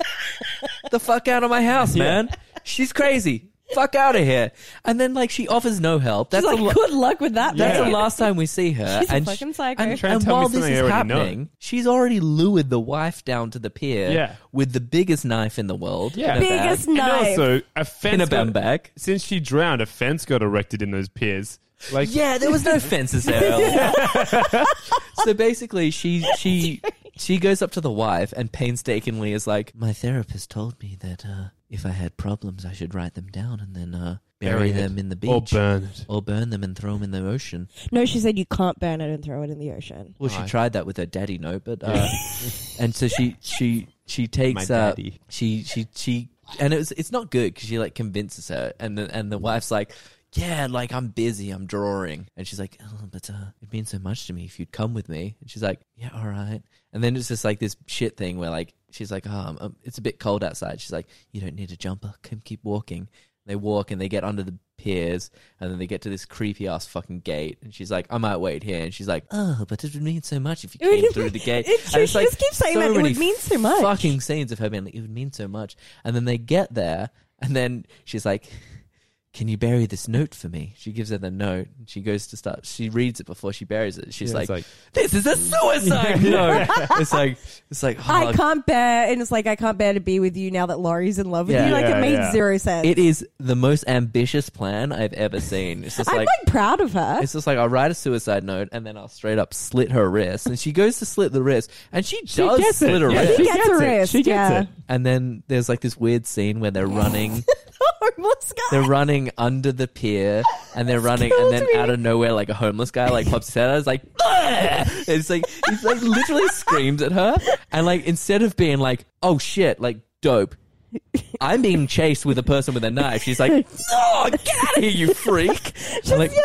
S1: the fuck out of my house, man! She's crazy. Fuck out of here!" And then like she offers no help. That's
S3: She's like,
S1: a lo-
S3: good luck with that.
S1: that's
S2: Yeah.
S1: the
S3: mate."
S1: last time we see her.
S3: She's a
S1: and
S3: fucking psycho.
S1: And,
S2: Trying to
S1: and
S2: tell me
S1: while this
S2: something I
S1: is
S2: already know.
S1: happening, she's already lured the wife down to the pier
S2: Yeah.
S1: with the biggest knife in the world. in
S2: Yeah.
S1: a bag-
S3: Biggest
S2: And
S3: knife.
S2: also, a fence
S1: in a
S2: got-
S1: bum bag.
S2: Since she drowned, a fence got erected in those piers. Like,
S1: Yeah, there was no fences there. earlier. so basically, she she she goes up to the wife and painstakingly is like, "My therapist told me that uh, if I had problems, I should write them down and then uh, bury
S2: Bury it.
S1: them in the beach."
S2: or burn it.
S1: Or burn them and throw them in the ocean.
S3: No, she said you can't burn it and throw it in the ocean.
S1: Well, she tried that with her daddy note, but uh, and so she she she takes
S2: My
S1: uh,
S2: daddy.
S1: she she she and it was it's not good because she like convinces her and the, and the wife's like yeah like i'm busy i'm drawing and she's like oh but uh, it means so much to me if you'd come with me and she's like yeah all right and then it's just like this shit thing where like she's like oh um, um, it's a bit cold outside she's like you don't need a jumper come keep walking they walk and they get under the piers and then they get to this creepy ass fucking gate and she's like i might wait here and she's like oh but it would mean so much if you
S3: It
S1: came
S3: would-
S1: through the gate
S3: it's
S1: And
S3: true. She just keeps saying that, it would
S1: many
S3: mean so much.
S1: fucking scenes of her being like, it would mean so much. And then they get there, and then she's like, Can you bury this note for me? She gives her the note. and She goes to start, she reads it before she buries it. She's
S2: Yeah,
S1: like,
S2: it's like-
S1: This is a suicide note. It's like, it's like,
S3: I
S1: oh,
S3: can't bear, and it's like I can't bear to be with you now that Laurie's in love with
S1: Yeah.
S3: you. Like
S2: Yeah,
S3: it made
S2: yeah.
S3: zero sense.
S1: it is the most ambitious plan I've ever seen. It's just
S3: I'm
S1: like,
S3: like, proud of her.
S1: it's just like I'll write a suicide note and then I'll straight up slit her wrist. And she goes to slit the wrist and she does
S2: gets it.
S1: slit her
S2: Yeah,
S1: wrist.
S3: she gets, a
S2: gets it.
S3: wrist.
S2: She gets
S3: yeah.
S2: it.
S1: And then there's like this weird scene where they're running
S3: Homeless guy.
S1: they're running under the pier and they're running and
S3: killed
S1: then
S3: me.
S1: out of nowhere like a homeless guy like pops out is like "Bleh!" it's like he's like literally screams at her and like instead of being like oh shit like dope I'm being chased with a person with a knife she's like oh get out of here you freak
S3: Just,
S1: like-
S3: yeah.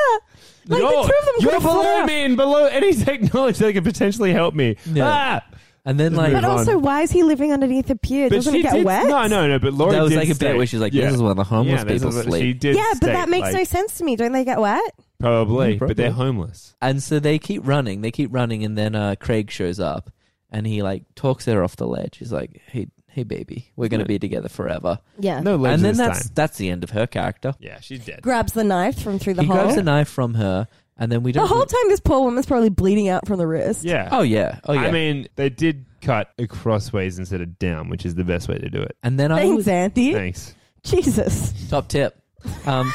S3: Like
S2: You're,
S3: the two of them
S2: you're
S3: could've fought
S2: below
S3: out.
S2: me and below any technology that could potentially help me.
S1: Yeah.
S2: Ah!
S1: and then
S3: But
S1: like
S2: Move on.
S3: also, why is he living underneath a pier? Doesn't it
S2: she
S3: get
S2: did,
S3: wet?
S2: No, no, no. But Laurie
S1: That was
S2: did
S1: like a bit
S2: state-
S1: where she's like, this is where the homeless
S2: this
S1: people
S2: is what-
S1: sleep.
S2: She did
S3: yeah, but
S2: state,
S3: that makes
S2: like,
S3: no sense to me. Don't they get wet?
S2: Probably,
S1: Mm,
S2: but they're
S1: probably.
S2: homeless.
S1: and so they keep running they keep running and then uh, Craig shows up and he like talks her off the ledge he's like hey hey baby we're gonna be together forever
S3: Yeah.
S2: No legs
S1: and then
S2: this
S1: that's
S2: time.
S1: that's the end of her character
S2: Yeah, she's dead.
S3: Grabs the knife from through the
S1: he
S3: hole.
S1: grabs a knife from her and then we don't.
S3: The whole time, this poor woman's probably bleeding out from the wrist.
S2: Yeah.
S1: oh yeah, oh yeah.
S2: I mean, they did cut across ways instead of down, which is the best way to do it.
S1: and then I
S3: Thanks,
S1: was
S3: Andy.
S2: Thanks.
S3: Jesus.
S1: top tip. Um,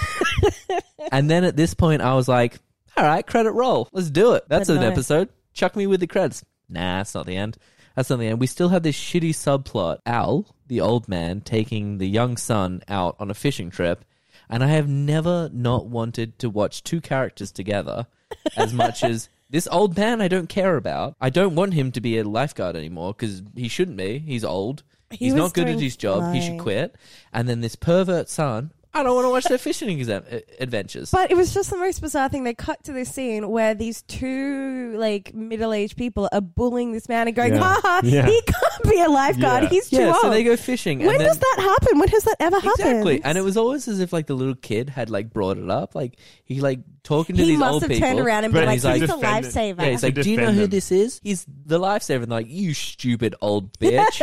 S1: and then at this point, I was like, "All right, credit roll. Let's do it. That's
S3: But
S1: an
S3: no.
S1: episode. Chuck me with the credits." Nah, that's not the end. That's not the end. We still have this shitty subplot. Al, the old man, taking the young son out on a fishing trip, and I have never not wanted to watch two characters together as much as. This old man I don't care about. I don't want him to be a lifeguard anymore because he shouldn't be. He's old.
S3: He
S1: He's
S3: was
S1: not good at
S3: doing
S1: his job. He should
S3: fine.
S1: quit. And then this pervert son, I don't want to watch their fishing exam- uh, adventures.
S3: But it was just the most bizarre thing. They cut to this scene where these two like middle aged people are bullying this man and going,
S2: Yeah.
S3: "Ha ha,
S2: Yeah.
S3: he can't be a lifeguard.
S2: Yeah.
S3: He's too
S1: yeah,
S3: old."
S1: so they go fishing.
S3: when
S1: and then,
S3: does that happen? When has that ever happened?
S1: Exactly. And it was always as if like the little kid had like brought it up. Like he like talking to
S3: he
S1: these
S3: must
S1: old
S3: have
S1: people.
S3: turned around and
S2: But
S3: been like,
S1: he's
S3: "He's
S1: like-
S3: a
S2: Defendant.
S3: lifesaver."
S1: Yeah, he's
S2: to
S1: like, do you know
S2: defend
S1: who
S2: them.
S1: this is? He's the lifesaver. And like, you stupid old bitch.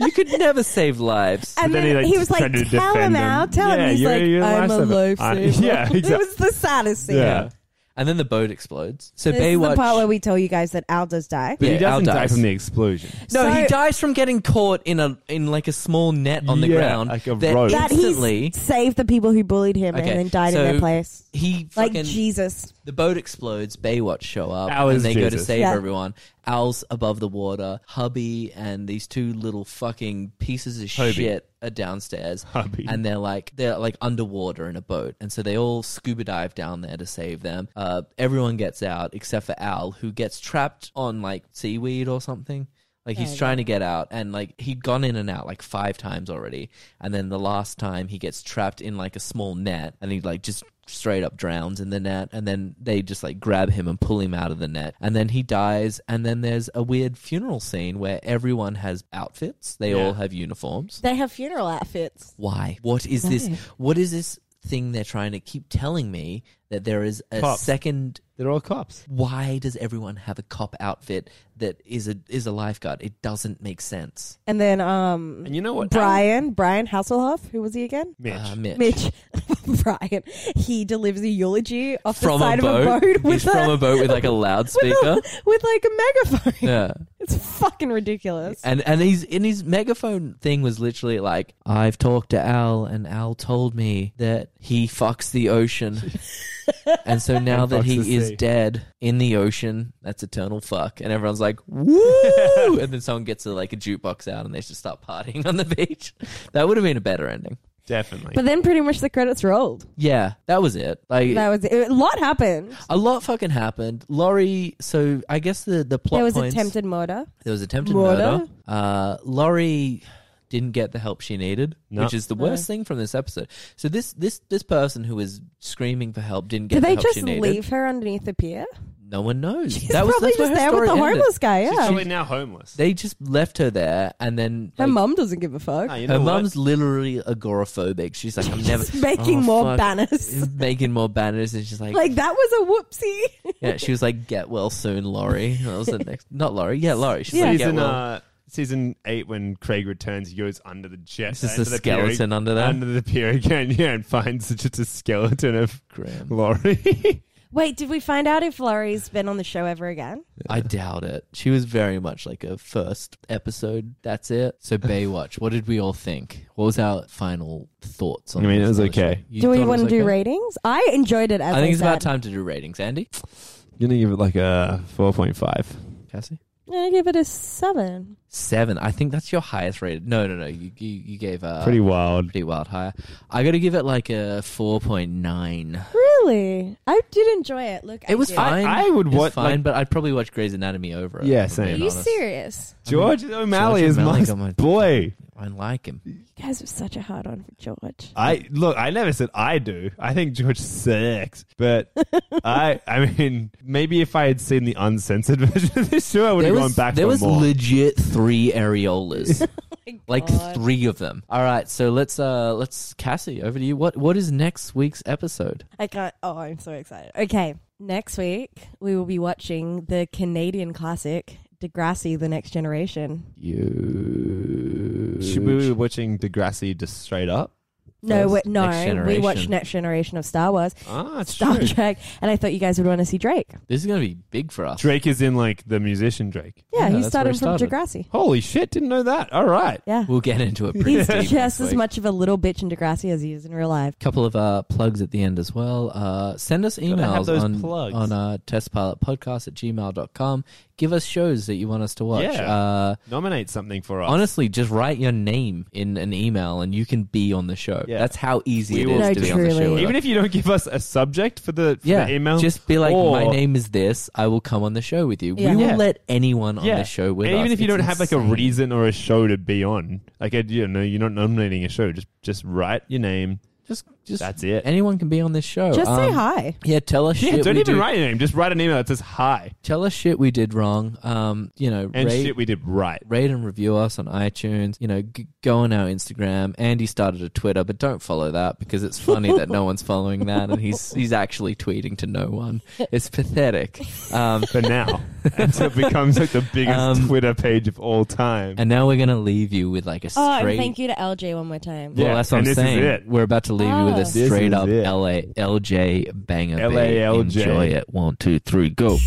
S1: you could never save lives.
S3: and
S2: But
S3: then,
S2: then he, like,
S3: he was like,
S2: tried to
S3: "Tell him
S2: defend him.
S3: out. Tell
S2: Yeah,
S3: him." He's
S2: you're-
S3: like,
S2: you're a
S3: "I'm a
S2: lifesaver. I-
S3: lifesaver."
S2: Yeah,
S3: it
S2: exactly.
S3: was the saddest scene.
S2: Yeah.
S1: And then the boat explodes. So
S3: This is
S1: Baywatch.
S3: the part where we tell you guys that Al does die.
S2: But
S1: Yeah,
S2: he doesn't
S1: Al
S2: die
S1: dies.
S2: from the explosion.
S1: No,
S3: So-
S1: he dies from getting caught in a in like a small net on the
S2: Yeah,
S1: ground.
S2: like a
S1: that
S2: rope.
S3: That
S1: instantly
S3: he saved the people who bullied him
S1: Okay,
S3: and then died
S1: so
S3: in their place.
S1: he
S3: Like
S1: fucking
S3: Jesus.
S1: the boat explodes. Baywatch show up
S2: Al
S1: and
S2: is
S1: they go to
S2: Jesus.
S1: save
S3: Yeah.
S1: everyone. Al's above the water. Hubby and these two little fucking pieces of
S2: Hubby.
S1: shit are downstairs,
S2: Hubby.
S1: and they're like they're like underwater in a boat, and so they all scuba dive down there to save them. Uh, everyone gets out except for Al, who gets trapped on like seaweed or something. Like he's trying to get out, and like he'd gone in and out like five times already, and then the last time he gets trapped in like a small net, and he like just straight up drowns in the net, and then they just like grab him and pull him out of the net, and then he dies, and then there's a weird funeral scene where everyone has outfits, they all
S2: Yeah.
S1: have uniforms.
S3: They have funeral outfits.
S1: Why? What is this? What is this thing they're trying to keep telling me that there is a
S2: Cops.
S1: second?
S2: They're all cops.
S1: Why does everyone have a cop outfit that is a is a lifeguard? It doesn't make sense.
S3: And then um
S2: And you know what?
S3: Brian, Brian Hasselhoff, who was he again?
S2: Mitch.
S1: Uh, Mitch.
S3: Mitch. Brian. He delivers a eulogy off
S1: From
S3: the side
S1: a boat.
S3: of a boat with
S1: He's from a boat with like a
S3: with,
S1: loudspeaker.
S3: a- with like a megaphone.
S1: yeah.
S3: It's fucking ridiculous.
S1: And and he's in his megaphone thing was literally like, I've talked to Al and Al told me that he fucks the ocean. and so now
S2: And
S1: that
S2: fucks
S1: he
S2: the
S1: is
S2: sea.
S1: dead in the ocean, that's eternal fuck. And everyone's like, Woo and then someone gets a, like a jukebox out and they just start partying on the beach. That would have been a better ending.
S2: Definitely.
S3: but then pretty much the credits rolled.
S1: Yeah, that was it. Like
S3: That was it. a lot happened.
S1: a lot fucking happened. Laurie so I guess the, the plot
S3: There was
S1: points
S3: attempted murder.
S1: There was attempted
S3: Murder?
S1: murder. Uh, Laurie didn't get the help she needed,
S2: No.
S1: which is the worst thing from this episode. So this this this person who was screaming for help didn't get
S3: Did
S1: the
S3: they
S1: help
S3: just
S1: she needed.
S3: leave her underneath the pier?
S1: No one knows.
S3: She's
S1: that was
S3: probably
S1: that's where
S3: just
S1: her
S3: there with
S1: story
S3: the
S1: ended.
S3: homeless guy.
S2: She's
S3: Yeah,
S2: probably now homeless.
S1: They just left her there, and then
S3: her
S1: like,
S3: mum doesn't give a fuck.
S2: Ah, you
S1: her
S2: know what?
S1: mum's literally agoraphobic. She's like, I'm never
S3: Just making
S1: oh,
S3: more
S1: fuck.
S3: banners.
S1: making more banners, and she's like,
S3: like that was a whoopsie.
S1: yeah, she was like, get well soon, Laurie. That was the next, not Laurie, yeah, Laurie. She's
S3: Yeah.
S1: like, get
S2: Season,
S1: well.
S2: uh, season 8, when Craig returns, he goes under the jet.
S1: It's just
S2: under
S1: a
S2: the pier-
S1: skeleton under there.
S2: Under the pier again, yeah, and finds just a skeleton of
S1: Grim.
S2: Laurie.
S3: Wait, did we find out if Laurie's been on the show ever again?
S1: I doubt it. She was very much like a first episode. That's it. So Baywatch. what did we all think? What was our final thoughts? on
S2: I mean, it
S1: this
S2: was
S1: television?
S2: okay.
S1: You
S3: do we
S1: thought it
S3: want to
S1: was
S3: do
S1: okay?
S3: ratings? I enjoyed it. As
S1: I think it's
S3: said.
S1: about time to do ratings. Andy,
S2: Gonna give it like a 4.5.
S1: Cassie,
S3: I give it a seven.
S1: seven. I think that's your highest rated. No, no, no. You you, you gave uh,
S2: Pretty wild.
S1: pretty wild higher. I got to give it like a four point nine.
S3: Really, I did enjoy it. Look, I
S1: It was
S3: did.
S1: fine.
S2: I would
S1: It was
S2: watch,
S1: fine,
S2: like-
S1: but I'd probably watch Grey's Anatomy over it. if
S2: Yeah,
S1: I'm
S2: same.
S1: being
S3: Are you
S1: honest.
S3: serious?
S2: George O'Malley
S1: George
S2: is
S1: O'Malley
S2: my
S1: got my-
S2: boy.
S1: I like him.
S3: You guys are such a hard on for George.
S2: I look. I never said I do. I think George sucks, but I. I mean, maybe if I had seen the uncensored version of this show, I would
S1: There
S2: have gone
S1: was,
S2: back
S1: there
S2: for
S1: was
S2: more.
S1: legit three areolas. like
S3: Oh God.
S1: three of them. All right, so let's uh let's Cassie over to you. What what is next week's episode?
S3: I can't. Oh, I'm so excited. Okay, next week we will be watching the Canadian classic Degrassi: The Next Generation.
S1: You
S2: Should we be watching Degrassi just straight up?
S3: No, we,
S1: first?
S3: no,
S1: Next
S3: we
S1: Generation.
S3: watched Next Generation of Star Wars,
S2: Ah, it's
S3: Star
S2: true.
S3: Trek, and I thought you guys would want to see Drake.
S1: This is going to be big for us.
S2: Drake is in like the musician Drake.
S1: Yeah,
S3: Yeah, he
S1: that's where
S3: started
S1: it
S3: from
S1: started.
S3: Degrassi.
S2: Holy shit! Didn't know that. All right.
S3: Yeah,
S1: We'll get into it pretty
S3: he's
S1: deep
S3: just
S1: next
S3: as
S1: week.
S3: much of a little bitch in Degrassi as he is in real life.
S1: couple of uh, plugs at the end as well. Uh, send us
S2: Gotta have
S1: emails
S2: those
S1: on,
S2: plugs.
S1: on uh, testpilotpodcast at gmail.com. Give us shows that you want us to watch.
S2: Yeah.
S1: Uh,
S2: Nominate something for us.
S1: honestly, just write your name in an email and you can be on the show.
S2: Yeah.
S1: That's how easy
S2: We
S1: it
S2: will-
S1: is
S3: No,
S1: to be on the
S3: truly.
S1: show. with
S2: Even
S1: us.
S2: if you don't give us a subject for the, for
S1: yeah,
S2: the email,
S1: just be like, my
S2: or-
S1: name is this. I will come on the show with you.
S3: Yeah.
S1: We will
S2: Yeah.
S1: let anyone on
S2: Yeah.
S1: the show with
S2: and
S1: us.
S2: even if you
S1: It's
S2: don't have like a
S1: insane.
S2: reason or a show to be on, like I- you know, you're not nominating a show. Just just write your name.
S1: just, just
S2: That's it.
S1: anyone can be on this show.
S3: Just say
S1: Um,
S3: hi.
S1: Yeah, tell us
S2: Yeah,
S1: shit.
S2: don't
S1: we
S2: even
S1: do-
S2: write your name. Just write an email that says hi
S1: Tell us shit we did wrong. Um, you know,
S2: and
S1: rate-
S2: shit we did right.
S1: rate and review us on iTunes. You know, g- go on our Instagram. Andy started a Twitter, but don't follow that because it's funny that no one's following that, and he's he's actually tweeting to no one. It's pathetic. Um,
S2: For now, until it becomes like the biggest
S1: Um,
S2: Twitter page of all time.
S1: and now we're gonna leave you with like a straight.
S3: Oh, and thank you to LJ one more time.
S1: Well,
S2: Yeah,
S1: that's what I'm
S2: and this is
S1: saying.
S2: it.
S1: We're about to leave you with
S3: Oh.
S1: a
S3: This
S2: is
S1: straight up
S2: it.
S1: LA LJ banger. babe.
S2: LALJ.
S1: Enjoy it. One, two, three, go.